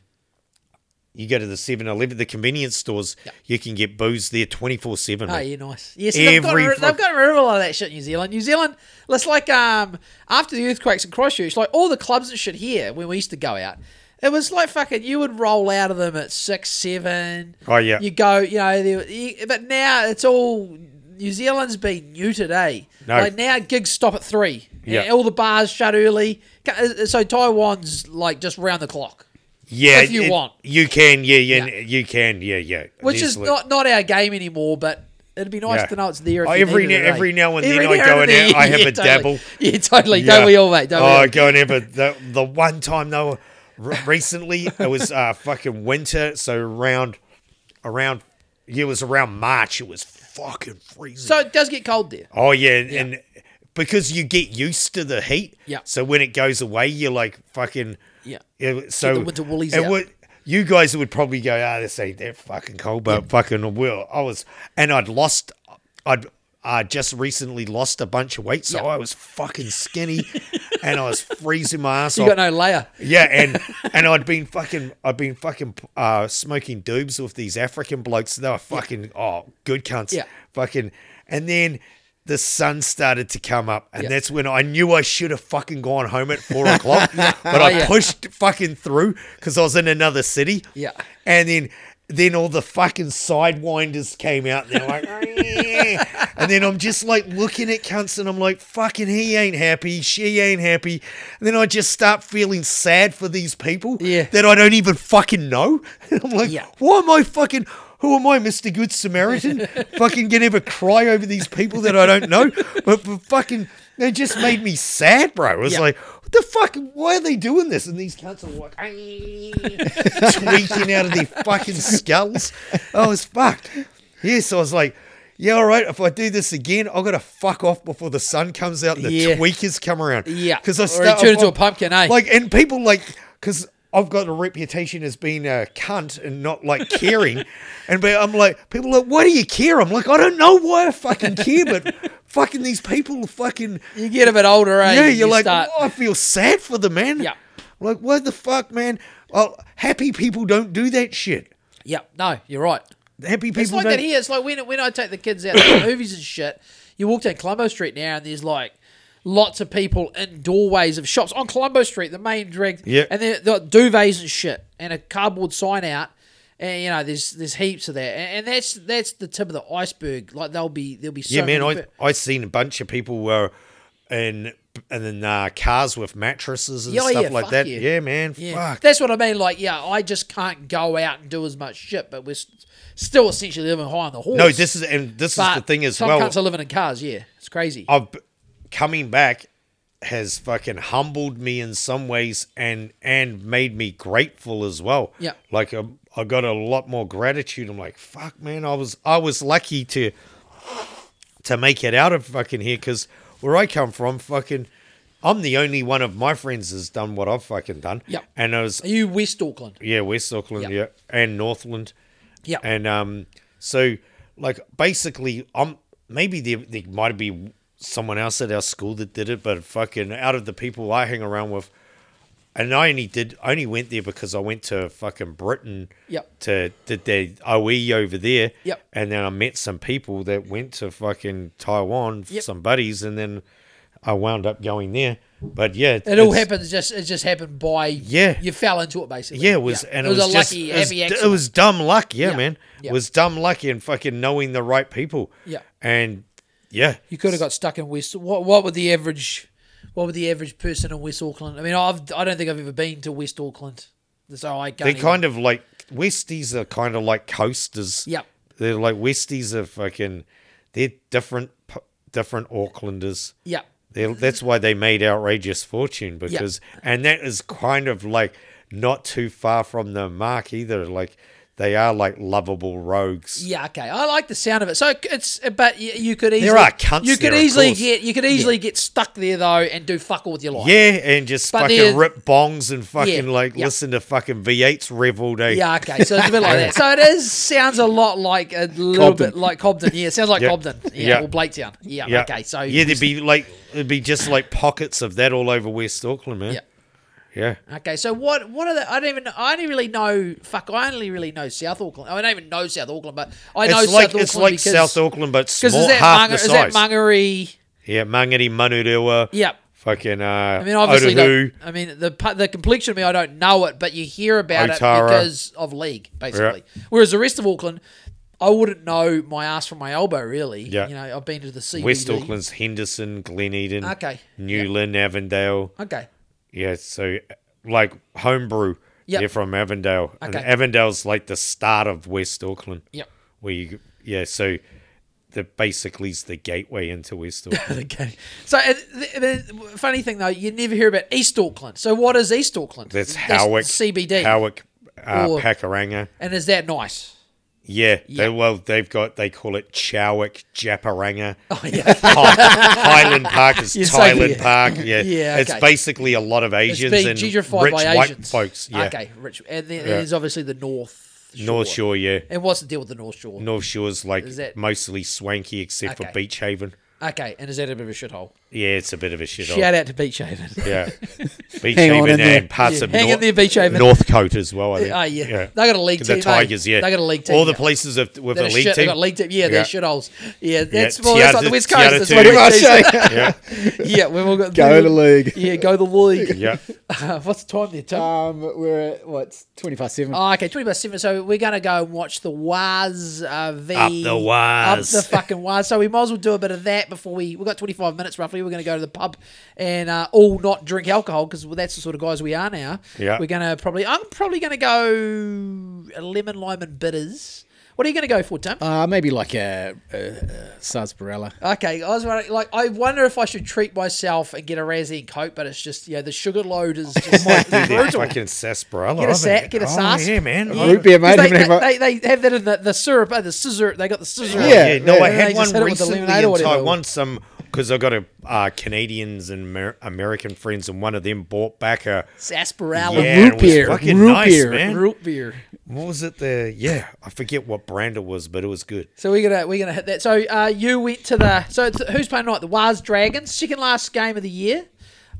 [SPEAKER 3] you go to the 7-Eleven, the convenience stores, you can get booze there twenty four seven.
[SPEAKER 1] Oh, yeah, nice. Yes, yeah, see, they've, got
[SPEAKER 3] Every
[SPEAKER 1] rid-
[SPEAKER 3] fuck-
[SPEAKER 1] they've got rid of a lot of that shit in New Zealand. New Zealand, it's like um after the earthquakes in Christchurch, like all the clubs and shit here when we used to go out, it was like fucking you would roll out of them at six, seven.
[SPEAKER 3] Oh, yeah.
[SPEAKER 1] You go, you know, there, you, but now it's all New Zealand's been neutered, eh?
[SPEAKER 3] No.
[SPEAKER 1] Like now gigs stop at three.
[SPEAKER 3] Yeah.
[SPEAKER 1] And All the bars shut early. Ca- uh, So Taiwan's like just round the clock.
[SPEAKER 3] Yeah,
[SPEAKER 1] If you want.
[SPEAKER 3] you can. Yeah, yeah,
[SPEAKER 1] Yeah.
[SPEAKER 3] you can. Yeah, yeah.
[SPEAKER 1] Which
[SPEAKER 3] Easily.
[SPEAKER 1] is not, not our game anymore, but it'd be nice
[SPEAKER 3] Yeah.
[SPEAKER 1] to know it's there. If
[SPEAKER 3] Oh,
[SPEAKER 1] you
[SPEAKER 3] every
[SPEAKER 1] needed it,
[SPEAKER 3] now-
[SPEAKER 1] eh?
[SPEAKER 3] every now and then I
[SPEAKER 1] now
[SPEAKER 3] go
[SPEAKER 1] and
[SPEAKER 3] in there, I have a
[SPEAKER 1] totally.
[SPEAKER 3] dabble.
[SPEAKER 1] Yeah, totally. Don't we all, mate? Don't
[SPEAKER 3] oh,
[SPEAKER 1] we all?
[SPEAKER 3] I go and have a, the, the one time though, re- recently it was uh, fucking winter, so around around yeah, it was around March. It was fucking freezing.
[SPEAKER 1] So it does get cold there.
[SPEAKER 3] oh yeah, and, and because you get used to the heat,
[SPEAKER 1] Yeah.
[SPEAKER 3] So when it goes away, you're like fucking
[SPEAKER 1] Yeah.
[SPEAKER 3] yeah, so
[SPEAKER 1] the winter woolies
[SPEAKER 3] it
[SPEAKER 1] out.
[SPEAKER 3] would- you guys would probably go, ah, this ain't that fucking cold, but fucking will. I was, and I'd lost, I'd I just recently lost a bunch of weight, so
[SPEAKER 1] Yeah.
[SPEAKER 3] I was fucking skinny, and I was freezing my ass
[SPEAKER 1] You
[SPEAKER 3] off.
[SPEAKER 1] got no layer.
[SPEAKER 3] Yeah, and and I'd been fucking I'd been fucking uh, smoking doobs with these African blokes. They were fucking oh good cunts.
[SPEAKER 1] Yeah.
[SPEAKER 3] Fucking and then the sun started to come up, and
[SPEAKER 1] Yeah.
[SPEAKER 3] that's when I knew I should have fucking gone home at four o'clock. But I
[SPEAKER 1] Oh, yeah.
[SPEAKER 3] pushed fucking through because I was in another city.
[SPEAKER 1] Yeah.
[SPEAKER 3] And then then all the fucking sidewinders came out and they're like, "Yeah." and then I'm just like looking at cunts and I'm like, fucking he ain't happy, she ain't happy. And then I just start feeling sad for these people
[SPEAKER 1] Yeah.
[SPEAKER 3] that I don't even fucking know. I'm like,
[SPEAKER 1] Yeah.
[SPEAKER 3] why am I fucking who am I, Mr. Good Samaritan? fucking gonna ever cry over these people that I don't know. But, but fucking they just made me sad, bro. It was
[SPEAKER 1] Yeah.
[SPEAKER 3] like, what the fuck? Why are they doing this? And these cunts are like tweaking out of their fucking skulls. I was fucked. Yeah, so I was like, yeah, all right. If I do this again, I've got to fuck off before the sun comes out and the
[SPEAKER 1] Yeah.
[SPEAKER 3] tweakers come around.
[SPEAKER 1] Yeah.
[SPEAKER 3] because I
[SPEAKER 1] Or
[SPEAKER 3] start
[SPEAKER 1] you turn into
[SPEAKER 3] I-
[SPEAKER 1] a pumpkin, eh?
[SPEAKER 3] Like, and people like because I've got a reputation as being a cunt and not like caring, and but I'm like people are like, why do you care? I'm like, I don't know why I fucking care, but fucking these people are fucking
[SPEAKER 1] You get a bit older, eh?
[SPEAKER 3] yeah, you're like,
[SPEAKER 1] start-
[SPEAKER 3] "Oh, I feel sad for the man.
[SPEAKER 1] Yeah.
[SPEAKER 3] Like, what the fuck, man? Oh, happy people don't do that shit.
[SPEAKER 1] yeah. No, you're right.
[SPEAKER 3] Happy people
[SPEAKER 1] It's like
[SPEAKER 3] don't.
[SPEAKER 1] that here. It's like when when I take the kids out to the movies and shit. You walk down Colombo Street now, and there's like lots of people in doorways of shops on Colombo Street, the main drag.
[SPEAKER 3] Yeah.
[SPEAKER 1] And they've got duvets and shit, and a cardboard sign out. And you know, there's there's heaps of that, and, and that's that's the tip of the iceberg. Like they'll be there'll be so
[SPEAKER 3] yeah, man,
[SPEAKER 1] many
[SPEAKER 3] I
[SPEAKER 1] pe-
[SPEAKER 3] I seen a bunch of people were in and in uh, cars with mattresses and
[SPEAKER 1] Yeah, oh,
[SPEAKER 3] stuff
[SPEAKER 1] yeah,
[SPEAKER 3] like
[SPEAKER 1] fuck
[SPEAKER 3] that.
[SPEAKER 1] yeah.
[SPEAKER 3] Yeah, man,
[SPEAKER 1] Yeah.
[SPEAKER 3] fuck.
[SPEAKER 1] That's what I mean. Like, yeah, I just can't go out and do as much shit, but we're s- still essentially living high on the horse.
[SPEAKER 3] No, this is and this
[SPEAKER 1] but
[SPEAKER 3] is the thing as
[SPEAKER 1] some
[SPEAKER 3] well.
[SPEAKER 1] cunts are living in cars. Yeah, it's crazy.
[SPEAKER 3] I've coming back has fucking humbled me in some ways and and made me grateful as well.
[SPEAKER 1] Yeah.
[SPEAKER 3] Like um, I got a lot more gratitude. I'm like, fuck, man, I was I was lucky to to make it out of fucking here because where I come from, fucking, I'm the only one of my friends has done what I've fucking done.
[SPEAKER 1] Yeah.
[SPEAKER 3] And I was
[SPEAKER 1] Are you West Auckland?
[SPEAKER 3] yeah, West Auckland,
[SPEAKER 1] Yeah.
[SPEAKER 3] yeah, and Northland,
[SPEAKER 1] Yeah.
[SPEAKER 3] and um, so like basically, I'm maybe there, there might be someone else at our school that did it, but fucking out of the people I hang around with, and I only did, I only went there because I went to fucking Britain,
[SPEAKER 1] Yep.
[SPEAKER 3] to did the OE over there,
[SPEAKER 1] Yep.
[SPEAKER 3] and then I met some people that went to fucking Taiwan,
[SPEAKER 1] Yep.
[SPEAKER 3] some buddies, and then I wound up going there, but yeah,
[SPEAKER 1] It all
[SPEAKER 3] it's-
[SPEAKER 1] happens. Just it just happened by
[SPEAKER 3] Yeah.
[SPEAKER 1] You fell into it basically.
[SPEAKER 3] yeah, it was, and it was,
[SPEAKER 1] a
[SPEAKER 3] just-
[SPEAKER 1] lucky
[SPEAKER 3] it was,
[SPEAKER 1] happy
[SPEAKER 3] d-
[SPEAKER 1] accident.
[SPEAKER 3] It was dumb luck, yeah,
[SPEAKER 1] Yeah,
[SPEAKER 3] man.
[SPEAKER 1] yeah.
[SPEAKER 3] It was dumb luck and fucking knowing the right people.
[SPEAKER 1] Yeah.
[SPEAKER 3] and yeah,
[SPEAKER 1] you could have got stuck in West. What what would the average, what would the average person in West Auckland? I mean, I've I don't think I've ever been to West Auckland, so I can't.
[SPEAKER 3] they're
[SPEAKER 1] even-
[SPEAKER 3] kind of like Westies are kind of like coasters.
[SPEAKER 1] Yep.
[SPEAKER 3] they're like Westies are fucking. They're different, p- different Aucklanders.
[SPEAKER 1] yeah.
[SPEAKER 3] They're, that's why they made outrageous fortune because, and that is kind of like not too far from the mark either. Like they are like lovable rogues.
[SPEAKER 1] Yeah, okay. I like the sound of it. So it's, but y- you could easily
[SPEAKER 3] are cunts
[SPEAKER 1] You could
[SPEAKER 3] there, of
[SPEAKER 1] easily
[SPEAKER 3] course.
[SPEAKER 1] get you could easily get stuck there though and do fuck all with your life.
[SPEAKER 3] Yeah, and just
[SPEAKER 1] But they're-
[SPEAKER 3] fucking rip bongs and fucking
[SPEAKER 1] Yeah,
[SPEAKER 3] like
[SPEAKER 1] yeah.
[SPEAKER 3] listen to fucking V8s rev all day.
[SPEAKER 1] Yeah, okay. So it's a bit like that. So it is sounds a lot like a little
[SPEAKER 2] Cobden.
[SPEAKER 1] bit like Cobden. Yeah, it sounds like
[SPEAKER 3] Yeah.
[SPEAKER 1] Cobden. Yeah,
[SPEAKER 3] Yeah.
[SPEAKER 1] or Blaketown. Yeah,
[SPEAKER 3] Yeah.
[SPEAKER 1] okay. So
[SPEAKER 3] yeah, there'd be like it'd be just like pockets of that all over West Auckland, man.
[SPEAKER 1] Yeah.
[SPEAKER 3] Yeah.
[SPEAKER 1] Okay, so what what are the I don't even I don't really know fuck I only really know South Auckland. I don't even know South Auckland, but I know
[SPEAKER 3] It's like
[SPEAKER 1] South Auckland
[SPEAKER 3] it's like
[SPEAKER 1] because
[SPEAKER 3] South Auckland, but small,
[SPEAKER 1] because is that
[SPEAKER 3] half
[SPEAKER 1] Manga,
[SPEAKER 3] the
[SPEAKER 1] is that
[SPEAKER 3] size.
[SPEAKER 1] Mangere?
[SPEAKER 3] yeah, Mangere, Manurewa,
[SPEAKER 1] Yeah.
[SPEAKER 3] fucking uh,
[SPEAKER 1] I mean, obviously,
[SPEAKER 3] Otahuhu.
[SPEAKER 1] don't- I mean the pa- the complexion of me, I don't know it, but you hear about it
[SPEAKER 3] Otara.
[SPEAKER 1] because of league, basically. Whereas the rest of Auckland, I wouldn't know my ass from my elbow, really.
[SPEAKER 3] Yeah.
[SPEAKER 1] you know, I've been to the CBD.
[SPEAKER 3] West Auckland's Henderson, Gleneden,
[SPEAKER 1] Okay.
[SPEAKER 3] Newlyn, Avondale.
[SPEAKER 1] Okay,
[SPEAKER 3] Yeah, so like homebrew.
[SPEAKER 1] Yep.
[SPEAKER 3] They're from Avondale. And
[SPEAKER 1] Okay.
[SPEAKER 3] Avondale's like the start of West Auckland.
[SPEAKER 1] Yep.
[SPEAKER 3] Where you, yeah, so that basically is the gateway into West Auckland.
[SPEAKER 1] okay. So, uh, th- th- funny thing though, you never hear about East Auckland. So, what is East Auckland?
[SPEAKER 3] That's Howick.
[SPEAKER 1] CBD,
[SPEAKER 3] Howick, uh,
[SPEAKER 1] Or-
[SPEAKER 3] Pakuranga.
[SPEAKER 1] and is that nice?
[SPEAKER 3] Yeah,
[SPEAKER 1] Yeah.
[SPEAKER 3] They, well, they've got, they call it Chowick, Japaranga.
[SPEAKER 1] Oh yeah,
[SPEAKER 3] Hi- Highland Park is
[SPEAKER 1] You're saying-
[SPEAKER 3] Thailand Park. Yeah.
[SPEAKER 1] Yeah,
[SPEAKER 3] It's
[SPEAKER 1] okay.
[SPEAKER 3] basically a lot of
[SPEAKER 1] it's
[SPEAKER 3] Asians
[SPEAKER 1] being
[SPEAKER 3] and rich
[SPEAKER 1] gentrified by
[SPEAKER 3] white
[SPEAKER 1] Asians.
[SPEAKER 3] folks. Yeah.
[SPEAKER 1] Okay, rich, and then there's obviously the North Shore.
[SPEAKER 3] North Shore, yeah.
[SPEAKER 1] And what's the deal with the North Shore?
[SPEAKER 3] North Shore's like
[SPEAKER 1] Is that-
[SPEAKER 3] mostly swanky except
[SPEAKER 1] Okay.
[SPEAKER 3] for Beach Haven.
[SPEAKER 1] Okay, and is that a bit of a shithole?
[SPEAKER 3] Yeah, it's a bit of a shit
[SPEAKER 1] Shout out to Beach Haven.
[SPEAKER 3] Yeah. Beach
[SPEAKER 2] Hang on
[SPEAKER 3] Haven
[SPEAKER 2] in there.
[SPEAKER 3] and parts
[SPEAKER 1] Yeah,
[SPEAKER 3] of
[SPEAKER 1] hang in
[SPEAKER 3] North,
[SPEAKER 1] there, Beach Haven.
[SPEAKER 3] Northcote as well, I think.
[SPEAKER 1] Oh yeah. they got a league
[SPEAKER 3] The
[SPEAKER 1] team. eh?
[SPEAKER 3] Tigers, yeah.
[SPEAKER 1] they got a league team.
[SPEAKER 3] All the
[SPEAKER 1] yeah.
[SPEAKER 3] places of, with
[SPEAKER 1] They're
[SPEAKER 3] a league
[SPEAKER 1] shit, They
[SPEAKER 3] team.
[SPEAKER 1] got a league team. Yeah, they're
[SPEAKER 3] Yeah.
[SPEAKER 1] shitholes. Yeah, that's
[SPEAKER 3] Yeah,
[SPEAKER 1] well, that's like the
[SPEAKER 3] Tiaratu-
[SPEAKER 1] West Coast. That's
[SPEAKER 3] Tiaratu.
[SPEAKER 1] what
[SPEAKER 2] Whatever I
[SPEAKER 1] they say.
[SPEAKER 2] say.
[SPEAKER 3] yeah.
[SPEAKER 1] Yeah, we've all got
[SPEAKER 2] Go to league.
[SPEAKER 1] Yeah, go to the league.
[SPEAKER 3] Yeah.
[SPEAKER 1] Uh, what's the time there, Tim?
[SPEAKER 2] Um, we're at what twenty past seven.
[SPEAKER 1] Oh, okay, twenty past seven. So we're gonna go and watch the Waz uh, v
[SPEAKER 3] Up the Waz.
[SPEAKER 1] up the fucking Waz. So we might as well do a bit of that before we we got twenty five minutes roughly. We're gonna go to the pub and uh, all not drink alcohol because that's the sort of guys we are now.
[SPEAKER 3] Yeah.
[SPEAKER 1] we're gonna probably I'm probably gonna go a lemon lime and bitters. What are you gonna go for, Tim?
[SPEAKER 2] Uh, maybe like a, a, a sarsaparilla.
[SPEAKER 1] Okay, I was wondering, like, I wonder if I should treat myself and get a Razzie and Coke, but it's just, yeah, the sugar load is just
[SPEAKER 3] Dude, they're
[SPEAKER 1] brutal.
[SPEAKER 3] fucking sarsaparilla.
[SPEAKER 1] Get a
[SPEAKER 3] haven't
[SPEAKER 1] sack,
[SPEAKER 3] they?
[SPEAKER 1] get a
[SPEAKER 3] oh,
[SPEAKER 1] sas.
[SPEAKER 3] Yeah, man.
[SPEAKER 1] Yeah.
[SPEAKER 2] Root beer, mate.
[SPEAKER 1] Because
[SPEAKER 2] Haven't had
[SPEAKER 1] They, they, they have that in the, the syrup, uh, the scissor. They got the scissor.
[SPEAKER 2] Yeah.
[SPEAKER 3] Yeah, no, I
[SPEAKER 1] And they
[SPEAKER 3] had
[SPEAKER 1] just hit it with
[SPEAKER 3] one
[SPEAKER 1] the
[SPEAKER 3] recently
[SPEAKER 1] lemonade or
[SPEAKER 3] in
[SPEAKER 1] whatever.
[SPEAKER 3] Taiwan. Some because I got a uh, Canadians and Amer- American friends, and one of them bought back a
[SPEAKER 1] Sarsaparilla.
[SPEAKER 3] yeah,
[SPEAKER 2] root
[SPEAKER 3] it was
[SPEAKER 2] beer,
[SPEAKER 3] fucking
[SPEAKER 2] root
[SPEAKER 3] nice,
[SPEAKER 2] beer,
[SPEAKER 3] man.
[SPEAKER 1] Root beer.
[SPEAKER 3] What was it? The yeah, I forget what brand it was, but it was good.
[SPEAKER 1] So we're gonna we're gonna hit that. So uh, you went to the so it's, who's playing tonight? The Waz Dragons, second last game of the year.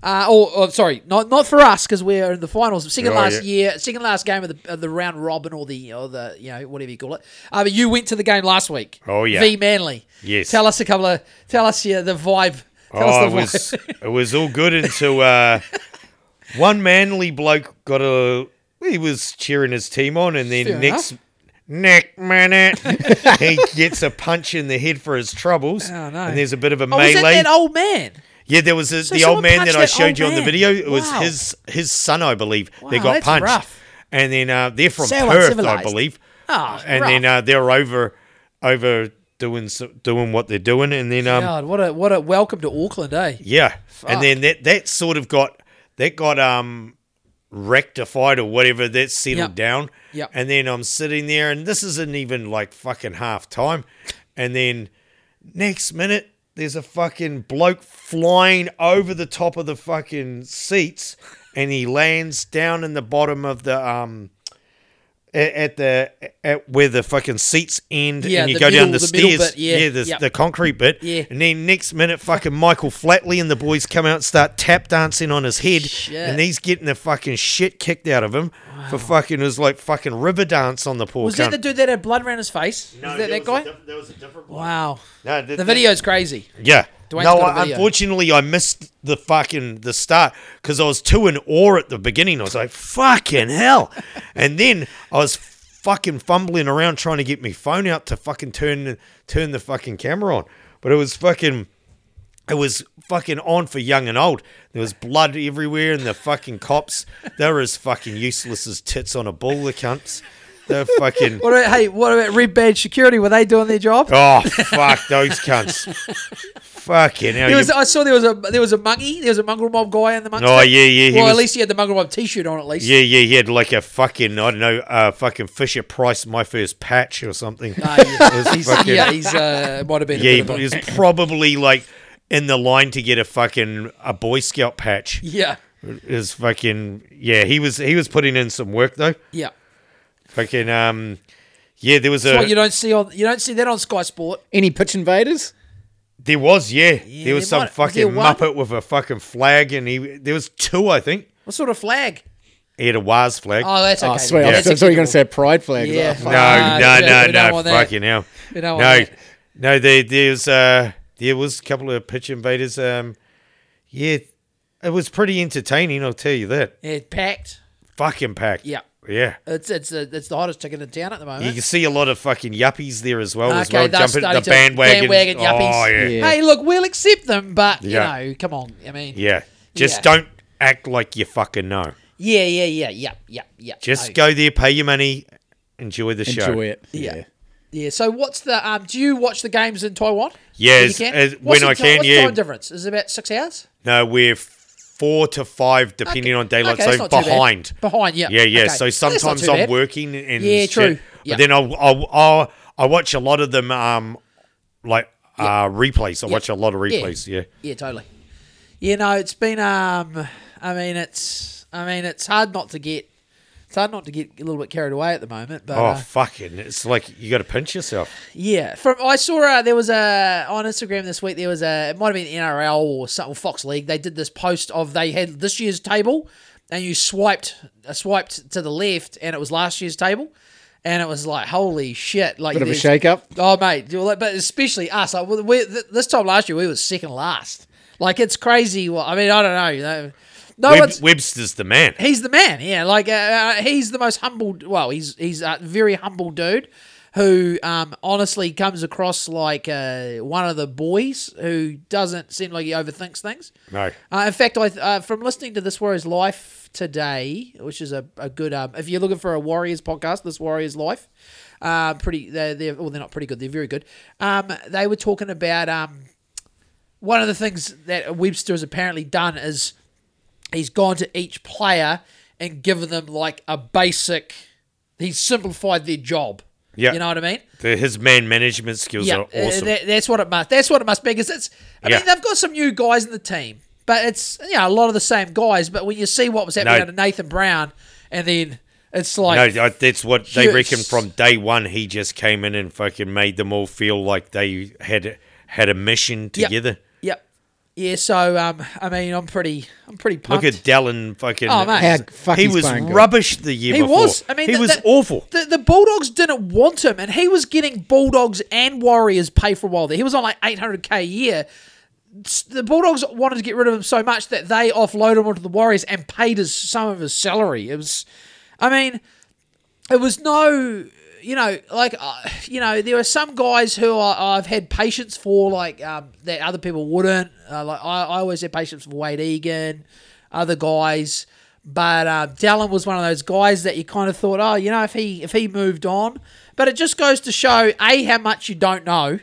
[SPEAKER 1] Uh, or, or sorry, not not for us because we're in the finals. Second
[SPEAKER 3] Oh,
[SPEAKER 1] last
[SPEAKER 3] yeah.
[SPEAKER 1] year, second last game of the of the round robin or the or the you know whatever you call it. Uh, but you went to the game last week.
[SPEAKER 3] Oh, yeah.
[SPEAKER 1] V Manly.
[SPEAKER 3] Yes.
[SPEAKER 1] Tell us a couple of tell us yeah, the vibe. Tell
[SPEAKER 3] oh,
[SPEAKER 1] us the
[SPEAKER 3] it was
[SPEAKER 1] vibe.
[SPEAKER 3] it was all good until uh, one manly bloke got a he was cheering his team on, and then
[SPEAKER 1] Fair
[SPEAKER 3] next next minute he gets a punch in the head for his troubles,
[SPEAKER 1] Oh, no.
[SPEAKER 3] and there's a bit of a
[SPEAKER 1] Oh, was
[SPEAKER 3] melee.
[SPEAKER 1] that that old man?
[SPEAKER 3] Yeah, there was a, the
[SPEAKER 1] someone
[SPEAKER 3] old man
[SPEAKER 1] punched
[SPEAKER 3] that I
[SPEAKER 1] that old
[SPEAKER 3] showed you on the
[SPEAKER 1] man.
[SPEAKER 3] video. It was
[SPEAKER 1] Wow.
[SPEAKER 3] his his son, I believe. they
[SPEAKER 1] Wow,
[SPEAKER 3] got
[SPEAKER 1] that's
[SPEAKER 3] punched,
[SPEAKER 1] rough.
[SPEAKER 3] and then uh, they're from
[SPEAKER 1] So
[SPEAKER 3] Perth, I
[SPEAKER 1] uncivilized.
[SPEAKER 3] believe.
[SPEAKER 1] Ah,
[SPEAKER 3] and then uh, they're over over doing so- doing what they're doing, and then um,
[SPEAKER 1] God, what a what a welcome to Auckland, eh?
[SPEAKER 3] yeah, and then that that sort of got that got um rectified or whatever that settled
[SPEAKER 1] Yep.
[SPEAKER 3] down.
[SPEAKER 1] Yep.
[SPEAKER 3] And then I'm sitting there, and this isn't even like fucking half time, and then next minute there's a fucking bloke flying over the top of the fucking seats, and he lands down in the bottom of the um. a- At the at where the fucking seats end,
[SPEAKER 1] Yeah,
[SPEAKER 3] and you
[SPEAKER 1] the
[SPEAKER 3] go down
[SPEAKER 1] middle-
[SPEAKER 3] the,
[SPEAKER 1] the middle
[SPEAKER 3] stairs,
[SPEAKER 1] bit, yeah,
[SPEAKER 3] the,
[SPEAKER 1] yep.
[SPEAKER 3] the concrete bit.
[SPEAKER 1] Yeah.
[SPEAKER 3] And then next minute, fucking Michael Flatley and the boys come out and start tap dancing on his head.
[SPEAKER 1] Shit.
[SPEAKER 3] And he's getting the fucking shit kicked out of him for fucking, it was like fucking river dance on the poor
[SPEAKER 1] Was
[SPEAKER 3] cunt.
[SPEAKER 1] that the dude that had blood around his face? was that that guy?
[SPEAKER 3] that was a different one.
[SPEAKER 1] wow.
[SPEAKER 3] No, th-
[SPEAKER 1] The
[SPEAKER 3] th-
[SPEAKER 1] video's crazy.
[SPEAKER 3] Yeah.
[SPEAKER 1] Dwayne's
[SPEAKER 3] no,
[SPEAKER 1] got a
[SPEAKER 3] I-
[SPEAKER 1] video.
[SPEAKER 3] unfortunately, I missed the fucking the start because I was too in awe at the beginning. I was like, "Fucking hell!" and then I was fucking fumbling around trying to get my phone out to fucking turn turn the fucking camera on. But it was fucking, it was fucking on for young and old. There was blood everywhere, and the fucking cops they were as fucking useless as tits on a bull. The cunts. The fucking
[SPEAKER 1] What about hey? What about Red Badge Security? Were they doing their job?
[SPEAKER 3] oh fuck those cunts. fucking hell.
[SPEAKER 1] There was,
[SPEAKER 3] you-
[SPEAKER 1] I saw there was a there was a monkey, there was a mongrel mob guy in the monkey.
[SPEAKER 3] Oh, yeah, yeah, he
[SPEAKER 1] Well, at
[SPEAKER 3] was-
[SPEAKER 1] least he had the mongrel mob T-shirt on. At least.
[SPEAKER 3] yeah, yeah, he had like a fucking I don't know, uh, fucking Fisher Price, my first patch or something.
[SPEAKER 1] Ah, yeah.
[SPEAKER 3] It was
[SPEAKER 1] he's,
[SPEAKER 3] fucking-
[SPEAKER 1] yeah, he's uh, might have been.
[SPEAKER 3] Yeah,
[SPEAKER 1] a
[SPEAKER 3] he
[SPEAKER 1] bit of a-
[SPEAKER 3] was probably like in the line to get a fucking a Boy Scout patch.
[SPEAKER 1] yeah,
[SPEAKER 3] Is fucking yeah. He was he was putting in some work though.
[SPEAKER 1] yeah.
[SPEAKER 3] Fucking um, yeah. There was
[SPEAKER 1] That's
[SPEAKER 3] a
[SPEAKER 1] what you don't see on you don't see that on Sky Sport.
[SPEAKER 2] Any pitch invaders?
[SPEAKER 3] there was yeah, there was
[SPEAKER 1] there
[SPEAKER 3] some
[SPEAKER 1] might- was
[SPEAKER 3] fucking
[SPEAKER 1] there one?
[SPEAKER 3] muppet with a fucking flag, and he there was two I think.
[SPEAKER 1] What sort of flag?
[SPEAKER 3] He had a Waz flag.
[SPEAKER 1] Oh, that's okay.
[SPEAKER 2] Oh, sweet. I
[SPEAKER 1] That's
[SPEAKER 2] thought you were going
[SPEAKER 1] acceptable.
[SPEAKER 2] to say a pride flag.
[SPEAKER 1] Yeah.
[SPEAKER 2] Oh,
[SPEAKER 3] no,
[SPEAKER 2] fuck.
[SPEAKER 1] Ah,
[SPEAKER 3] no,
[SPEAKER 1] we don't-
[SPEAKER 3] no,
[SPEAKER 1] we don't
[SPEAKER 3] no,
[SPEAKER 1] want that.
[SPEAKER 3] fucking hell.
[SPEAKER 1] We don't
[SPEAKER 3] no,
[SPEAKER 1] want that.
[SPEAKER 3] no. There, there's uh, there was a couple of pitch invaders. Um, yeah, it was pretty entertaining. I'll tell you that.
[SPEAKER 1] Yeah, packed.
[SPEAKER 3] Fucking packed.
[SPEAKER 1] Yeah.
[SPEAKER 3] Yeah.
[SPEAKER 1] It's it's uh, it's the hottest ticket in town at the moment.
[SPEAKER 3] You can see a lot of fucking yuppies there as well. as
[SPEAKER 1] Okay,
[SPEAKER 3] well,
[SPEAKER 1] they're
[SPEAKER 3] Oh, jumping the
[SPEAKER 1] starting to-
[SPEAKER 3] bandwagon.
[SPEAKER 1] bandwagon
[SPEAKER 3] Oh,
[SPEAKER 1] yuppies.
[SPEAKER 3] yeah. yeah.
[SPEAKER 2] Yeah.
[SPEAKER 1] Hey, look, we'll accept them, but
[SPEAKER 3] Yeah.
[SPEAKER 1] you know, come on. I mean,
[SPEAKER 3] Just
[SPEAKER 1] Yeah.
[SPEAKER 3] don't act like you fucking know.
[SPEAKER 1] yeah, yeah, yeah, yeah, yeah, yeah.
[SPEAKER 3] Just
[SPEAKER 1] no.
[SPEAKER 3] go there, pay your money, enjoy the show.
[SPEAKER 2] Enjoy it.
[SPEAKER 1] Yeah. Yeah. So what's the um? Do you watch the games in Taiwan?
[SPEAKER 3] Yeah,
[SPEAKER 1] When you
[SPEAKER 3] as-
[SPEAKER 1] can?
[SPEAKER 3] as-
[SPEAKER 1] What's
[SPEAKER 3] when
[SPEAKER 1] the
[SPEAKER 3] I
[SPEAKER 1] ti-
[SPEAKER 3] can,
[SPEAKER 1] What's
[SPEAKER 3] yeah.
[SPEAKER 1] Time difference is it about six hours.
[SPEAKER 3] No, we're four to five, depending on daylight
[SPEAKER 1] that's
[SPEAKER 3] so
[SPEAKER 1] not too bad.
[SPEAKER 3] behind.
[SPEAKER 1] Behind, yeah.
[SPEAKER 3] Yeah, yeah.
[SPEAKER 1] Okay.
[SPEAKER 3] So
[SPEAKER 1] That's not
[SPEAKER 3] sometimes
[SPEAKER 1] too
[SPEAKER 3] I'm
[SPEAKER 1] bad.
[SPEAKER 3] working and
[SPEAKER 1] Yeah,
[SPEAKER 3] shit,
[SPEAKER 1] true.
[SPEAKER 3] But
[SPEAKER 1] Yeah.
[SPEAKER 3] then I'll, I'll, I'll I watch a lot of them. Um, like uh replays. I watch a lot of replays. Yeah.
[SPEAKER 1] Yeah, totally. You know, it's been um I mean it's I mean it's hard not to get it's hard not to get a little bit carried away at the moment, but
[SPEAKER 3] Oh
[SPEAKER 1] uh,
[SPEAKER 3] fucking! It's like you got to pinch yourself.
[SPEAKER 1] yeah. From I saw uh, there was a on Instagram this week there was a it might have been NRL or something Fox League. They did this post of they had this year's table and you swiped uh, swiped to the left and it was last year's table and it was like holy shit like
[SPEAKER 2] Bit of a
[SPEAKER 1] there's-
[SPEAKER 2] shake up.
[SPEAKER 1] Oh mate, you- like, but especially us. Like, we, th- this time last year, we were second last. Like it's crazy. Well, I mean, I don't know. You know, no
[SPEAKER 3] Web-
[SPEAKER 1] one's.
[SPEAKER 3] Webster's the man.
[SPEAKER 1] He's the man. Yeah, like uh, uh, he's the most humble. Well, he's he's a very humble dude who um, honestly comes across like uh, one of the boys who doesn't seem like he overthinks things.
[SPEAKER 3] No.
[SPEAKER 1] Uh, in fact, I th- uh, from listening to this Warriors Life today, which is a, a good um, if you're looking for a Warriors podcast, this Warriors Life, uh, pretty they're, they're well they're not pretty good, they're very good. Um, they were talking about um, one of the things that Webster has apparently done is he's gone to each player and given them like a basic. He's simplified their job.
[SPEAKER 3] Yeah.
[SPEAKER 1] you know what I mean.
[SPEAKER 3] The, his man management skills
[SPEAKER 1] Yeah,
[SPEAKER 3] are
[SPEAKER 1] uh,
[SPEAKER 3] awesome.
[SPEAKER 1] that- that's what it must. That's what it must be because it's. I
[SPEAKER 3] Yeah.
[SPEAKER 1] mean, they've got some new guys in the team, but it's you know, a lot of the same guys. But when you see what was happening
[SPEAKER 3] No.
[SPEAKER 1] under Nathan Brown, and then it's
[SPEAKER 3] no,
[SPEAKER 1] like,
[SPEAKER 3] I- that's what they
[SPEAKER 1] Yes.
[SPEAKER 3] reckon from day one. He just came in and fucking made them all feel like they had had a mission
[SPEAKER 1] Yep.
[SPEAKER 3] together.
[SPEAKER 1] yep, yeah. So um, I mean, I'm pretty, I'm pretty
[SPEAKER 3] Look
[SPEAKER 1] pumped.
[SPEAKER 3] at Dallin fucking.
[SPEAKER 1] Oh, mate.
[SPEAKER 2] How fuck
[SPEAKER 3] he
[SPEAKER 2] he's
[SPEAKER 3] was
[SPEAKER 2] playing good.
[SPEAKER 3] rubbish the year
[SPEAKER 1] he
[SPEAKER 3] before.
[SPEAKER 1] was. I mean,
[SPEAKER 3] he
[SPEAKER 1] the-
[SPEAKER 3] was
[SPEAKER 1] the-
[SPEAKER 3] awful.
[SPEAKER 1] The, the Bulldogs didn't want him, and he was getting Bulldogs and Warriors pay for a while there. He was on like 800k a year. S- The Bulldogs wanted to get rid of him so much that they offloaded him onto the Warriors and paid his some of his salary. It was, I mean, it was no, you know, like uh, you know, there are some guys who I, I've had patience for, like um, that other people wouldn't. Uh, like I, I always had patience for Wade Egan, other guys, but uh, Dallin was one of those guys that you kind of thought, oh, you know, if he if he moved on, but it just goes to show a how much you don't know,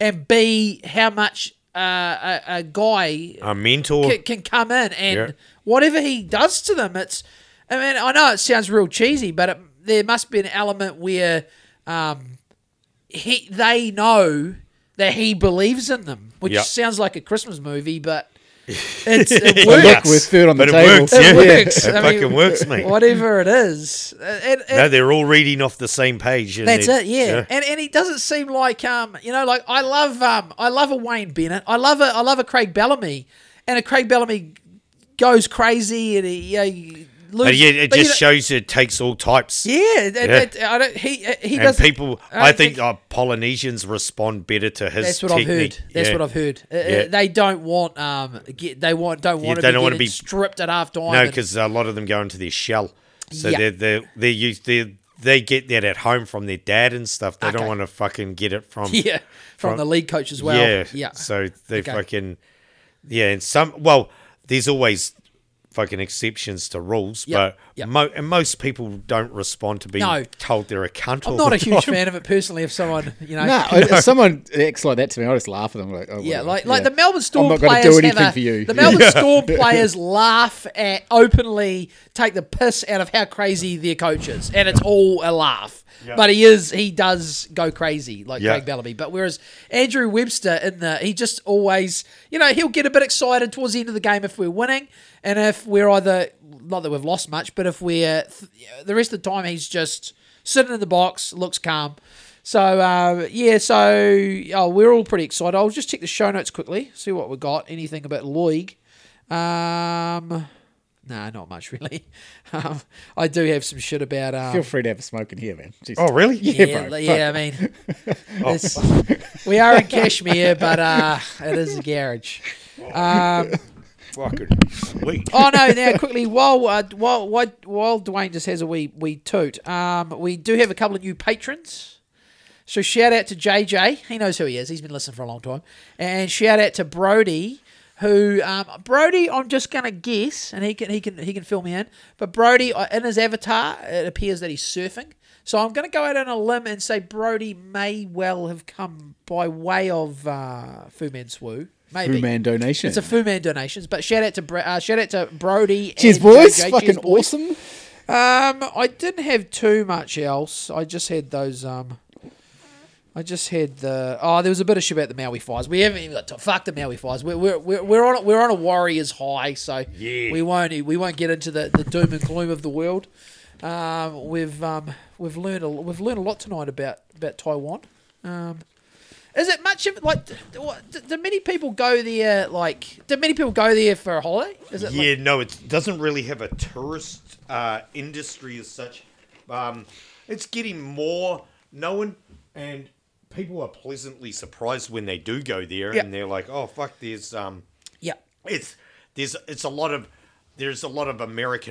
[SPEAKER 1] and b how much uh, a, a guy
[SPEAKER 3] A mentor.
[SPEAKER 1] can, can come in and
[SPEAKER 3] Yeah.
[SPEAKER 1] whatever he does to them, it's. I mean, I know it sounds real cheesy, but it, there must be an element where um, he they know that he believes in them, which
[SPEAKER 3] Yeah.
[SPEAKER 1] sounds like a Christmas movie, but it's, it works.
[SPEAKER 2] Look, we're third on the
[SPEAKER 3] But it
[SPEAKER 2] table.
[SPEAKER 3] works,
[SPEAKER 1] It
[SPEAKER 3] yeah.
[SPEAKER 1] works.
[SPEAKER 3] It
[SPEAKER 1] I mean,
[SPEAKER 3] fucking works, mate.
[SPEAKER 1] Whatever it is, it, it,
[SPEAKER 3] No, they're all reading off the same page. and
[SPEAKER 1] that's
[SPEAKER 3] they're-
[SPEAKER 1] it, yeah. And and he doesn't seem like um, you know, like I love um, I love a Wayne Bennett, I love a I love a Craig Bellamy, and a Craig Bellamy goes crazy and he you know, you lose.
[SPEAKER 3] But yeah, it
[SPEAKER 1] but you
[SPEAKER 3] just
[SPEAKER 1] know-
[SPEAKER 3] shows it takes all types.
[SPEAKER 1] Yeah, that, that- I don't. He uh, he
[SPEAKER 3] and
[SPEAKER 1] doesn't.
[SPEAKER 3] people,
[SPEAKER 1] I don't
[SPEAKER 3] I, think,
[SPEAKER 1] think-
[SPEAKER 3] uh, Polynesians respond better to his.
[SPEAKER 1] that's what I've heard.
[SPEAKER 3] technique.
[SPEAKER 1] That's
[SPEAKER 3] Yeah.
[SPEAKER 1] what I've heard. Uh, uh,
[SPEAKER 3] Yeah.
[SPEAKER 1] They don't want um get they want don't want to
[SPEAKER 3] they
[SPEAKER 1] be
[SPEAKER 3] don't wanna
[SPEAKER 1] getting
[SPEAKER 3] be-
[SPEAKER 1] stripped at half time.
[SPEAKER 3] No,
[SPEAKER 1] and-
[SPEAKER 3] because a lot of them go into their shell. So
[SPEAKER 1] Yeah.
[SPEAKER 3] they're, they're, they're used, they're, they get that at home from their dad and stuff. They
[SPEAKER 1] Okay.
[SPEAKER 3] don't want to fucking get it from.
[SPEAKER 1] yeah, from,
[SPEAKER 3] from-
[SPEAKER 1] the league coach as well.
[SPEAKER 3] Yeah.
[SPEAKER 1] yeah.
[SPEAKER 3] So they
[SPEAKER 1] Okay.
[SPEAKER 3] fucking. Yeah. And some, well, there's always fucking exceptions to rules,
[SPEAKER 1] Yep,
[SPEAKER 3] but
[SPEAKER 1] yep.
[SPEAKER 3] Mo- and most people don't respond to being
[SPEAKER 1] No.
[SPEAKER 3] told they're a cunt. all
[SPEAKER 1] I'm not
[SPEAKER 3] the
[SPEAKER 1] a huge
[SPEAKER 3] time.
[SPEAKER 1] fan of it personally. If someone, you know,
[SPEAKER 2] No, I- if someone acts like that to me, I just laugh at them. Like, oh,
[SPEAKER 1] Yeah,
[SPEAKER 2] whatever.
[SPEAKER 1] like like
[SPEAKER 2] Yeah.
[SPEAKER 1] the Melbourne Storm
[SPEAKER 2] I'm not gonna
[SPEAKER 1] players
[SPEAKER 2] do anything
[SPEAKER 1] have a-
[SPEAKER 2] for you.
[SPEAKER 1] The Melbourne Storm players laugh at openly take the piss out of how crazy their coach is, and it's all a laugh. But he is he does go crazy like
[SPEAKER 3] Yeah.
[SPEAKER 1] Craig Bellamy. But whereas Andrew Webster in the he just always you know he'll get a bit excited towards the end of the game if we're winning and if we're either not that we've lost much, but if we're th- the rest of the time he's just sitting in the box, looks calm. So um, yeah, so oh, we're all pretty excited. I'll just check the show notes quickly, see what we got. Anything about Loig? Um, nah, not much really. Um, I do have some shit about. Um,
[SPEAKER 2] Feel free to have a smoke in here, man. Jeez.
[SPEAKER 3] Oh, really?
[SPEAKER 2] Yeah,
[SPEAKER 1] yeah,
[SPEAKER 2] bro,
[SPEAKER 1] yeah, I mean, it's- we are in Kashmir, but uh, it is a garage. Um,
[SPEAKER 3] Fucking sweet.
[SPEAKER 1] oh no! Now quickly, while uh, while while while Dwayne just has a wee wee toot, um, we do have a couple of new patrons. So shout out to JJ. He knows who he is. He's been listening for a long time. And shout out to Brody, who um, Brody, I'm just gonna guess, and he can he can he can fill me in. But Brody, uh, in his avatar, it appears that he's surfing. So I'm gonna go out on a limb and say Brody may well have come by way of uh, Fu Manchu. Maybe
[SPEAKER 2] Fu Man donation.
[SPEAKER 1] it's a Fu Man donations, but shout out to Bro- uh, shout out to Brody.
[SPEAKER 2] Cheers,
[SPEAKER 1] and
[SPEAKER 2] boys.
[SPEAKER 1] JJ.
[SPEAKER 2] Fucking
[SPEAKER 1] Cheers, boys.
[SPEAKER 2] awesome.
[SPEAKER 1] Um, I didn't have too much else. I just had those. Um, I just had the. Oh, there was a bit of shit about the Maui fires. We haven't even got to fuck the Maui fires. We're we're, we're, we're on we're on a Warriors high, so
[SPEAKER 3] Yeah.
[SPEAKER 1] we won't we won't get into the, the doom and gloom of the world. Um, we've um we've learned a, we've learned a lot tonight about about Taiwan. Um, is it much of like? d- d- what- d- Do many people go there? Like, do many people go there for a holiday? Is it like-
[SPEAKER 3] Yeah, no, it doesn't really have a tourist uh, industry as such. Um, it's getting more known, and people are pleasantly surprised when they do go there,
[SPEAKER 1] Yeah.
[SPEAKER 3] and they're like, "Oh fuck, there's um,
[SPEAKER 1] yeah.
[SPEAKER 3] it's there's it's a lot of there's a lot of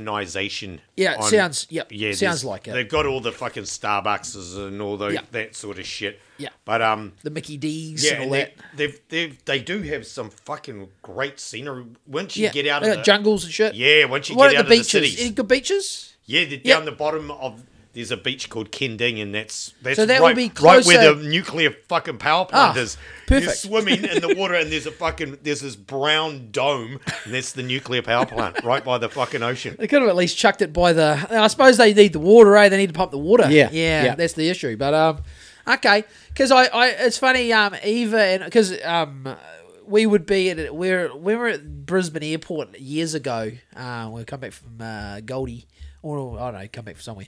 [SPEAKER 3] Americanization."
[SPEAKER 1] Yeah, it sounds- yep, sounds
[SPEAKER 3] there's-
[SPEAKER 1] like it.
[SPEAKER 3] They've got all the fucking Starbuckses and all those
[SPEAKER 1] Yeah.
[SPEAKER 3] that sort of shit.
[SPEAKER 1] Yeah.
[SPEAKER 3] but um,
[SPEAKER 1] the Mickey D's
[SPEAKER 3] yeah,
[SPEAKER 1] and all
[SPEAKER 3] and
[SPEAKER 1] that.
[SPEAKER 3] they, they've, they've, they do have some fucking great scenery. Once you
[SPEAKER 1] yeah,
[SPEAKER 3] get out
[SPEAKER 1] they
[SPEAKER 3] of
[SPEAKER 1] got
[SPEAKER 3] the,
[SPEAKER 1] jungles and shit.
[SPEAKER 3] Yeah, once you
[SPEAKER 1] What
[SPEAKER 3] get
[SPEAKER 1] about
[SPEAKER 3] out
[SPEAKER 1] the
[SPEAKER 3] of the
[SPEAKER 1] beaches?
[SPEAKER 3] cities.
[SPEAKER 1] Any good beaches?
[SPEAKER 3] Yeah, the,
[SPEAKER 1] Yeah.
[SPEAKER 3] down the bottom of there's a beach called Kending, and that's that's
[SPEAKER 1] So that
[SPEAKER 3] right,
[SPEAKER 1] will be
[SPEAKER 3] right where the
[SPEAKER 1] closer-
[SPEAKER 3] nuclear fucking power plant
[SPEAKER 1] Ah,
[SPEAKER 3] is. You're
[SPEAKER 1] perfect.
[SPEAKER 3] swimming in the water, and there's a fucking there's this brown dome, and that's the nuclear power plant right by the fucking ocean.
[SPEAKER 1] They could have at least chucked it by the. I suppose they need the water, eh? They need to pump the water.
[SPEAKER 2] Yeah,
[SPEAKER 1] yeah,
[SPEAKER 2] yeah.
[SPEAKER 1] that's the issue. But um, okay, because I, I, it's funny. Um, Eva and because um, we would be at we're we were at Brisbane Airport years ago. Uh, we come back from uh, Goldie. Or, I don't know, come back from somewhere.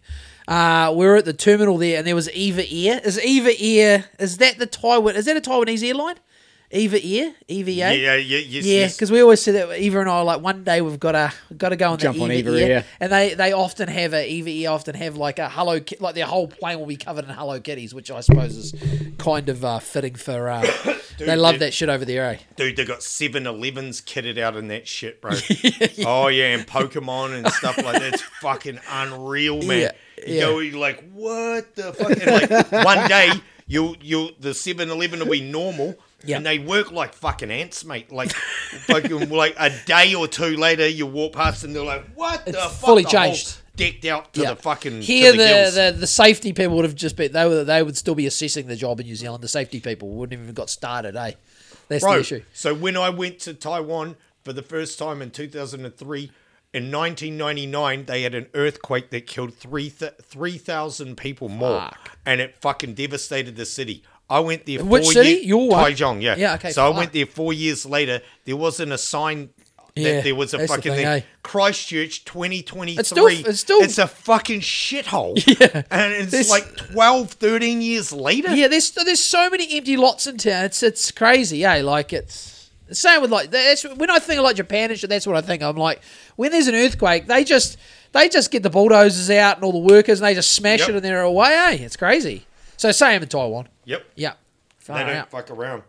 [SPEAKER 1] Uh, we were at the terminal there, and there was Eva Air. Is Eva Air? Is that the Taiwan? Is that a Taiwanese airline? Eva Air, EVA.
[SPEAKER 3] Yeah, yeah, yeah, yes,
[SPEAKER 1] Yeah,
[SPEAKER 3] yes.
[SPEAKER 1] because we always say that Eva and I are like one day we've got to got to go on
[SPEAKER 2] Jump
[SPEAKER 1] the
[SPEAKER 2] on
[SPEAKER 1] Eva,
[SPEAKER 2] Eva
[SPEAKER 1] Air,
[SPEAKER 2] Air.
[SPEAKER 1] and they they often have a Eva Air often have like a Hello Ki- like their whole plane will be covered in Hello Kitties, which I suppose is kind of uh, fitting for. Uh, they love
[SPEAKER 3] dude.
[SPEAKER 1] that shit over there, eh?
[SPEAKER 3] dude, they got Seven Elevens kitted out in that shit, bro. Oh yeah, and Pokemon and stuff like that. It's fucking unreal, man.
[SPEAKER 1] Yeah,
[SPEAKER 3] you
[SPEAKER 1] yeah.
[SPEAKER 3] go, you're like, what the fuck? And like one day you'll you'll the Seven Eleven will be normal.
[SPEAKER 1] Yeah.
[SPEAKER 3] And they work like fucking ants, mate. Like, fucking, like a day or two later, you walk past and they're like, "What the
[SPEAKER 1] It's
[SPEAKER 3] fuck?"
[SPEAKER 1] fully
[SPEAKER 3] The whole
[SPEAKER 1] changed.
[SPEAKER 3] decked out to
[SPEAKER 1] Yeah.
[SPEAKER 3] the fucking
[SPEAKER 1] Here,
[SPEAKER 3] to the, gills.
[SPEAKER 1] the, the, the safety people would have just been they were they would still be assessing the job in New Zealand. The safety people wouldn't even have got started, eh? That's
[SPEAKER 3] Bro,
[SPEAKER 1] the issue.
[SPEAKER 3] So when I went to Taiwan for the first time in 2003, in 1999, they had an earthquake that killed three th- 3,000 people more. And it fucking devastated the city. I went there
[SPEAKER 1] Which
[SPEAKER 3] four
[SPEAKER 1] city?
[SPEAKER 3] years.
[SPEAKER 1] Your one?
[SPEAKER 3] Taichung, yeah.
[SPEAKER 1] Yeah, okay,
[SPEAKER 3] So I
[SPEAKER 1] fuck.
[SPEAKER 3] went there four years later. There wasn't a sign that
[SPEAKER 1] Yeah,
[SPEAKER 3] there was a
[SPEAKER 1] that's the
[SPEAKER 3] fucking
[SPEAKER 1] thing, eh?
[SPEAKER 3] thing. Christchurch 2023.
[SPEAKER 1] It's still- it's still-
[SPEAKER 3] it's a fucking shithole. Yeah. And it's
[SPEAKER 1] This-
[SPEAKER 3] like 12, 13 years later.
[SPEAKER 1] Yeah, there's there's so many empty lots in town. It's it's crazy, eh? Like it's the same with like that's when I think of like Japan and shit. That's what I think. I'm like when there's an earthquake, they just they just get the bulldozers out and all the workers and they just smash
[SPEAKER 3] Yep.
[SPEAKER 1] it and they're away. Eh? It's crazy. So same in Taiwan.
[SPEAKER 3] Yep.
[SPEAKER 1] Yeah.
[SPEAKER 3] They
[SPEAKER 1] Far
[SPEAKER 3] don't
[SPEAKER 1] out.
[SPEAKER 3] fuck around.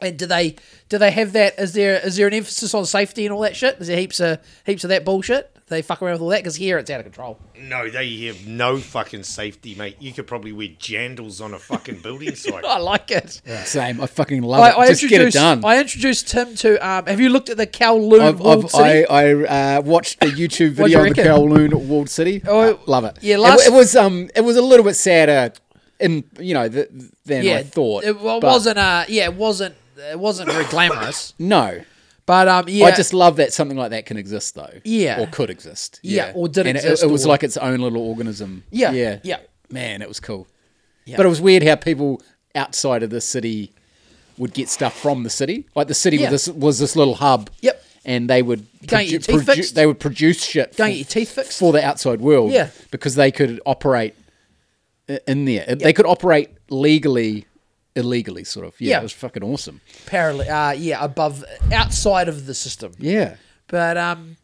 [SPEAKER 1] And do they do they have that? Is there is there an emphasis on safety and all that shit? Is there heaps of heaps of that bullshit? they fuck around with all that because here it's out of control.
[SPEAKER 3] No, they have no fucking safety, mate. You could probably wear jandals on a fucking building site.
[SPEAKER 1] I like it.
[SPEAKER 2] Same. I fucking love
[SPEAKER 1] I,
[SPEAKER 2] it.
[SPEAKER 1] I
[SPEAKER 2] Just get it
[SPEAKER 1] introduced.
[SPEAKER 2] done.
[SPEAKER 1] I introduced Tim to. Um, have you looked at the Kowloon
[SPEAKER 2] I've,
[SPEAKER 1] walled
[SPEAKER 2] I've,
[SPEAKER 1] city?
[SPEAKER 2] I, I uh, watched a YouTube
[SPEAKER 1] What'd you
[SPEAKER 2] video of the
[SPEAKER 1] reckon?
[SPEAKER 2] Kowloon walled city.
[SPEAKER 1] Oh,
[SPEAKER 2] Uh, love it.
[SPEAKER 1] yeah,
[SPEAKER 2] It
[SPEAKER 1] last-
[SPEAKER 2] wa- it, was um, it was a little bit sadder, in you know, th- than
[SPEAKER 1] yeah,
[SPEAKER 2] I thought.
[SPEAKER 1] it well, it
[SPEAKER 2] but
[SPEAKER 1] wasn't. Uh, yeah, it wasn't. It wasn't very glamorous.
[SPEAKER 2] No,
[SPEAKER 1] But um, yeah,
[SPEAKER 2] I just love that something like that can exist though.
[SPEAKER 1] Yeah.
[SPEAKER 2] or could exist.
[SPEAKER 1] Yeah, or did
[SPEAKER 2] and it-
[SPEAKER 1] exist
[SPEAKER 2] It, was
[SPEAKER 1] or-
[SPEAKER 2] like its own little organism.
[SPEAKER 1] Yeah,
[SPEAKER 2] yeah,
[SPEAKER 1] yeah.
[SPEAKER 2] Man, it was cool. But it was weird how people outside of the city would get stuff from the city. Like the city
[SPEAKER 1] Yeah.
[SPEAKER 2] was this was this little hub.
[SPEAKER 1] Yep.
[SPEAKER 2] And they would
[SPEAKER 1] Go and get your teeth fixed.
[SPEAKER 2] they would produce shit.
[SPEAKER 1] Go and get
[SPEAKER 2] for-
[SPEAKER 1] your teeth fixed.
[SPEAKER 2] for the outside world.
[SPEAKER 1] Yeah.
[SPEAKER 2] because they could operate i- in there. They could operate legally, illegally, sort of. Yeah,
[SPEAKER 1] Yeah.
[SPEAKER 2] it was fucking awesome.
[SPEAKER 1] parallel. Uh, yeah, above, outside of the system.
[SPEAKER 2] Yeah.
[SPEAKER 1] But um,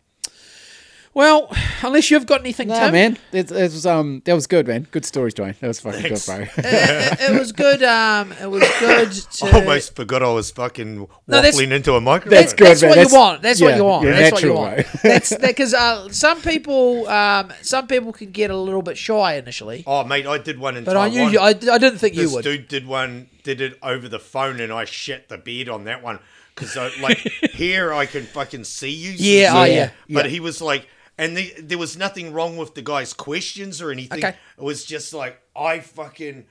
[SPEAKER 1] well, unless you've got anything,
[SPEAKER 2] No
[SPEAKER 1] Tim,
[SPEAKER 2] man, it, it was um that was good man. Good stories, Dwayne. That was fucking good, bro.
[SPEAKER 1] It, it- it was good. Um, it was good. To,
[SPEAKER 3] I almost forgot I was fucking
[SPEAKER 1] No, that's-
[SPEAKER 3] waffling into a microphone.
[SPEAKER 1] That's,
[SPEAKER 2] good,
[SPEAKER 1] that's
[SPEAKER 2] man.
[SPEAKER 1] what
[SPEAKER 2] Oh That's-
[SPEAKER 1] you want. That's what
[SPEAKER 2] yeah,
[SPEAKER 1] you want.
[SPEAKER 2] yeah,
[SPEAKER 1] that's what you
[SPEAKER 2] natural,
[SPEAKER 1] want.
[SPEAKER 2] right?
[SPEAKER 1] That's because uh, some people, um, some people can get a little bit shy initially.
[SPEAKER 3] Oh, mate, I did one in
[SPEAKER 1] But I
[SPEAKER 3] Taiwan.
[SPEAKER 1] knew you. I, I didn't think
[SPEAKER 3] this
[SPEAKER 1] you would.
[SPEAKER 3] dude did one, did it over the phone, and I shit the bed on that one because like here I can fucking see you.
[SPEAKER 1] Yeah,
[SPEAKER 3] Susan,
[SPEAKER 1] oh, yeah,
[SPEAKER 3] But
[SPEAKER 1] yeah.
[SPEAKER 3] he was like, and the, there was nothing wrong with the guy's questions or anything.
[SPEAKER 1] Okay.
[SPEAKER 3] It was just like I fucking,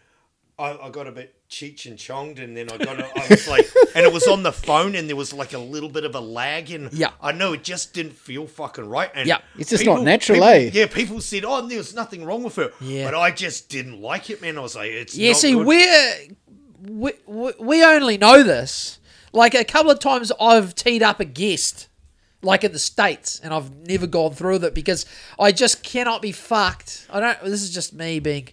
[SPEAKER 3] I, I got a bit cheech and chonged, and then I got, a, I was like, and it was on the phone, and there was like a little bit of a lag, and
[SPEAKER 1] Yeah.
[SPEAKER 3] I know it just didn't feel fucking right, and
[SPEAKER 1] Yeah.
[SPEAKER 2] It's just not natural,
[SPEAKER 3] people-
[SPEAKER 2] eh?
[SPEAKER 3] Yeah, people said, oh, there was nothing wrong with her,
[SPEAKER 1] Yeah.
[SPEAKER 3] but I just didn't like it, man. I was like, it's
[SPEAKER 1] Yeah.
[SPEAKER 3] not
[SPEAKER 1] See,
[SPEAKER 3] good.
[SPEAKER 1] we're, we we we only know this. Like a couple of times, I've teed up a guest, like in the states, and I've never gone through with it because I just cannot be fucked. I don't. This is just me being.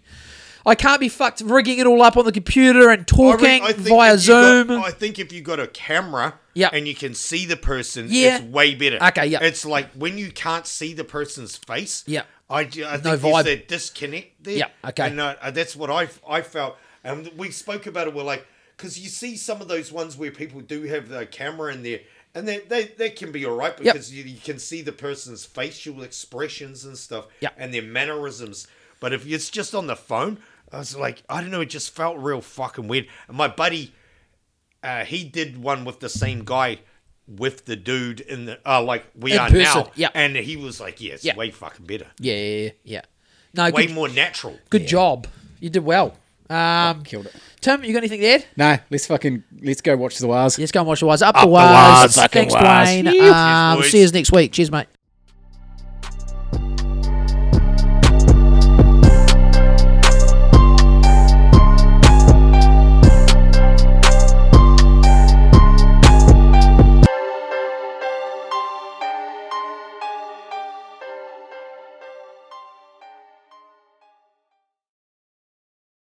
[SPEAKER 1] I can't be fucked rigging it all up on the computer and
[SPEAKER 3] I re-
[SPEAKER 1] talking
[SPEAKER 3] I think
[SPEAKER 1] via
[SPEAKER 3] if you got-
[SPEAKER 1] Zoom.
[SPEAKER 3] I think if you got a camera
[SPEAKER 1] Yeah.
[SPEAKER 3] and you can see the person,
[SPEAKER 1] Yeah.
[SPEAKER 3] it's way better.
[SPEAKER 1] Okay, yeah.
[SPEAKER 3] It's like when you can't see the person's face.
[SPEAKER 1] Yeah.
[SPEAKER 3] I, ju- I think
[SPEAKER 1] No vibe.
[SPEAKER 3] there's that disconnect there.
[SPEAKER 1] Yeah, okay.
[SPEAKER 3] And uh, uh, that's what I I felt. And we spoke about it. We're like, because you see some of those ones where people do have the camera in there. And they, they, they can be all right because you, you can see the person's facial expressions and stuff
[SPEAKER 1] Yeah.
[SPEAKER 3] and their mannerisms. But if it's just on the phone, I was like, I don't know, it just felt real fucking weird. And my buddy, uh, he did one with the same guy with the dude in the uh, like we
[SPEAKER 1] In
[SPEAKER 3] are
[SPEAKER 1] person,
[SPEAKER 3] now,
[SPEAKER 1] yeah.
[SPEAKER 3] And he was like, "Yeah, it's
[SPEAKER 1] Yeah.
[SPEAKER 3] way fucking better,
[SPEAKER 1] Yeah, yeah, yeah, yeah. No,
[SPEAKER 3] way
[SPEAKER 1] good,
[SPEAKER 3] more natural."
[SPEAKER 1] good job. You did well. Um,
[SPEAKER 2] Killed it.
[SPEAKER 1] Tim, you got anything there?
[SPEAKER 2] Nah, let's fucking let's go watch the Waz.
[SPEAKER 1] Yes, go and watch the wires. Up, the
[SPEAKER 2] Up the
[SPEAKER 1] wires.
[SPEAKER 2] Wires, fucking
[SPEAKER 1] Thanks,
[SPEAKER 2] wires.
[SPEAKER 1] Dwayne.
[SPEAKER 2] Cheers,
[SPEAKER 1] Um,
[SPEAKER 3] boys.
[SPEAKER 1] see you next week. Cheers, mate.